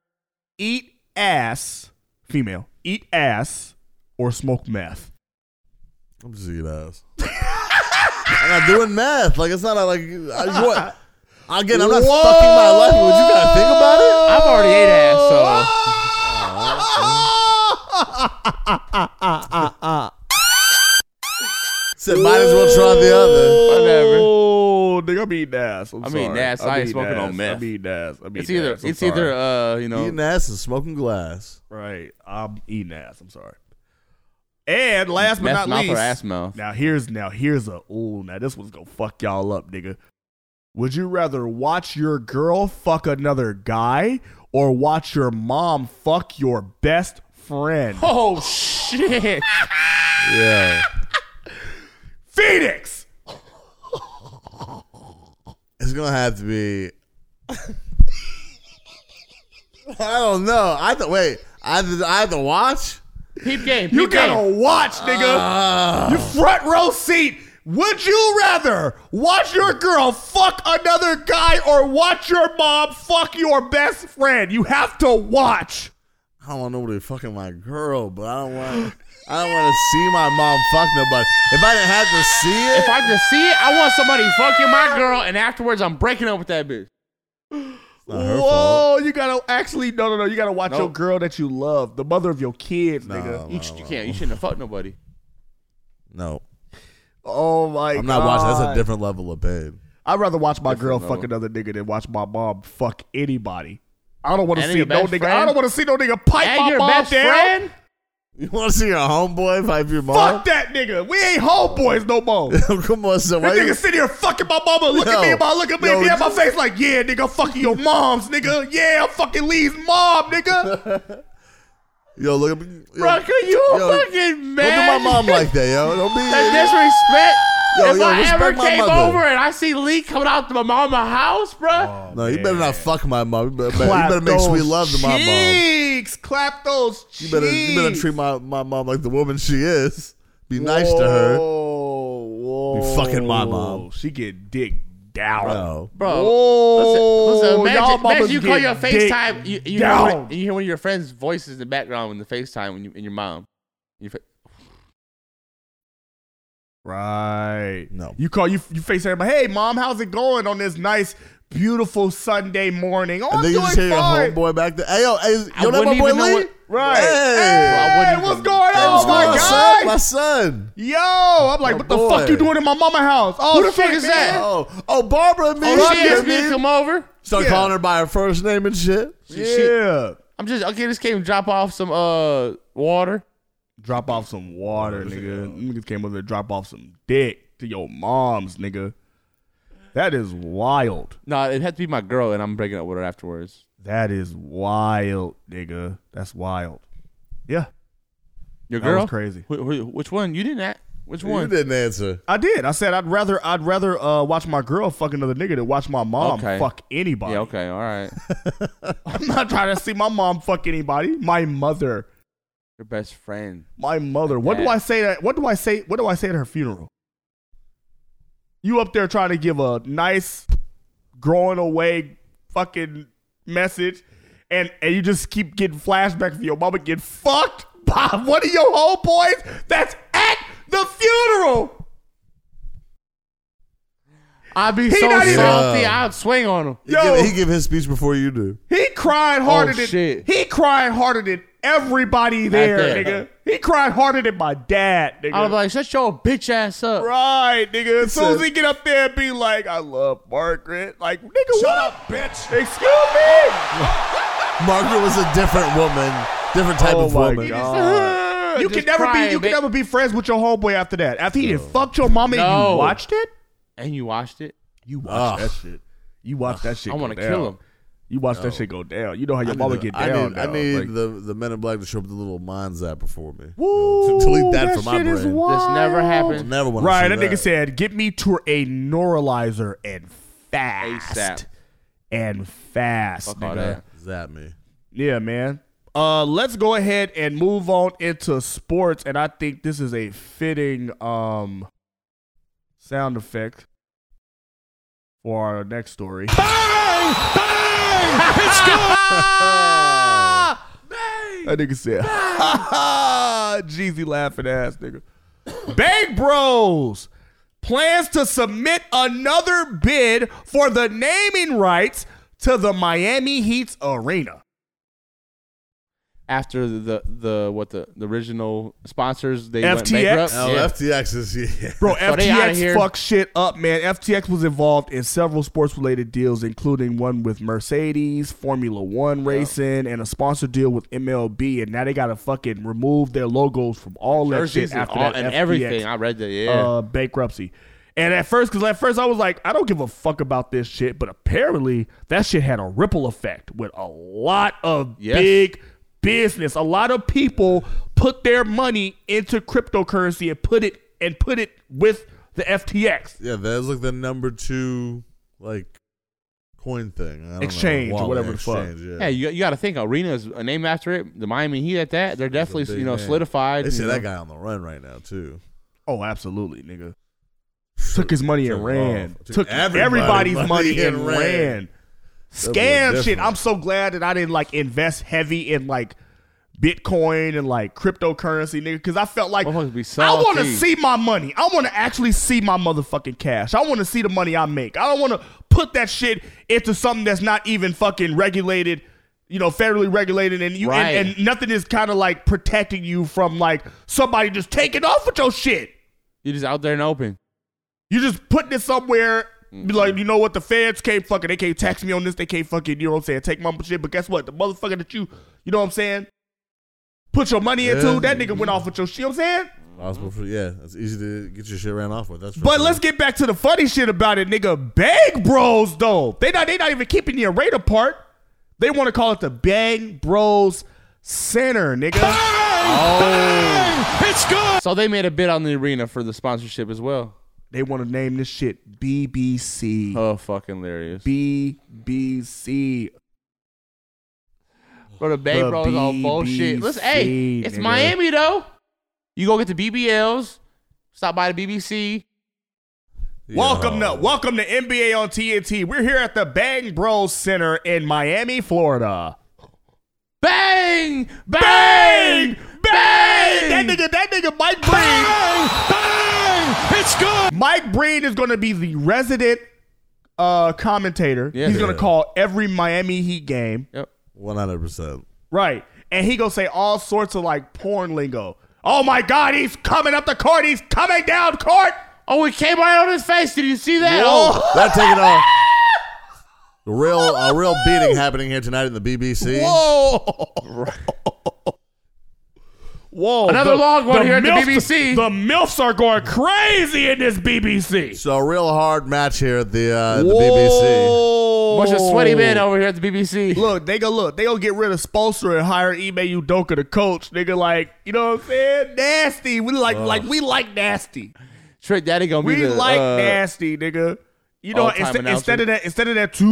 eat ass, female, eat ass, or smoke meth?
I'm just eating ass. I'm not doing math. Like it's not a, like I, what. Again, I'm not fucking my life. Would you gotta think about it?
I've already ate ass, so
Said might as well try the other.
whatever.
Oh, nigga, I'm eating ass. I'm,
I mean,
sorry.
ass.
I'm
I ain't
eating
smoking
ass.
no meth.
I'm eating ass. I'm
It's
eating
either.
ass. I'm
It's
sorry.
either. Uh, you know.
Eating ass and smoking glass.
Right. I'm eating ass. I'm sorry. And last but
Meth
not
mouth or
least,
ass mouth?
Now here's now here's a ooh. Now this one's gonna fuck y'all up, nigga. Would you rather watch your girl fuck another guy or watch your mom fuck your best friend?
Oh shit!
Yeah.
Phoenix.
It's gonna have to be. I don't know. I have to wait. I have to, I have to watch.
Peep game.
You
peep game.
gotta watch,
Ah.
nigga. you front row seat. Would you rather watch your girl fuck another guy or watch your mom fuck your best friend? You have to watch.
I don't want nobody fucking my girl, but I don't want. I don't want to see my mom fuck nobody. If I didn't have to see it,
If I can see it, I want somebody fucking my girl, and afterwards I'm breaking up with that bitch.
not her
Whoa,
fault.
you gotta actually no no no, you gotta watch
Nope.
your girl that you love, the mother of your kids, nigga.
You, sh- you can't. You shouldn't have fucked nobody.
No,
Oh my
I'm not watching. That's a
God.
different level of pain.
I'd rather watch my girl
level.
fuck another nigga than watch my mom fuck anybody. I don't want to
And
see no
your
nigga.
best
I
friend?
don't want to see no nigga pipe
And
my
your
mom
best
down.
friend?
You want to see your homeboy pipe your mom?
Fuck that nigga. We ain't homeboys no more. That
Come on, son. Why you-
nigga sitting here fucking my mama, look at me,
No.
and my look at me,
No,
and be at my
you-
face like, yeah, nigga, I'm fucking your mom's, nigga. Yeah, I'm fucking Lee's mom, nigga.
Yo, look at me. Yo,
Bro, could you
yo,
fucking
Don't do
mad?
my mom like that, yo. Don't be.
That disrespect.
Yo,
if
yo,
I
respect
ever
my
came
mother.
over and I see Lee coming out to my mama house,
Oh.
bruh.
No, you better not fuck my mom. You better, you
Clap
better make
those
sweet love to my mom.
Cheeks, clap those cheeks.
You better, you better treat my, my mom like the woman she is. Be nice to her.
Whoa,
You fucking my
whoa.
mom.
She get dick down.
Bro.
Bro,
Whoa,
listen, listen,
y'all
imagine,
mamas
imagine you call
get
your
dick
FaceTime, you, you, hear
down.
one, you hear one of your friends' voices in the background in the FaceTime when you, and your mom. Your fa-
Right.
No.
You call you you FaceTime, hey mom, how's it going on this nice, beautiful Sunday morning? Oh, I'm
And then you
doing
just hear your
fine.
homeboy back there. Hey, yo, hey, you
I
know that my
wouldn't
boy
even know
Lee?
what-
Right.
I
Hey.
Hey,
wouldn't
what's
even-
going
Hey,
on,
what's
my
going on,
guy?
son? My son.
Yo, I'm like,
My
what the fuck
boy.
you doing in my mama house? Oh,
Who the
shit,
fuck is
man.
that?
Oh, oh, Barbara and me.
Oh, she
Shit,
asked me to
man.
come over.
Start
Yeah.
calling her by her first name and shit.
Yeah.
I'm just okay. This came to drop off some uh water.
Drop off some water, nigga. Niggas came over there, to drop off some dick to your mom's, nigga. That is wild.
No, it had to be my girl, and I'm breaking up with her afterwards.
That is wild, nigga. That's wild. Yeah,
Your
That was
girl?
crazy.
Wh- wh- which one? You didn't act. Which
You
one?
didn't answer.
I did. I said I'd rather I'd rather uh, watch my girl fuck another nigga than watch my mom
Okay.
fuck anybody.
Yeah. Okay. All right.
I'm not trying to see my mom fuck anybody. My mother,
Your best friend.
my mother. What do
Yeah.
I say that? What do I say? What do I say at her funeral? You up there trying to give a nice, growing away fucking message, and and you just keep getting flashbacks of your mama getting fucked by one of your homeboys that's at the funeral.
I'd be
He
so
not even-
salty.
Yeah.
I'd swing on him.
He
Yo.
give, he give his speech before you do.
Oh, He cried harder than
shit.
he cried harder than everybody there,
there.
nigga. He cried harder than my dad, nigga.
I was like, shut your bitch ass up.
Right, nigga. As soon as
a-
he get up there and be like, I love Margaret. Like, nigga, what? up, bitch. Excuse me.
Margaret was a different woman, different type
Oh
of
my
woman.
God. You can
Just
never
crying,
be you can
bitch.
never be friends with your homeboy after that. After he done fucked your mama and
No.
you watched it?
And you watched it?
You watched
Ugh.
that shit. You watched that shit.
I
want
wanna
to
kill him.
You watched that shit go down. You know how your mama get
I
down.
need, I
now.
need
Like,
the, the Men in Black to show up with the little mind zapper for me.
Woo,
delete that from my
shit is
brain.
wild.
This never happened.
Never want
Right,
to
that nigga said, "Get me to a neuralizer and fast,
ASAP.
and fast."
Fuck all
nigga.
that.
Zap me.
Yeah, man. Uh, let's go ahead and move on into sports, and I think this is a fitting um sound effect for our next story. Bang! Bang! It's That nigga said, "Ha ha!" Jeezy laughing ass nigga. Bang Bros plans to submit another bid for the naming rights to the Miami Heat's arena.
after the the what the, the original sponsors they went
FTX?
bankrupt.
Oh,
Yeah.
FTX is yeah.
Bro,
So they outta
FTX
here.
fucked shit up, man. FTX was involved in several sports related deals, including one with Mercedes, Formula One racing, and a sponsor deal with MLB. And now they got to fucking remove their logos from all that
Jerseys
shit
and,
after
all,
that.
and
FTX,
everything. I read that. Yeah.
Uh, bankruptcy. And at first, because at first I was like, I don't give a fuck about this shit, but apparently that shit had a ripple effect with a lot of
Yes.
big business. A lot of people put their money into cryptocurrency and put it and put it with the FTX
Yeah, that was like the number two like coin thing. I don't know.
exchange or
Wallet
whatever the fuck.
exchange,
yeah, you, you got to think. Arena's a name after it. The Miami Heat at that. They're
He's a
definitely
big
you know
man.
solidified.
They
you
say that
know.
guy on the run right now too.
Oh, absolutely, nigga. Took his money
Took
and
it
ran.
off. Took
Took, everybody's
everybody's
money,
money
and,
and
ran.
ran.
Scam shit.
different.
I'm so glad that I didn't like invest heavy in like Bitcoin and like cryptocurrency, nigga, because I felt like
Motherfuckers be
I want to
salty.
see my money. I want to actually see my motherfucking cash. I want to see the money I make. I don't want to put that shit into something that's not even fucking regulated, you know, federally regulated, and you
Right.
and, and nothing is kind of like protecting you from like somebody just taking off with your shit.
You just out there and open.
You just putting it somewhere. Be like, you know what? The feds can't fucking. They can't tax me on this. They can't fucking. You know what I'm saying? Take my shit. But guess what? The motherfucker that you, you know what I'm saying? Put your money into
Yeah.
that nigga went off with your shit. You know what I'm saying?
Possible for yeah, it's easy to get your shit ran off with. That's for
But
sure.
let's get back to the funny shit about it, nigga. Bang Bros though. They not. They not even keeping the arena part. They want to call it the Bang Bros Center, nigga. It's good.
So they made a bid on the arena for the sponsorship as well.
They want to name this shit BBC.
Oh, fucking hilarious.
BBC.
Bro, the Bay
The
Bros all bullshit. Listen, hey,
BBC,
it's
nigga.
Miami though. You go get the BBLs. Stop by the BBC.
Welcome to welcome to NBA on TNT. We're here at the Bang Bros Center in Miami, Florida.
Bang! Bang!
Bang! Bang! That nigga, that nigga Mike Breen. It's good. Mike Breen is gonna be the resident uh commentator.
Yeah.
He's gonna
Yeah.
call every Miami Heat game.
Yep.
one hundred percent.
Right. And he gonna say all sorts of like porn lingo. Oh my god, he's coming up the court, he's coming down court.
Oh, it came right on his face. Did you see that? Oh.
That take it off. The real a real beating happening here tonight in the BBC.
Whoa. Whoa.
Another long one here at the
MILFs-
BBC.
The MILFs are going crazy in this BBC.
So a real hard match here at the uh, at the BBC.
Bunch of sweaty men over here at the BBC.
Look, they go look. They gonna get rid of sponsor and hire Ime Udoka to coach. Nigga, like you know what I'm saying? Nasty. We like like we like nasty.
Trick Daddy gonna be
We
the,
like
uh,
nasty, nigga. You know,
all-time
instead,
announcer.
instead of that, instead of that two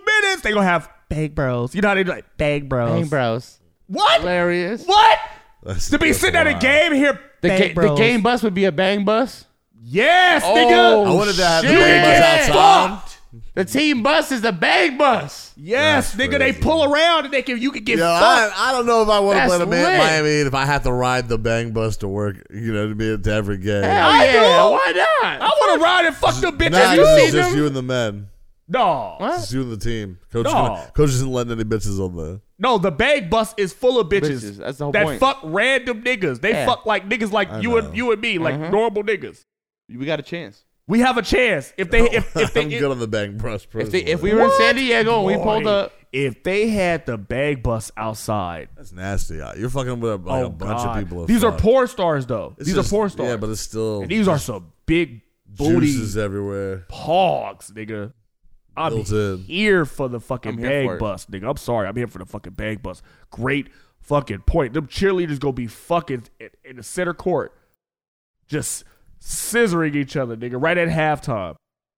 minutes, they gonna have bang bros. You know how they do like bang bros.
Bang Bros.
What?
Hilarious.
What?
That's-
To be
that's
sitting at a
wild.
game here.
The, ga- the game bus would be a bang bus.
Yes,
Oh,
nigga.
I wanted to have the
shit.
game
Yeah.
bus outside.
Fucked.
The team bus is the bang bus.
Yes,
That's
nigga. They
crazy.
pull around and they can you can get
Yo, I,
fucked.
I don't know if I want to
That's
play the man
lit.
in Miami if I have to ride the bang bus to work. You know, to be to every game.
Hell
I
yeah.
know.
Why not?
I, want to ride and fuck the bitches.
Nah,
you
it's
see
just
them?
you and the men.
No.
It's just you and the team. Coach,
No.
coach isn't letting any bitches on the
No, the bag bus is full of bitches.
Bitches, that's the whole
that
point.
fuck random niggas. They
Yeah.
fuck like niggas like
I
you
know.
and you and me, like
Mhm.
normal niggas.
We got a chance.
We have a chance if they if, if they Oh,
I'm
if-
good on the bang bus.
If they- if we were in San Diego and we pulled up-
if they had the bag bus outside,
that's nasty. Uh, You're fucking with a, like a bunch of people. who
Oh, These are
fuck.
porn stars though.
It's
These
just-
are porn stars.
Yeah, but it's still.
And these are some big booty
juices everywhere.
hogs, nigga. I'm
Built in.
here for the fucking
I'm here for
bag
it.
bus, nigga. I'm sorry. I'm here for the fucking bag bus. Great fucking point. Them cheerleaders gonna be fucking in, in the center court, just scissoring each other, nigga, right at halftime.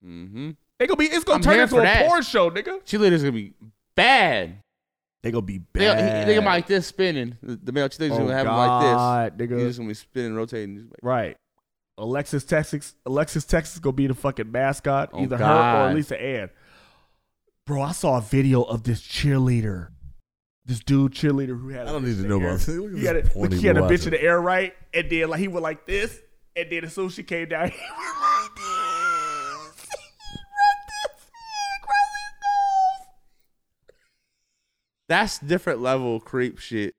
Mm-hmm.
They gonna be. It's gonna
I'm
turn
here
into
for
a
that.
porn show, nigga.
Cheerleaders gonna be bad.
They gonna be
They,
bad.
they gonna be like this spinning. The, the male cheerleaders
Oh,
gonna have them like
God,
this.
nigga.
He's just gonna be spinning, rotating. Just like-
Right. Alexis Texas Alexis Texas gonna be the fucking mascot,
Oh,
either her
God.
or Lisa Ann. Bro, I saw a video of this cheerleader. This dude cheerleader who had
I don't need to know about this. Look at
he had, a,
this porny
he had a
watching.
bitch in the air right, and then like he went like this, and then as soon as she came down, he went like this.
That's different level creep shit.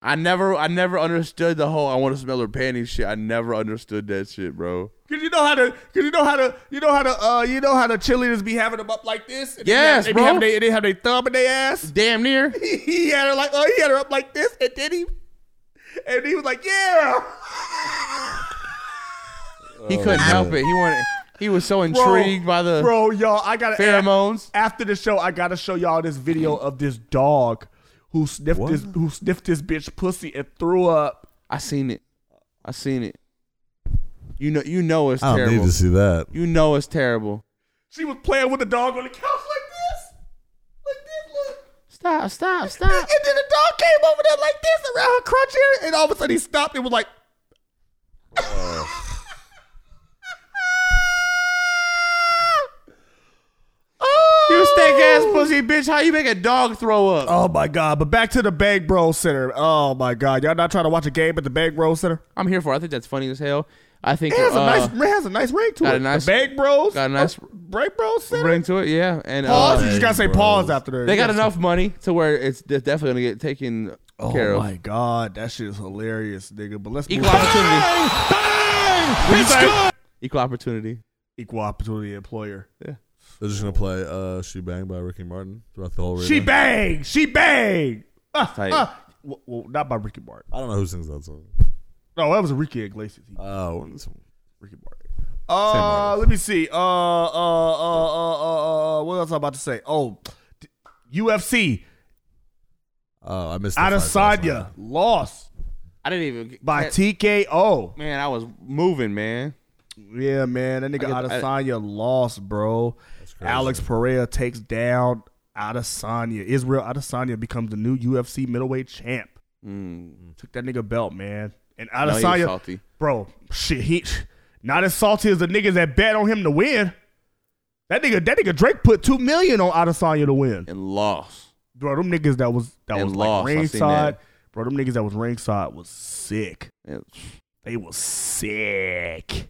I never, I never understood the whole I want to smell her panties shit. I never understood that shit, bro.
Cause you know how to, cause you know how to, you know how to, uh, you know how the cheerleaders be having them up like this. And
Yes,
they have,
bro.
They, have they, they have their thumb in their ass.
Damn near.
he had her like, oh, he had her up like this, and then he, and he was like, yeah.
He couldn't help it. He wanted. He was so
Bro,
intrigued by the
bro, y'all. I gotta
pheromones.
after the show. I gotta show y'all this video of this dog who sniffed
What?
this, who sniffed this bitch pussy and threw up.
I seen it. I seen it. You know, you know it's
I don't
terrible.
need to see that.
You know it's terrible.
She was playing with the dog on the couch like this.
Stop, stop, stop. and
then the dog came over there like this around her crotch area, and all of a sudden he stopped and was like,
You stank ass pussy bitch. How you make a dog throw up?
"Oh my god!" But back to the Bang Bro Center. Oh my god, y'all not trying to watch a game at the Bang Bro Center?
I'm here for. it. I think that's funny as hell. I think
It has
uh,
a nice, it has a nice ring to
got
it.
a nice
the Bang Bros,
got a nice
Bang Bro Center.
ring to it. Yeah, and
Pause.
Uh,
you just gotta say pause after that.
They got
You gotta
enough money to where it's they're definitely gonna get taken
Oh
care of.
my god, that shit is hilarious, nigga. But let's
Equal
move on.
opportunity.
What'd you say?
Equal opportunity.
Equal opportunity employer.
Yeah.
They're just gonna play uh, "She Bang" by Ricky Martin throughout the whole.
She
remix.
bang, she bang. Ah,
Tight.
ah. Well, well, not by Ricky Martin.
I don't know who sings that song.
No, that was Enrique Iglesias.
Oh,
Ricky Martin. Uh, let me see. Uh, uh, uh, uh, uh, uh, what else I'm about to say? Oh, d- UFC.
Oh, I missed. the fight last night.
Adesanya lost
I didn't even get-
by
that-
TKO.
Man, I was moving, man.
Yeah, man, that nigga
I get- I-
Adesanya lost, bro. Alex Pereira takes down Adesanya. Israel Adesanya becomes the new UFC middleweight champ. Took that nigga belt, man. And
Hmm. he was
Adesanya,
salty.
bro, shit, he not as salty as the niggas that bet on him to win. That nigga, that nigga Drake put two million on Adesanya to win
and lost.
Bro, them niggas that was that
And
was
lost. I
like
seen
ringside.
that.
Bro, them niggas that was ringside was sick. They was sick.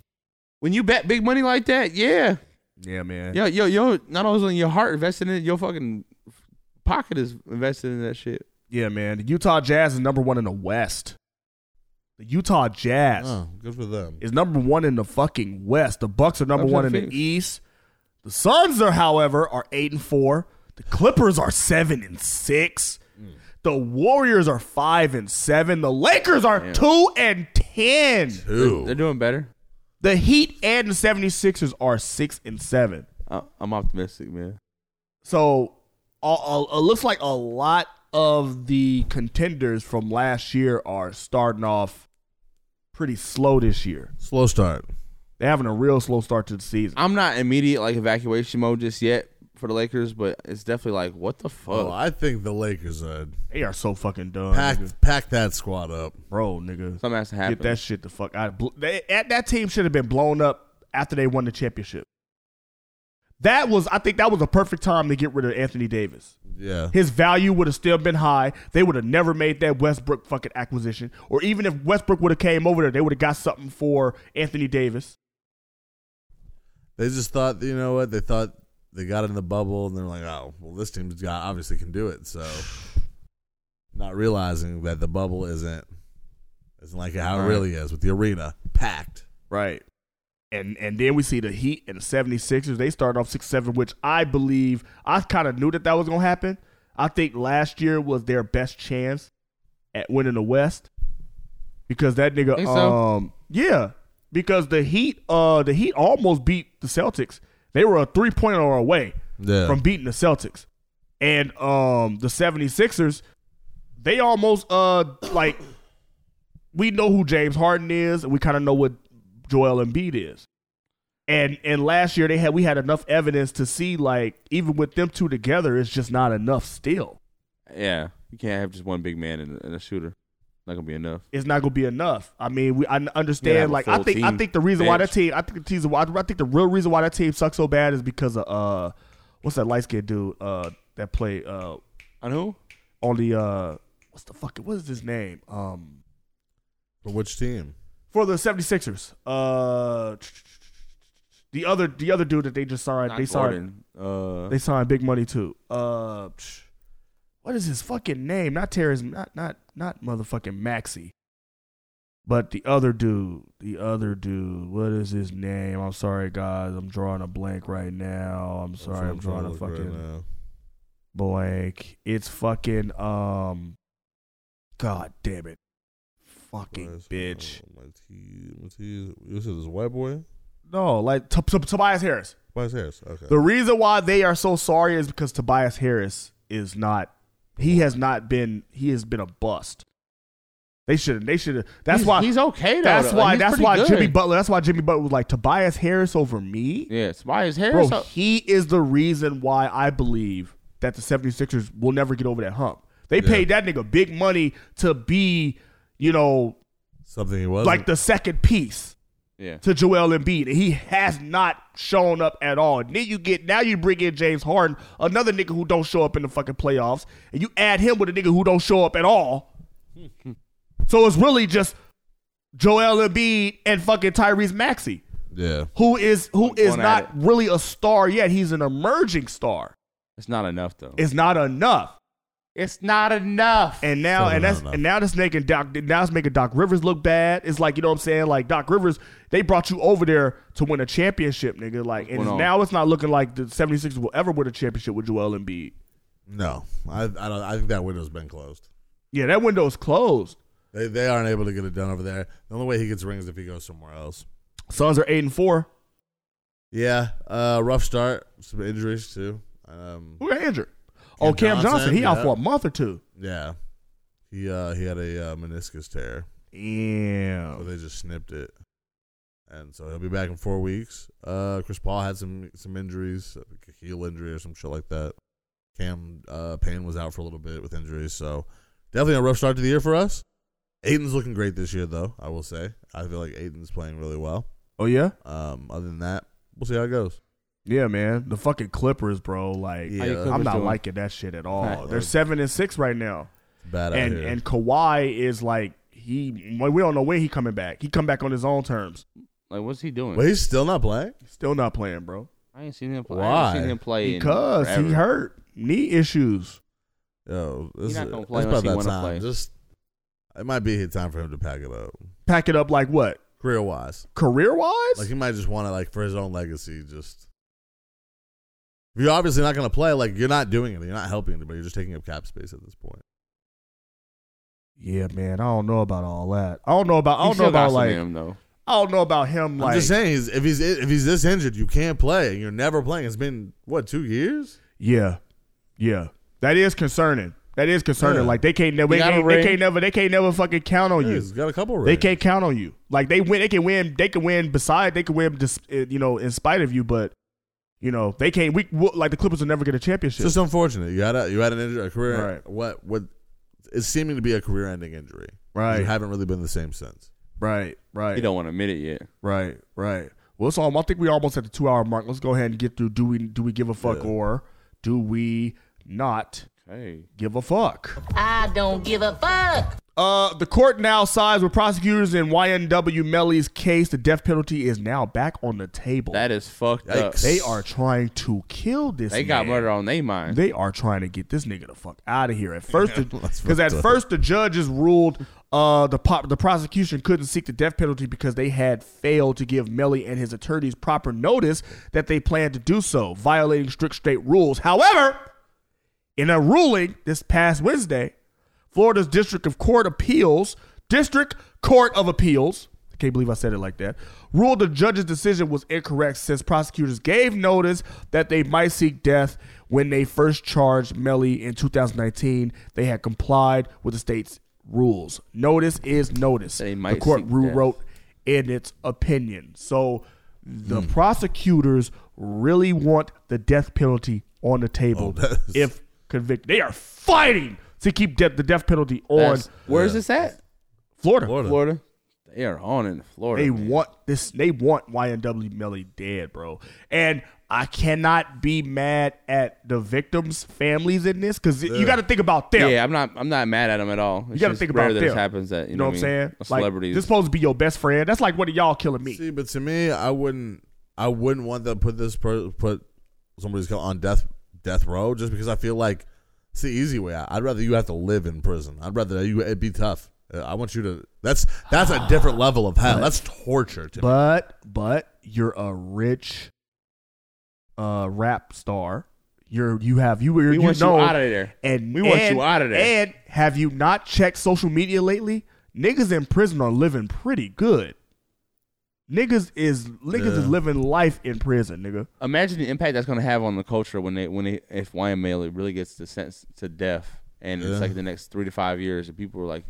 When you bet big money like that, yeah,
Yeah, man.
yo, yo, yo. Not only is your heart invested in it, your fucking pocket is invested in that shit.
Yeah, man. The Utah Jazz is number one in the West. The Utah Jazz
Oh, good for them.
is number one in the fucking West. The Bucks are number
Up to
one
the
in the
Phoenix.
East. The Suns are, however, are eight and four. The Clippers are seven and six. The Warriors are five and seven. The Lakers are
Damn.
two and ten.
They're, they're doing better.
The Heat and the 76ers are six and seven.
I, I'm optimistic, man.
So a- a- it looks like a lot of the contenders from last year are starting off pretty slow this year.
Slow start.
They're having a real slow start to the season.
I'm not immediate like evacuation mode just yet for the Lakers, but it's definitely like what the fuck.
Oh, I think the Lakers are
They are so fucking done.
pack
nigga.
pack that squad up.
Bro, nigga.
Something has to happen.
Get that shit the fuck out. Bl- They, that, that team should have been blown up after they won the championship. That was, I think, that was a perfect time to get rid of Anthony Davis.
Yeah.
His value would have still been high. They would have never made that Westbrook fucking acquisition. Or even if Westbrook would have came over there, they would have got something for Anthony Davis.
They just thought, you know what? They thought they got in the bubble, and they're like, oh, well, this team's got obviously can do it. So not realizing that the bubble isn't isn't like how
Right.
it really is with the arena packed.
Right. And and then we see the Heat and the 76ers. They start off 6 7, which I believe I kind of knew that that was going to happen. I think last year was their best chance at winning the West because that nigga,
Think so?
um, yeah, because the Heat, uh, the Heat almost beat the Celtics. They were a three pointer away
Yeah.
from beating the Celtics. And um, the 76ers, they almost uh like we know who James Harden is, and we kind of know what Joel Embiid is. And and last year they had we had enough evidence to see like even with them two together, it's just not enough. Still,
Yeah, you can't have just one big man and, and a shooter. Not gonna be enough.
it's not gonna be enough. I mean, we I n-
Yeah,
understand.
the
like I
full
think I
team
think the reason why that
bench.
team I think the team, I think the real reason why that team sucks so bad is because of uh what's that light skinned dude uh that play uh
I know
on the uh what's the fucking what is his name um
For which team?
for the 76ers. Uh the other the other dude that they just signed,
Not
they signed
Gordon, uh,
they signed big money too. Uh what is his fucking name? Not Terrence, not not not motherfucking Maxi. But the other dude, the other dude, what is his name? I'm sorry guys, I'm drawing a blank right now. I'm sorry,
what
I'm
I'm trying
drawing a
to look right
fucking
now.
blank. It's fucking um God damn it. Fucking bitch.
You said this white boy?
No, like Tob- Tob- Tobias Harris.
Tobias Harris. Okay.
The reason why they are so sorry is because Tobias Harris is not. He has not been. He has been a bust. They should. They should. That's
He's-
why
he's okay, though,
That's
though.
why.
He's
That's
pretty
why
good.
Jimmy Butler. That's why Jimmy Butler was like Tobias Harris over me.
Yeah, Tobias
Bro,
Harris. I-
he is the reason why I believe that the 76ers will never get over that hump. They paid that nigga big money to be, you know,
something he was
like the second piece
yeah.
to Joel Embiid, and he has not shown up at all. And then you get now you bring in James Harden, another nigga who don't show up in the fucking playoffs, and you add him with a nigga who don't show up at all. so it's really just Joel Embiid and fucking Tyrese Maxey,
Yeah.
who is who is
going at
not really a star yet. He's an emerging star.
It's not enough though.
It's not enough.
It's not enough.
And now and that's and now this making Doc now it's making Doc Rivers look bad. It's like you know what I'm saying. Like Doc Rivers, they brought you over there to win a championship, nigga. Like and
going
it's-
on?
now it's not looking like the 76ers will ever win a championship with Joel Embiid.
No, I I, don't, I think that window's been closed.
Yeah, that window is closed.
They they aren't able to get it done over there. The only way he gets rings is if he goes somewhere else.
Suns are eight and four.
Yeah, uh, rough start. Some injuries too. Um,
Who got injured? Oh, Cam Johnson, he out
yeah.
for a month or two.
Yeah, he uh, he had a uh, meniscus tear.
Yeah,
so Oh, they just snipped it, and so he'll be back in four weeks. Uh, Chris Paul had some some injuries, like a heel injury or some shit like that. Cam uh, Payne was out for a little bit with injuries, so definitely a rough start to the year for us. Aiden's looking great this year, though. I will say, I feel like Aiden's playing really well.
Oh yeah.
Um, other than that, we'll see how it goes.
Yeah, man. The fucking Clippers, bro. Like
Yeah. How you
I'm
Clippers
not
doing?
liking that shit at all.
Right.
They're seven and six right now.
Bad out
and
here.
and Kawhi is like he we don't know when he coming back. He come back on his own terms.
Like, what's he doing?
But he's still not playing.
Still not playing, bro.
I ain't seen him play. I
Why?
ain't seen him play in
Because
forever.
he hurt knee issues.
Yo,
He
this,
not
is-
gonna play unless
it's about
he
that
wanna
time.
play.
Just it might be his time for him to pack it up,
Pack it up like what?
career wise.
Career wise?
Like he might just want to like for his own legacy. Just if you're obviously not gonna play, like you're not doing it. You're not helping anybody. You're just taking up cap space at this point.
yeah, man. I don't know about all that. I don't know about I
You
don't
still
know about
got some
like
in him, though.
I don't know about him
I'm
like
just saying, he's, if he's if he's this injured, you can't play. and You're never playing. It's been what two years?
Yeah. Yeah. That is concerning. That is concerning.
Yeah.
Like they can't never
You
they
got a
can't, they
ring?
can't never they can't never fucking count on
Yeah,
you.
he's got a couple
They
rings.
can't count on you. Like they win they can win they can win beside they can win dis, uh, you know in spite of you but you know they can't we we'll- like the Clippers will never get a
It's
championship.
just unfortunate. You had a you had an injury, a career.
Right.
What what is seeming to be a career-ending injury.
Right.
You haven't really been the same since.
right, right.
He don't want to admit it yet.
Right, right. Well, it's all. I think we almost at the two hour mark. Let's go ahead and get through. Do we do we give a fuck or do we not?
Hey.
Give a fuck.
I don't give a fuck.
Uh, the court now sides with prosecutors in YNW Melly's case. The death penalty is now back on the table.
That is fucked up.
They are trying to kill this.
They got
man.
murder on their mind.
They are trying to get this nigga the fuck out of here. At first, because at first the judges ruled uh, the pop, the prosecution couldn't seek the death penalty because they had failed to give Melly and his attorneys proper notice that they planned to do so, violating strict state rules. However, in a ruling this past Wednesday, Florida's District of Court Appeals, District Court of Appeals, I can't believe I said it like that, ruled the judge's decision was incorrect since prosecutors gave notice that they might seek death when they first charged Melly in 2019. They had complied with the state's rules. Notice is notice. the
might
court
seek death.
rewrote in its opinion. So the prosecutors really want the death penalty on the table if convicted. They are fighting to keep de- the death penalty on.
That's- where is this at?
Florida.
Florida. They are on in Florida.
They
man.
want this. They want YNW Melly dead, bro. And I cannot be mad at the victims' families in this because you got to think about them.
Yeah, I'm not. I'm not mad at them at all.
you
It's
got to
just
think
rare
about
that
them.
This happens that you,
know,
what
what I'm saying. Like,
Celebrities.
This supposed to be your best friend. That's like one of y'all killing me.
See, but to me, I wouldn't. I wouldn't want to put this per, put somebody's kill on death death row just because I feel like it's the easy way out. I'd rather you have to live in prison. I'd rather you it be tough. Uh, I want you to. That's that's a different level of hell.
But-
That's torture. To me.
But but you're a rich uh rap star. You're you have you
We
you
want you
know
outta there.
And
We want
and-
you outta there.
And have you not checked social media lately? Niggas in prison are living pretty good. Niggas is niggas is
Yeah.
living life in prison, nigga.
Imagine the impact that's going to have on the culture when they when they if Wayne Maley really gets the sentence to death, and
Yeah.
it's like the next three to five years, and people are like,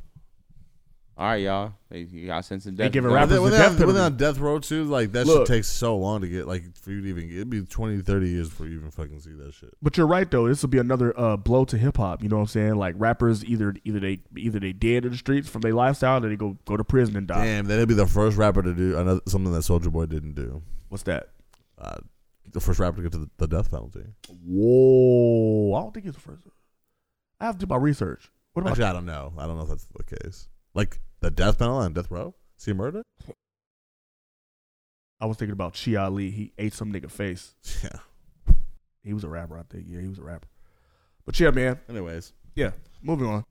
"All right, y'all, they, you got sentenced to death."
When
Go.
they- when they on- when they're on death row too, like that
Look.
shit takes so long to get like for you to even. It'd be 20, 30 years before you even fucking see that shit.
But you're right though. This will be another uh, blow to hip hop. You know what I'm saying? Like rappers, either either they either they dead in the streets from their lifestyle, or they go go to prison and die.
Damn, that'd be the first rapper to do another something that Soldier Boy didn't do.
What's that?
Uh, the first rapper to get to the, the death penalty.
Whoa! Oh, I don't think it's the first. I have to do my research. What about
Actually, I don't know. I don't know if that's the case. Like the death penalty on death row. See murder.
I was thinking about Chi Ali. He ate some nigga face.
Yeah.
He was a rapper, I think. Yeah, he was a rapper. But yeah, man.
Anyways.
Yeah. Moving on.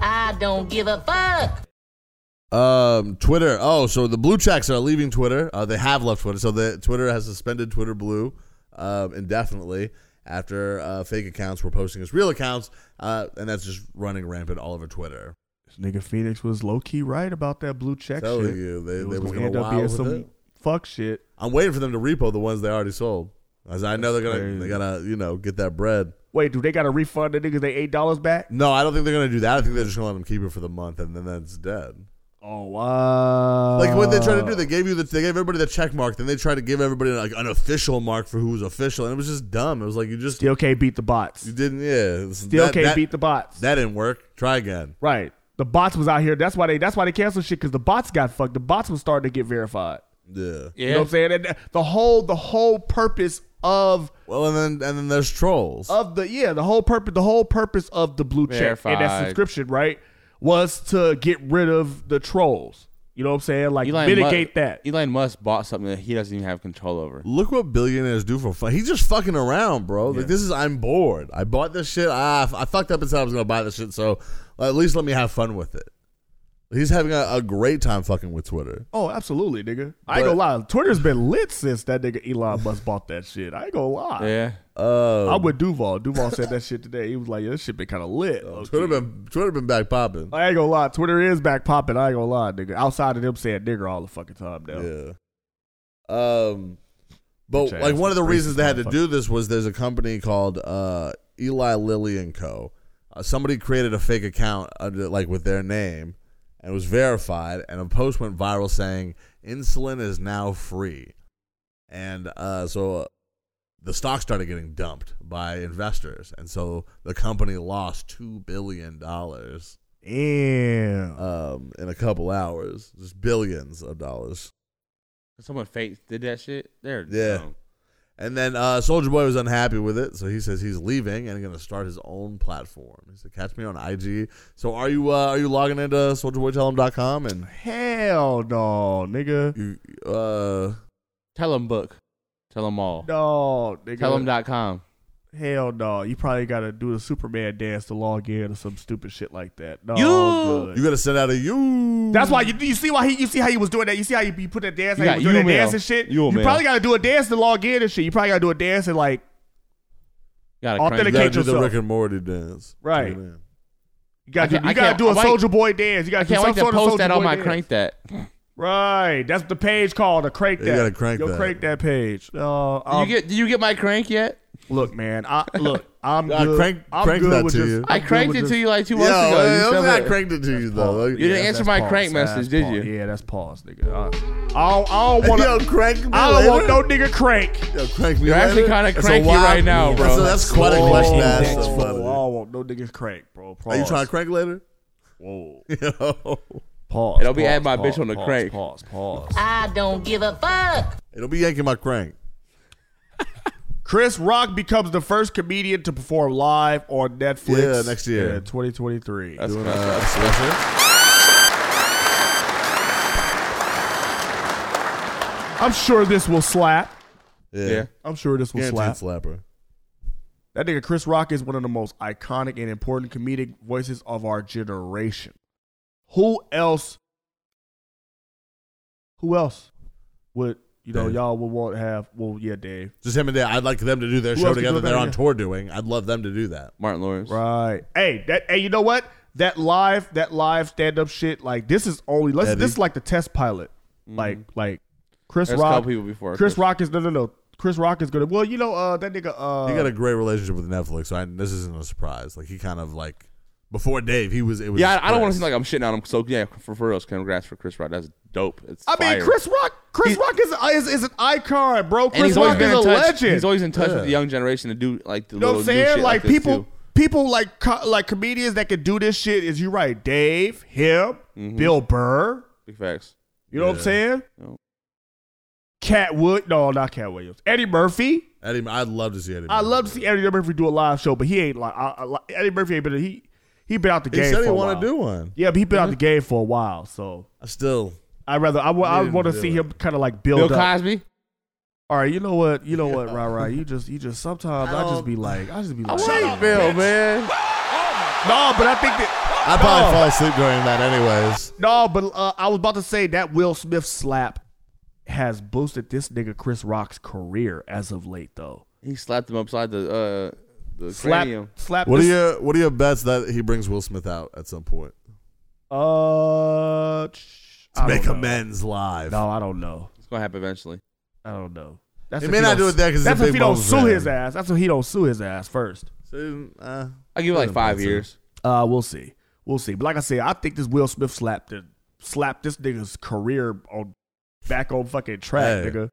I don't give a fuck.
Um, Twitter. Oh, so the blue checks are leaving Twitter. Uh, they have left Twitter. So the Twitter has suspended Twitter Blue um, indefinitely after uh, fake accounts were posting as real accounts, uh, and that's just running rampant all over Twitter.
This nigga Phoenix was low key right about that blue check
Telling
shit.
you, they-
It
they was
gonna
gonna
end up
wild
being
with
some
it.
fuck shit.
I'm waiting for them to repo the ones they already sold. As I know they're gonna,
That's crazy.
they gotta, you know, get that bread.
Wait, do they got to refund the niggas they eight dollars back?
No, I don't think they're gonna do that. I think they're just gonna let them keep it for the month, and then that's dead.
Oh wow!
Like what they
Oh.
tried to do, they gave you the, they gave everybody the check mark, then they tried to give everybody like an official mark for who was official, and it was just dumb. It was like you just
Still can't beat the bots.
you didn't, yeah. it was-
Still
that-
can't
that-
beat the bots.
That didn't work. Try again.
Right. The bots was out here. That's why they. That's why they canceled shit because the bots got fucked. The bots was starting to get verified.
Yeah.
You know what I'm saying? And the whole the whole purpose of
well, and then and then there's trolls
of the yeah the whole purpose the whole purpose of the blue check and that
Verified.
subscription right was to get rid of the trolls. You know what I'm saying? Like
Elon
mitigate
Musk,
that.
Elon Musk bought something that he doesn't even have control over.
Look what billionaires do for fun. He's just fucking around, bro. Like this is I'm bored. I bought this shit. Ah, I fucked up and said I was gonna buy this shit, so at least let me have fun with it. He's having a, a great time fucking with Twitter.
Oh, absolutely, nigga. I ain't
But-
gonna lie. Twitter's been lit since that nigga Elon Musk bought that shit. I ain't gonna lie.
Yeah.
Uh,
I'm with Duval. Duval said that shit today. He was like, yeah, this shit been kind of lit.
Twitter been Twitter been back popping.
I ain't gonna lie. Twitter is back popping. I ain't gonna lie, nigga. Outside of them saying nigger all the fucking time now.
Yeah. Um, but
Bitch ass
like one of the
racist
reasons they had to
motherfucker.
do this was there's a company called uh, Eli Lilly and Co. Uh, somebody created a fake account under like with their name, and it was verified, and a post went viral saying insulin is now free, and uh, so. Uh, the stock started getting dumped by investors, and so the company lost two billion dollars
Damn.
um, in a couple hours, just billions of dollars.
Someone fake did that shit. They're
Yeah.
dumb.
And then uh, Soldier Boy was unhappy with it, so he says he's leaving and going to start his own platform. He said, "Catch me on IG." So are you uh, are you logging into SoldierBoyTellHim.com and
hell no, nigga.
You, uh,
tell him book, tell him all.
No, nigga.
Tellem.com.
Hell no. You probably got to do the Superman dance to log in or some stupid shit like that. No,
You-
good.
you got to send out a you?
That's why you you see why he you see how he was doing that. You see how he, he put that dance,
You
how he
got
was doing that
Umail.
dance and shit. You,
Umail.
probably got to do a dance to log in and shit. You probably got to do a dance and like
Gotta crank
you
authenticate
got to do
yourself.
the Rick and Morty dance,
Right.
Turn it in.
you got
I can't-
to you
I
got to
can't-
do a
I might-
Soldier Boy dance. You got
I
to do
can't
some
wait to
sort of
post that
Soulja
on
Boy
my
dance.
crank that.
Right, that's the page called a crank
You
that.
gotta crank
Yo,
that.
crank that page. Uh, um,
you get? Did you get my crank yet?
Look, man. I look. I'm
I
good.
crank-
I'm
cranked
good
that
with
to
just-
you.
I
I'm good
cranked
with
it to
just-
you like two months
Yo,
ago. You
I'm
still
not
did.
cranked it to you, though.
You didn't
Oh, Yeah,
answer
that's
my
pause.
crank
That's
message, did you?
Yeah, that's pause, nigga. I don't, I don't want
Yo, crank me
I don't want
later.
no nigga crank.
Yo, crank me
You're actually
later.
kinda
That's a
cranky
wild-
right now, bro.
That's, a- that's quite a
Whoa.
question to
That's
ask
fool. I
somebody.
don't want no nigga crank, bro. Pause.
Are you trying to crank later?
Whoa.
Yo.
Pause.
And I'll be
pause,
adding my
pause,
bitch on the
pause,
crank.
Pause. Pause.
I don't give a fuck.
It'll be yanking my crank.
Chris Rock becomes the first comedian to perform live on Netflix.
Yeah, next year.
in 2023.
That's
Doing
messed
a
up.
special.
I'm sure this will slap.
Yeah.
I'm sure this will slap.
Guaranteed slapper.
That nigga Chris Rock is one of the most iconic and important comedic voices of our generation. Who else? Who else would you know?
Dave.
Y'all would want to have? Well, yeah, Dave.
Just him and Dave. I'd like them to do their
Who
show
else could do
together.
it
They're
better
on
than-
tour doing. I'd love them to do that.
Martin Lawrence.
Right. Hey, that. Hey, you know what? That live, that live stand up shit. Like this is only. Let's.
Eddie.
This is like the test pilot. Like like Chris
Mm-hmm. There's a
Rock.
couple people before
Chris
Chris.
Rock is no no no. Chris Rock is gonna. Well, you know uh, that nigga. Uh,
he got a great relationship with Netflix, so I, this isn't a surprise. Like he kind of like before Dave, he was. It was
Yeah, I, I don't want to
Chris.
seem like I'm shitting on him. So yeah, for, for real, congrats for Chris Rock. That's dope. It's
I mean,
fire.
Chris Rock. Chris Rock is, uh, is is an icon, bro.
And
Chris
he's always
Rock
been
is
in
a
touch.
legend.
He's always in touch
Yeah.
with the young generation to do like the
You know what
little
I'm
new
saying?
shit
Like,
this,
people,
too.
people like co- like comedians that can do this shit. Is you right? Dave, him,
Mm-hmm.
Bill Burr.
Big facts.
You know what I'm
Yeah.
saying?
No.
Cat Wood. No, not Cat Williams. Eddie Murphy.
Eddie. I'd love to see Eddie.
Mm-hmm.
I love to see Eddie Murphy do a live show, but he ain't like I, I, like- Eddie Murphy ain't been he he been out the
He
game.
said he
for a
wanted
while.
to do one.
Yeah, but he been
Mm-hmm.
out the game for a while, so
I still.
I rather I,
He didn't
want to
do
see
it.
him kind of like
Bill
build up.
Cosby.
All right, you know what? You know what, Right, right. You just, you just. Sometimes I, just be
Oh.
like, I just be like,
Shut Bill, man.
no, but I think that
I probably fall asleep during that, anyways.
no, but uh, I was about to say that Will Smith slap has boosted this nigga Chris Rock's career as of late, though.
He slapped him upside the uh the
Slap,
cranium.
slap.
What are
this,
your What are your bets that he brings Will Smith out at some point
Uh, sh-
to
I
make
don't know.
amends live?
No, I don't know.
It's gonna happen eventually.
I don't know. That's
He
if
may not
don't-
do it there 'cause he's a
that's if
big
he don't
Bones
sue
fan.
his ass. That's if he don't sue his ass first.
So, uh,
I give it like
I don't
five
think so.
years.
Uh, we'll see. We'll see. But like I said, I think this Will Smith slapped it, slapped this nigga's career on back on fucking track,
Hey.
nigga.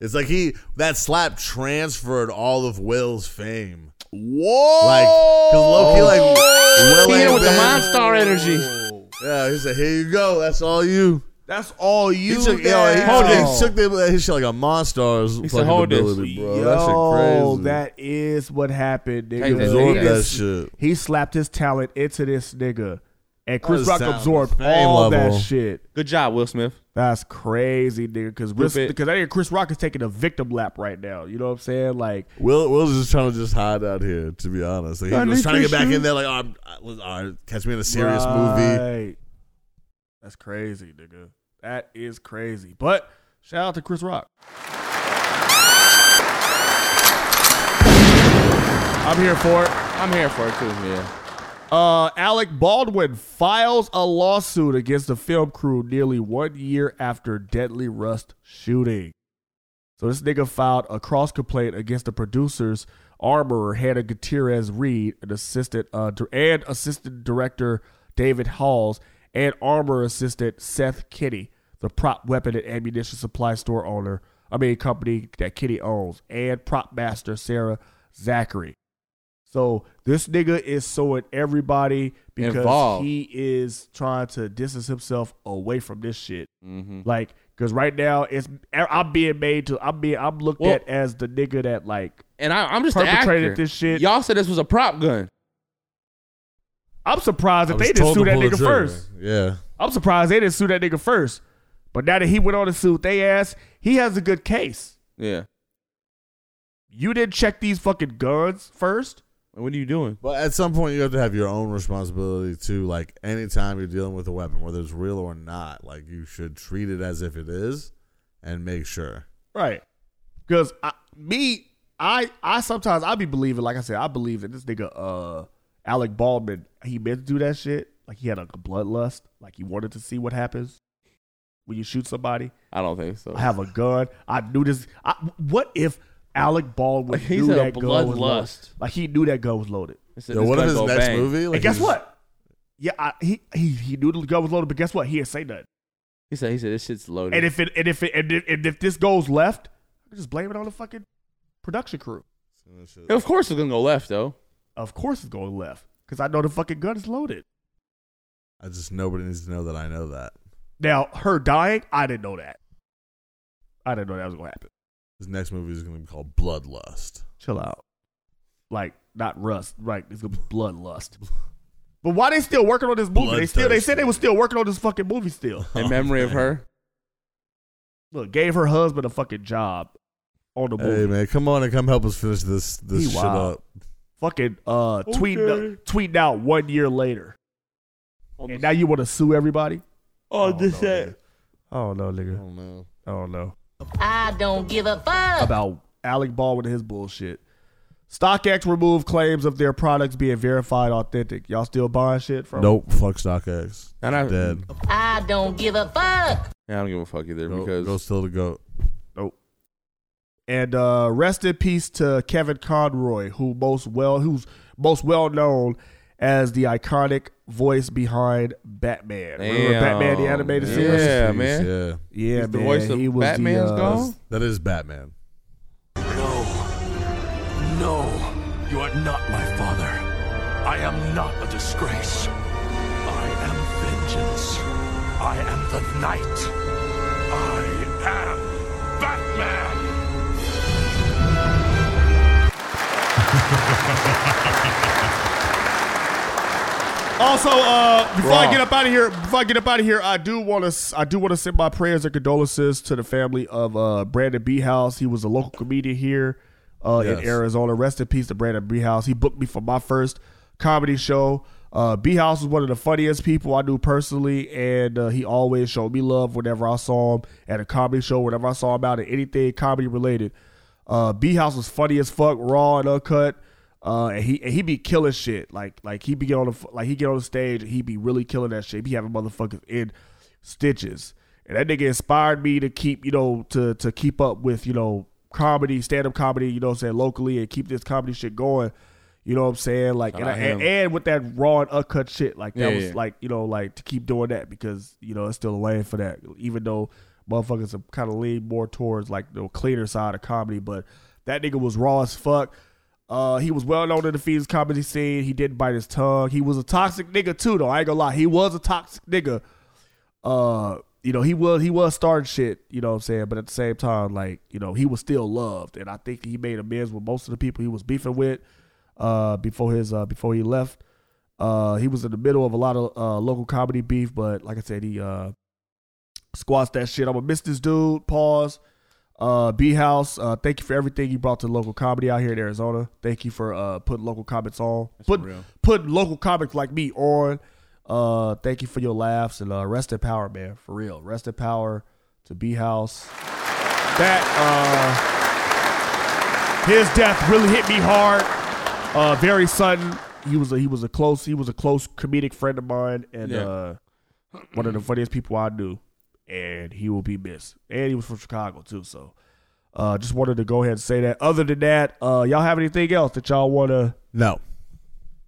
It's like he that slap transferred all of Will's fame.
Whoa!
Like, cause Loki, like Will
He
ain't
hit with the
been-
monster energy.
Yeah, he said, "Here you go. That's all you."
That's all
He
Oh, you.
took, yo,
now.
he, took, he took the, his shit like a monster's
He
fucking
said, "Hold this."
ability, bro.
Yo,
that
that is what happened, nigga.
Take that
Absorb
He
that
just-
shit.
He slapped his talent into this nigga, and
his
Chris Rock
talent,
absorbed
his fame
all
level.
that shit.
Good job, Will Smith.
That's crazy, nigga. Because
Stupid.
because I think Chris Rock is taking a victim lap right now. You know what I'm saying? Like,
shit. Will Will's just trying to just hide out here, to be honest. Like, he
I
was
need
trying to
to
get back in
shoot.
there, like, oh, I'm, I, listen, all right, catch me in a serious movie.
Right. That's crazy, nigga. That is crazy. But shout out to Chris Rock. I'm here for it.
I'm here for it too. Yeah.
Uh, Alec Baldwin files a lawsuit against the film crew nearly one year after Deadly Rust shooting. So this nigga filed a cross complaint against the producers, armorer Hannah Gutierrez Reed, and assistant uh, dir- and assistant director David Halls, and armor assistant Seth Kitty, the prop weapon and ammunition supply store owner, I mean company that Kitty owns, and prop master Sarah Zachary. So this nigga is suing everybody because
Involved.
he is trying to distance himself away from this shit.
Mm-hmm.
Like Because right now it's I'm being made to I'm being I'm looked
Well-
at as the nigga that like
and I, I'm just
perpetrated
the actor.
this shit.
Y'all said this was a prop gun.
I'm surprised
I
that
was
they didn't
told
sue
to
that
pull the
nigga
trigger.
first.
Yeah.
I'm surprised they didn't sue that nigga first. But now that he went on to sue they ass, he has a good case.
Yeah.
You didn't check these fucking guns first.
What are you doing?
But at some point, you have to have your own responsibility to like anytime you're dealing with a weapon, whether it's real or not. Like you should treat it as if it is, and make sure.
Right. Because I, me, I, I sometimes I be believing. Like I said, I believe that this nigga, uh, Alec Baldwin, he meant to do that shit. Like he had like a bloodlust. Like he wanted to see what happens when you shoot somebody.
I don't think so.
I have a gun. I knew this. I, what if Alec Baldwin
Like, he
knew
said
that
a
gun was loaded?
bloodlust.
Like he knew that gun was loaded.
He said Yo, this what if gun his go next bang. movie,
and
like,
guess
he's-
what? Yeah, I, he he he knew the gun was loaded, but guess what? He didn't say nothing.
He said he said this shit's loaded.
And if it and if it and if, and if this goes left, I just blame it on the fucking production crew.
of course it's gonna go left though.
Of course it's going left because I know the fucking gun is loaded.
I just nobody needs to know that I know that.
Now her dying, I didn't know that. I didn't know that was gonna happen.
His next movie is going to be called Bloodlust.
Chill out. Like not rust, right? It's gonna be bloodlust. But why they still working on this movie? they still they said they were still working on this fucking movie still.
In memory of her.
Look, gave her husband a fucking job on the movie.
Hey man, come on and come help us finish this this
He
shit
wild.
up.
Fucking uh, tweet
Okay.
tweeting out one year later, and now you want to sue everybody?
Oh, this that.
Oh no, nigga.
Oh no.
Oh no.
I don't give a fuck.
about Alec Baldwin and his bullshit. StockX removed claims of their products being verified authentic. Y'all still buying shit from?
Nope. Fuck StockX.
And I,
Dead.
I don't give a
I
fuck.
don't give a fuck either
Go,
because
go still the goat.
Nope. And uh, rest in peace to Kevin Conroy, who most well who's most well known as the iconic voice behind Batman. Remember
Damn.
Batman the animated series?
Yeah,
Jeez,
man.
Yeah.
Yeah,
He's the
man.
voice of
he was
Batman's
the, uh,
gone?
That is Batman.
No, you are not my father. I am not a disgrace. I am vengeance. I am the knight. I am Batman.
Also, uh, before I
Raw.
get up out of here, before I get up out of here, I do want to I do want to send my prayers and condolences to the family of uh, Brandon B. House. He was a local comedian here uh,
Yes.
in Arizona. Rest in peace to Brandon B. House. He booked me for my first comedy show. Uh, B. House was one of the funniest people I knew personally, and uh, he always showed me love whenever I saw him at a comedy show, whenever I saw him out at anything comedy related. Uh, B House was funny as fuck, raw and uncut. Uh, and he and he be killing shit. Like like he be get on the f- like he get on the stage. and He be really killing that shit. He be having motherfuckers in stitches. And that nigga inspired me to keep you know to to keep up with you know comedy, stand up comedy. You know what I'm saying locally and keep this comedy shit going. You know what I'm saying? Like and,
Shout
I,
out
and,
him.
and with that raw and uncut shit, like that
Yeah,
was
yeah.
like you know like to keep doing that because you know it's still a lane for that. Even though motherfuckers are kind of lean more towards like the cleaner side of comedy, but that nigga was raw as fuck. Uh, he was well known in the Phoenix comedy scene. He didn't bite his tongue. He was a toxic nigga too, though. I ain't gonna lie, he was a toxic nigga. Uh, you know, he was he was starting shit. You know what I'm saying? But at the same time, like you know, he was still loved, and I think he made amends with most of the people he was beefing with. Uh, before his uh before he left, uh, he was in the middle of a lot of uh local comedy beef, but like I said, he uh squats that shit. I'm gonna miss this dude. Pause. Uh, B House, uh, thank you for everything you brought to local comedy out here in Arizona. Thank you for uh, putting local comics on, put
real.
putting local comics like me on. Uh, thank you for your laughs and uh, rest in power, man. For real, rest in power to B House. That uh, his death really hit me hard. Uh, very sudden. He was a, he was a close he was a close comedic friend of mine and
Yeah.
uh, one of the funniest people I knew. And he will be missed. And he was from Chicago too, so uh, just wanted to go ahead and say that. Other than that, uh, y'all have anything else that y'all wanna?
No.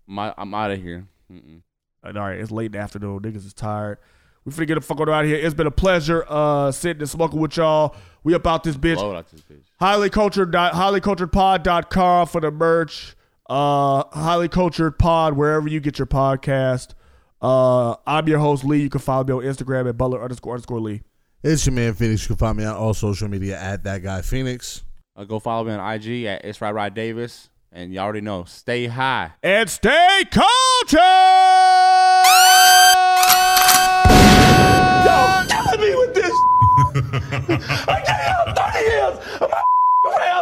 my, I'm out of here. Mm-mm.
And all right, it's late in the afternoon. Niggas is tired. We finna get the fuck on out of here. It's been a pleasure uh, sitting and smoking with y'all. We about this bitch.
Blow it out this bitch.
Highly cultured, dot- highlyculturedpod.com for the merch. Uh, highly cultured pod wherever you get your podcast. Uh, I'm your host Lee. You can follow me on Instagram at butler underscore underscore Lee.
It's your man Phoenix. You can find me on all social media at that guy Phoenix.
Uh, go follow me on IG at It's Right Rod Davis. And you all already know, stay high.
And stay cultured!
Y'all killing me with this. I can't help 30 years of my